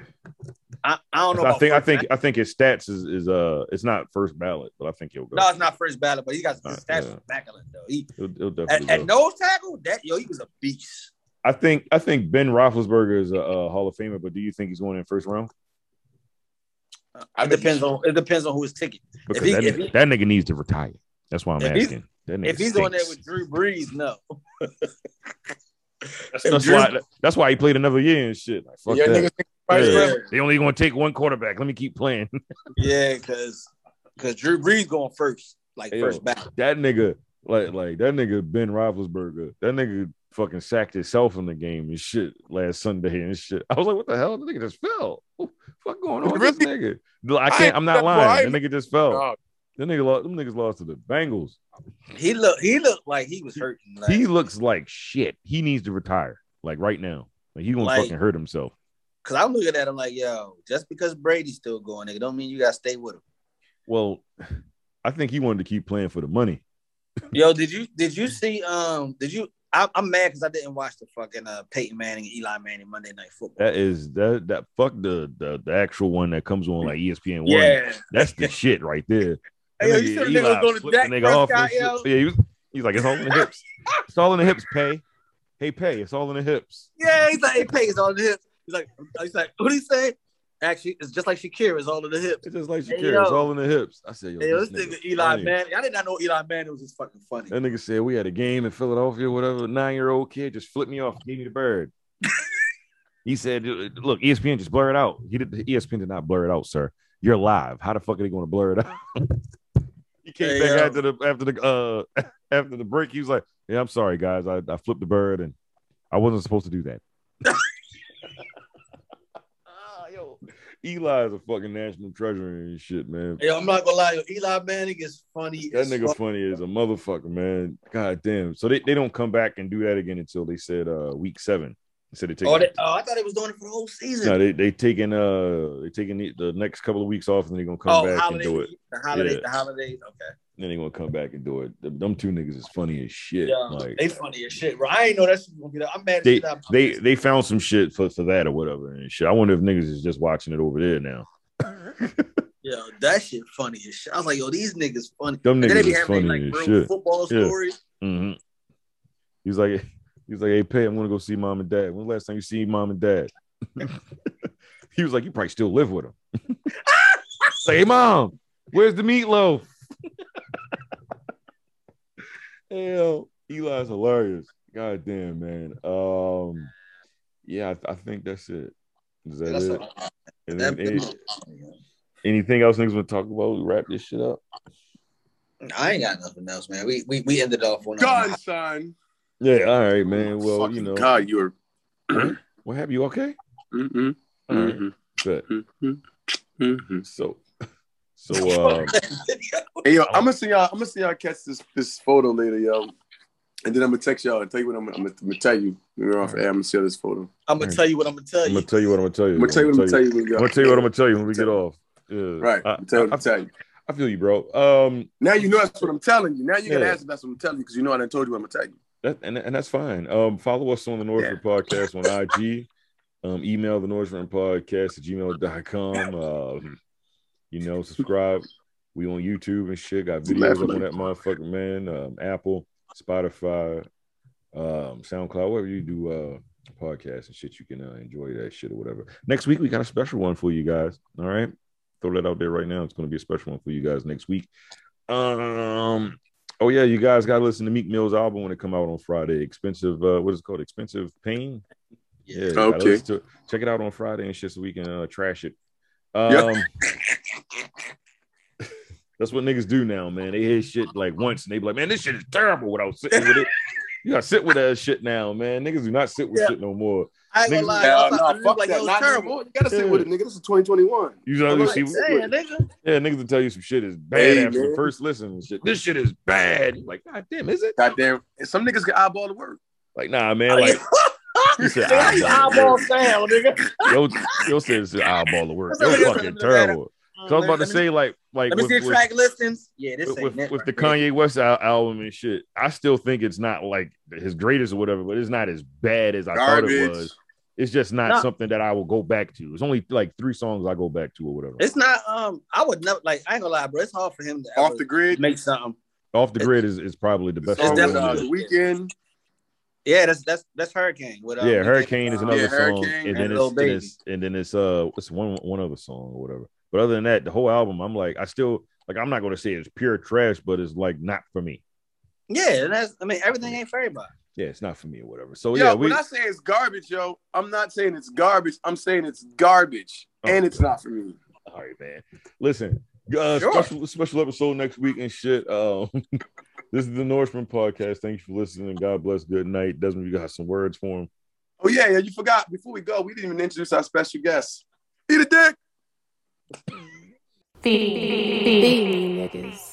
Speaker 7: I, I don't know.
Speaker 3: I
Speaker 7: about
Speaker 3: think I
Speaker 7: first
Speaker 3: think I think his stats is is uh it's not first ballot, but I think he'll go.
Speaker 7: ballot. no, it's not first ballot, but he got
Speaker 3: All
Speaker 7: his
Speaker 3: right,
Speaker 7: stats
Speaker 3: Uh, yeah.
Speaker 7: back on it though. He
Speaker 3: He'll, he'll definitely
Speaker 7: at, at
Speaker 3: go.
Speaker 7: nose tackle, that yo, he was a beast.
Speaker 3: I think I think Ben Roethlisberger is a, a Hall of Famer, but do you think he's going in first round?
Speaker 6: I
Speaker 7: It
Speaker 6: think-
Speaker 7: depends on it depends on who his ticket.
Speaker 3: Because
Speaker 7: he-
Speaker 3: that,
Speaker 7: if
Speaker 3: nigga,
Speaker 7: he-
Speaker 3: that nigga needs to retire. That's why I'm
Speaker 7: If he's-
Speaker 3: asking. That nigga
Speaker 7: If he's on there
Speaker 3: stinks.
Speaker 7: with Drew Brees, no. [LAUGHS]
Speaker 3: that's,
Speaker 7: if
Speaker 3: that's
Speaker 7: Drew-
Speaker 3: why that's why he played another year and shit. Like, fuck
Speaker 6: Yeah,
Speaker 3: that.
Speaker 6: niggas think Bryce
Speaker 3: Yeah.
Speaker 6: Ritter.
Speaker 3: They only going to take one quarterback. Let me keep playing. [LAUGHS]
Speaker 7: Yeah, because because Drew Brees going first, like
Speaker 3: Hey, yo.
Speaker 7: first back.
Speaker 3: that nigga like like that nigga Ben Roethlisberger. That nigga fucking sacked himself in the game and shit last Sunday and shit. I was like, what the hell? That nigga just fell. What the fuck going on with this nigga? I can't. I'm not lying. That nigga just fell.
Speaker 6: Nah,
Speaker 3: That nigga lost. Them niggas lost to the Bengals.
Speaker 7: He looked he looked like he was hurting. Like,
Speaker 3: He looks like shit. He needs to retire, like right now. Like he gonna
Speaker 7: Like-
Speaker 3: fucking hurt himself.
Speaker 7: Cause I'm looking at him like, yo, just because Brady's still going, nigga, don't mean you gotta stay with him.
Speaker 3: Well, [SIGHS] I think he wanted to keep playing for the money.
Speaker 7: Yo, did you did you see um did you I, I'm mad because I didn't watch the fucking uh, Peyton Manning and Eli Manning Monday Night Football.
Speaker 3: That is that that fuck the the, the actual one that comes on like E ESPN one.
Speaker 8: Yeah.
Speaker 3: That's the shit right there.
Speaker 8: Hey, yo, you
Speaker 3: That
Speaker 8: said the nigga was going to
Speaker 3: flipped the
Speaker 8: Dak
Speaker 3: nigga off
Speaker 8: Prescott,
Speaker 3: and shit.
Speaker 8: yo.
Speaker 3: Yeah, he was, he's like, it's all in the hips. It's all in the hips, pay. Hey, pay. It's all in the hips.
Speaker 7: Yeah, he's like, hey, Peyton, it's all in the hips. He's like, he's like, what do you say? Actually, it's just like Shakira, it's all in the hips.
Speaker 3: It's just like
Speaker 7: Hey,
Speaker 3: Shakira. it's
Speaker 7: yo.
Speaker 3: all in the hips. I said, yo,
Speaker 7: Hey, yo, this nigga Eli
Speaker 3: funny.
Speaker 7: Manning. I did not know Eli Manning was just fucking funny.
Speaker 3: That nigga said we had a game in Philadelphia, whatever. Nine year old kid just flipped me off, gave me the
Speaker 7: [LAUGHS]
Speaker 3: bird. he said, "Look, E ESPN just blur it out." He did. E ESPN did not blur it out, sir. You're live. How the fuck are they going to blur it out? [LAUGHS] he came
Speaker 7: Hey,
Speaker 3: back
Speaker 7: yo.
Speaker 3: after the after the uh [LAUGHS] after the break. He was like, "Yeah, I'm sorry, guys. I, I flipped the bird and I wasn't supposed to do
Speaker 7: [LAUGHS]
Speaker 3: that." [LAUGHS] Ah, yo, Eli is a fucking national treasure and shit, man.
Speaker 7: Yo, I'm not gonna lie, yo, Eli Manning is funny.
Speaker 3: That
Speaker 7: as
Speaker 3: nigga
Speaker 7: fuck.
Speaker 3: funny as a motherfucker, man. God damn. So they, they don't come back and do that again until they said uh week seven. Instead of taking
Speaker 7: Oh, they, oh, I thought he was doing it for the whole season.
Speaker 3: no, they they taking uh they taking the, the next couple of weeks off and then they're gonna come
Speaker 7: oh,
Speaker 3: back and
Speaker 7: holidays,
Speaker 3: do it.
Speaker 7: the holidays,
Speaker 3: Yeah.
Speaker 7: the holidays. Okay,
Speaker 3: Then they're gonna come back and do it. Them, them two niggas is funny as shit.
Speaker 7: yeah,
Speaker 3: like
Speaker 7: they funny as shit, bro. I ain't know that shit was gonna get up. I'm mad. as
Speaker 3: they
Speaker 7: shit. I'm-
Speaker 3: they they found some shit for, for that or whatever and shit. I wonder if niggas is just watching it over there now. [LAUGHS]
Speaker 7: Yo, that shit funny as shit. I was like, yo, these niggas funny.
Speaker 3: Them
Speaker 7: And then they
Speaker 3: niggas
Speaker 7: be
Speaker 3: is funny
Speaker 7: having like
Speaker 3: as
Speaker 7: real
Speaker 3: shit.
Speaker 7: football
Speaker 3: Yeah.
Speaker 7: stories.
Speaker 3: Mm-hmm. He's like, he's like, hey, Pay, I'm gonna go see mom and dad. When was the last time you seen mom and dad? [LAUGHS] he was like, you probably still live with him. [LAUGHS] Say, hey, mom, where's the meatloaf? Hell, Eli's hilarious. God damn, man. Um, yeah, I, I think that's it. Is that
Speaker 7: That's
Speaker 3: it?
Speaker 7: what-
Speaker 3: And
Speaker 7: that-
Speaker 3: then- anything else niggas want to talk about? We wrap this shit up.
Speaker 7: I ain't got nothing else, man. We we, we ended off on
Speaker 6: God, son.
Speaker 3: Yeah, all right, man. Well,
Speaker 6: Fucking
Speaker 3: you know,
Speaker 6: God, you're.
Speaker 3: what have you? Okay,
Speaker 6: Mm-mm,
Speaker 3: all right,
Speaker 6: mm-mm,
Speaker 3: good.
Speaker 6: mm-mm, mm-mm.
Speaker 3: So, so um,
Speaker 7: [LAUGHS]
Speaker 6: Hey,
Speaker 3: Oh.
Speaker 6: yo, I'm gonna see y'all. I'm gonna see y'all catch this this photo later, yo. And then I'm gonna text y'all and tell you what I'm, I'm, gonna, I'm gonna tell you. When we're off air, I'm gonna share this photo.
Speaker 7: I'm gonna tell you what I'm gonna tell
Speaker 3: I'm
Speaker 7: you.
Speaker 3: gonna tell you what I'm gonna tell you.
Speaker 6: I'm gonna tell you what I'm gonna tell you. When we
Speaker 3: I'm
Speaker 6: go.
Speaker 3: gonna tell you what I'm gonna tell you when we get off. Yeah.
Speaker 6: Right.
Speaker 3: I,
Speaker 6: I'm telling
Speaker 3: Uh, I-
Speaker 6: I'm telling you.
Speaker 3: I feel you, bro. Um,
Speaker 6: Now you know that's what I'm telling you. Now you gotta
Speaker 3: Yeah.
Speaker 6: ask if that's what I'm telling you because you know I done told you what I'm gonna tell you.
Speaker 3: that, and and that's fine. Um, follow us on the Northern Podcast on IG. Um, email the Northern Podcast at gmail.com. Um, you know, subscribe. We on YouTube and shit. Got videos up on that motherfucker, man. Um, Apple, Spotify, um, SoundCloud, wherever you do uh podcasts and shit, you can uh, enjoy that shit or whatever. Next week we got a special one for you guys. All right. Throw that out there right now. It's gonna be a special one for you guys next week. Um oh yeah, you guys gotta listen to Meek Mill's album when it come out on Friday. Expensive, uh what is it called? Expensive Pain. Yeah, you gotta
Speaker 6: Okay.
Speaker 3: listen to it. check it out on Friday and shit so we can uh, trash it. Um
Speaker 6: Yeah.
Speaker 3: [LAUGHS] That's what niggas do now, man. They hear shit like once and they be like, man, this shit is terrible without sitting with it. You gotta sit with that shit now, man. Niggas do not sit with
Speaker 7: Yeah.
Speaker 3: shit no more.
Speaker 7: I ain't gonna
Speaker 3: Niggas-
Speaker 7: lie.
Speaker 6: Nah,
Speaker 7: I was
Speaker 6: nah,
Speaker 7: like, I was
Speaker 6: fuck
Speaker 7: like,
Speaker 6: that.
Speaker 7: yo,
Speaker 6: Not
Speaker 7: it's
Speaker 6: no
Speaker 7: terrible.
Speaker 6: more. You gotta sit with it, nigga. This is 2021.
Speaker 3: You know,
Speaker 7: I'm
Speaker 3: you
Speaker 7: like,
Speaker 3: see,
Speaker 7: damn, nigga.
Speaker 3: yeah, niggas will tell you some shit is bad
Speaker 6: Hey,
Speaker 3: after the
Speaker 6: man.
Speaker 3: first listen and shit. This shit is bad. You like, god damn, is it?
Speaker 6: Goddamn. And some niggas can eyeball the work.
Speaker 3: Like, nah, man.
Speaker 7: [LAUGHS]
Speaker 3: Like, you said,
Speaker 8: How you eyeball sound, nigga?
Speaker 3: yo, yo said it's an eyeball of work.
Speaker 7: That's what
Speaker 3: Yo
Speaker 7: it is.
Speaker 3: fucking terrible. So I was about to
Speaker 7: Let me-
Speaker 3: say, like, like
Speaker 7: Let me
Speaker 3: with-
Speaker 7: see the
Speaker 3: with-
Speaker 7: track listings. Yeah, this
Speaker 3: with,
Speaker 7: ain't
Speaker 3: with,
Speaker 7: it
Speaker 3: with the
Speaker 7: right
Speaker 3: Kanye West al- album and shit, I still think it's not like his greatest or whatever, but it's not as bad as I thought it
Speaker 6: Garbage.
Speaker 3: was. It's just not
Speaker 7: No.
Speaker 3: something that I will go back to. It's only like three songs I go back to or whatever.
Speaker 7: there. It's not. Um, I would never like. I ain't gonna lie, bro. It's hard for him to
Speaker 6: Off
Speaker 7: ever
Speaker 6: the grid.
Speaker 7: make something.
Speaker 3: Off the grid is, is probably the
Speaker 6: The
Speaker 3: best.
Speaker 6: song
Speaker 3: song on
Speaker 6: with, uh,
Speaker 3: the-
Speaker 7: definitely-
Speaker 6: the weekend.
Speaker 7: Yeah, that's that's that's Hurricane. With, uh,
Speaker 3: yeah,
Speaker 7: with
Speaker 3: Hurricane
Speaker 7: that,
Speaker 3: is
Speaker 7: uh,
Speaker 3: another
Speaker 6: Yeah,
Speaker 3: song,
Speaker 6: Hurricane
Speaker 3: and
Speaker 7: and
Speaker 3: then it's,
Speaker 7: Lil
Speaker 3: and
Speaker 7: Baby.
Speaker 3: it's and then it's uh it's one one other song or whatever. But other than that, the whole album, I'm like, I still like, I'm not gonna say it's pure trash, but it's like not for me.
Speaker 7: Yeah, and that's. I mean, everything ain't for everybody.
Speaker 3: Yeah, it's not for me or whatever. So
Speaker 6: yo,
Speaker 3: Oh, yeah, we
Speaker 6: when I say it's garbage, yo, I'm not saying it's garbage. I'm saying it's garbage,
Speaker 3: Oh,
Speaker 6: and it's
Speaker 3: God.
Speaker 6: not for me.
Speaker 3: All right, man. Listen, uh,
Speaker 7: Sure.
Speaker 3: special special episode next week and shit. Um, [LAUGHS] this is the Norseman podcast. Thank you for listening. God bless. Good night, Desmond. You got some words for him.
Speaker 6: Oh yeah, yeah. You forgot. Before we go, we didn't even introduce our special guest. Eat a dick.
Speaker 1: Feed me niggas.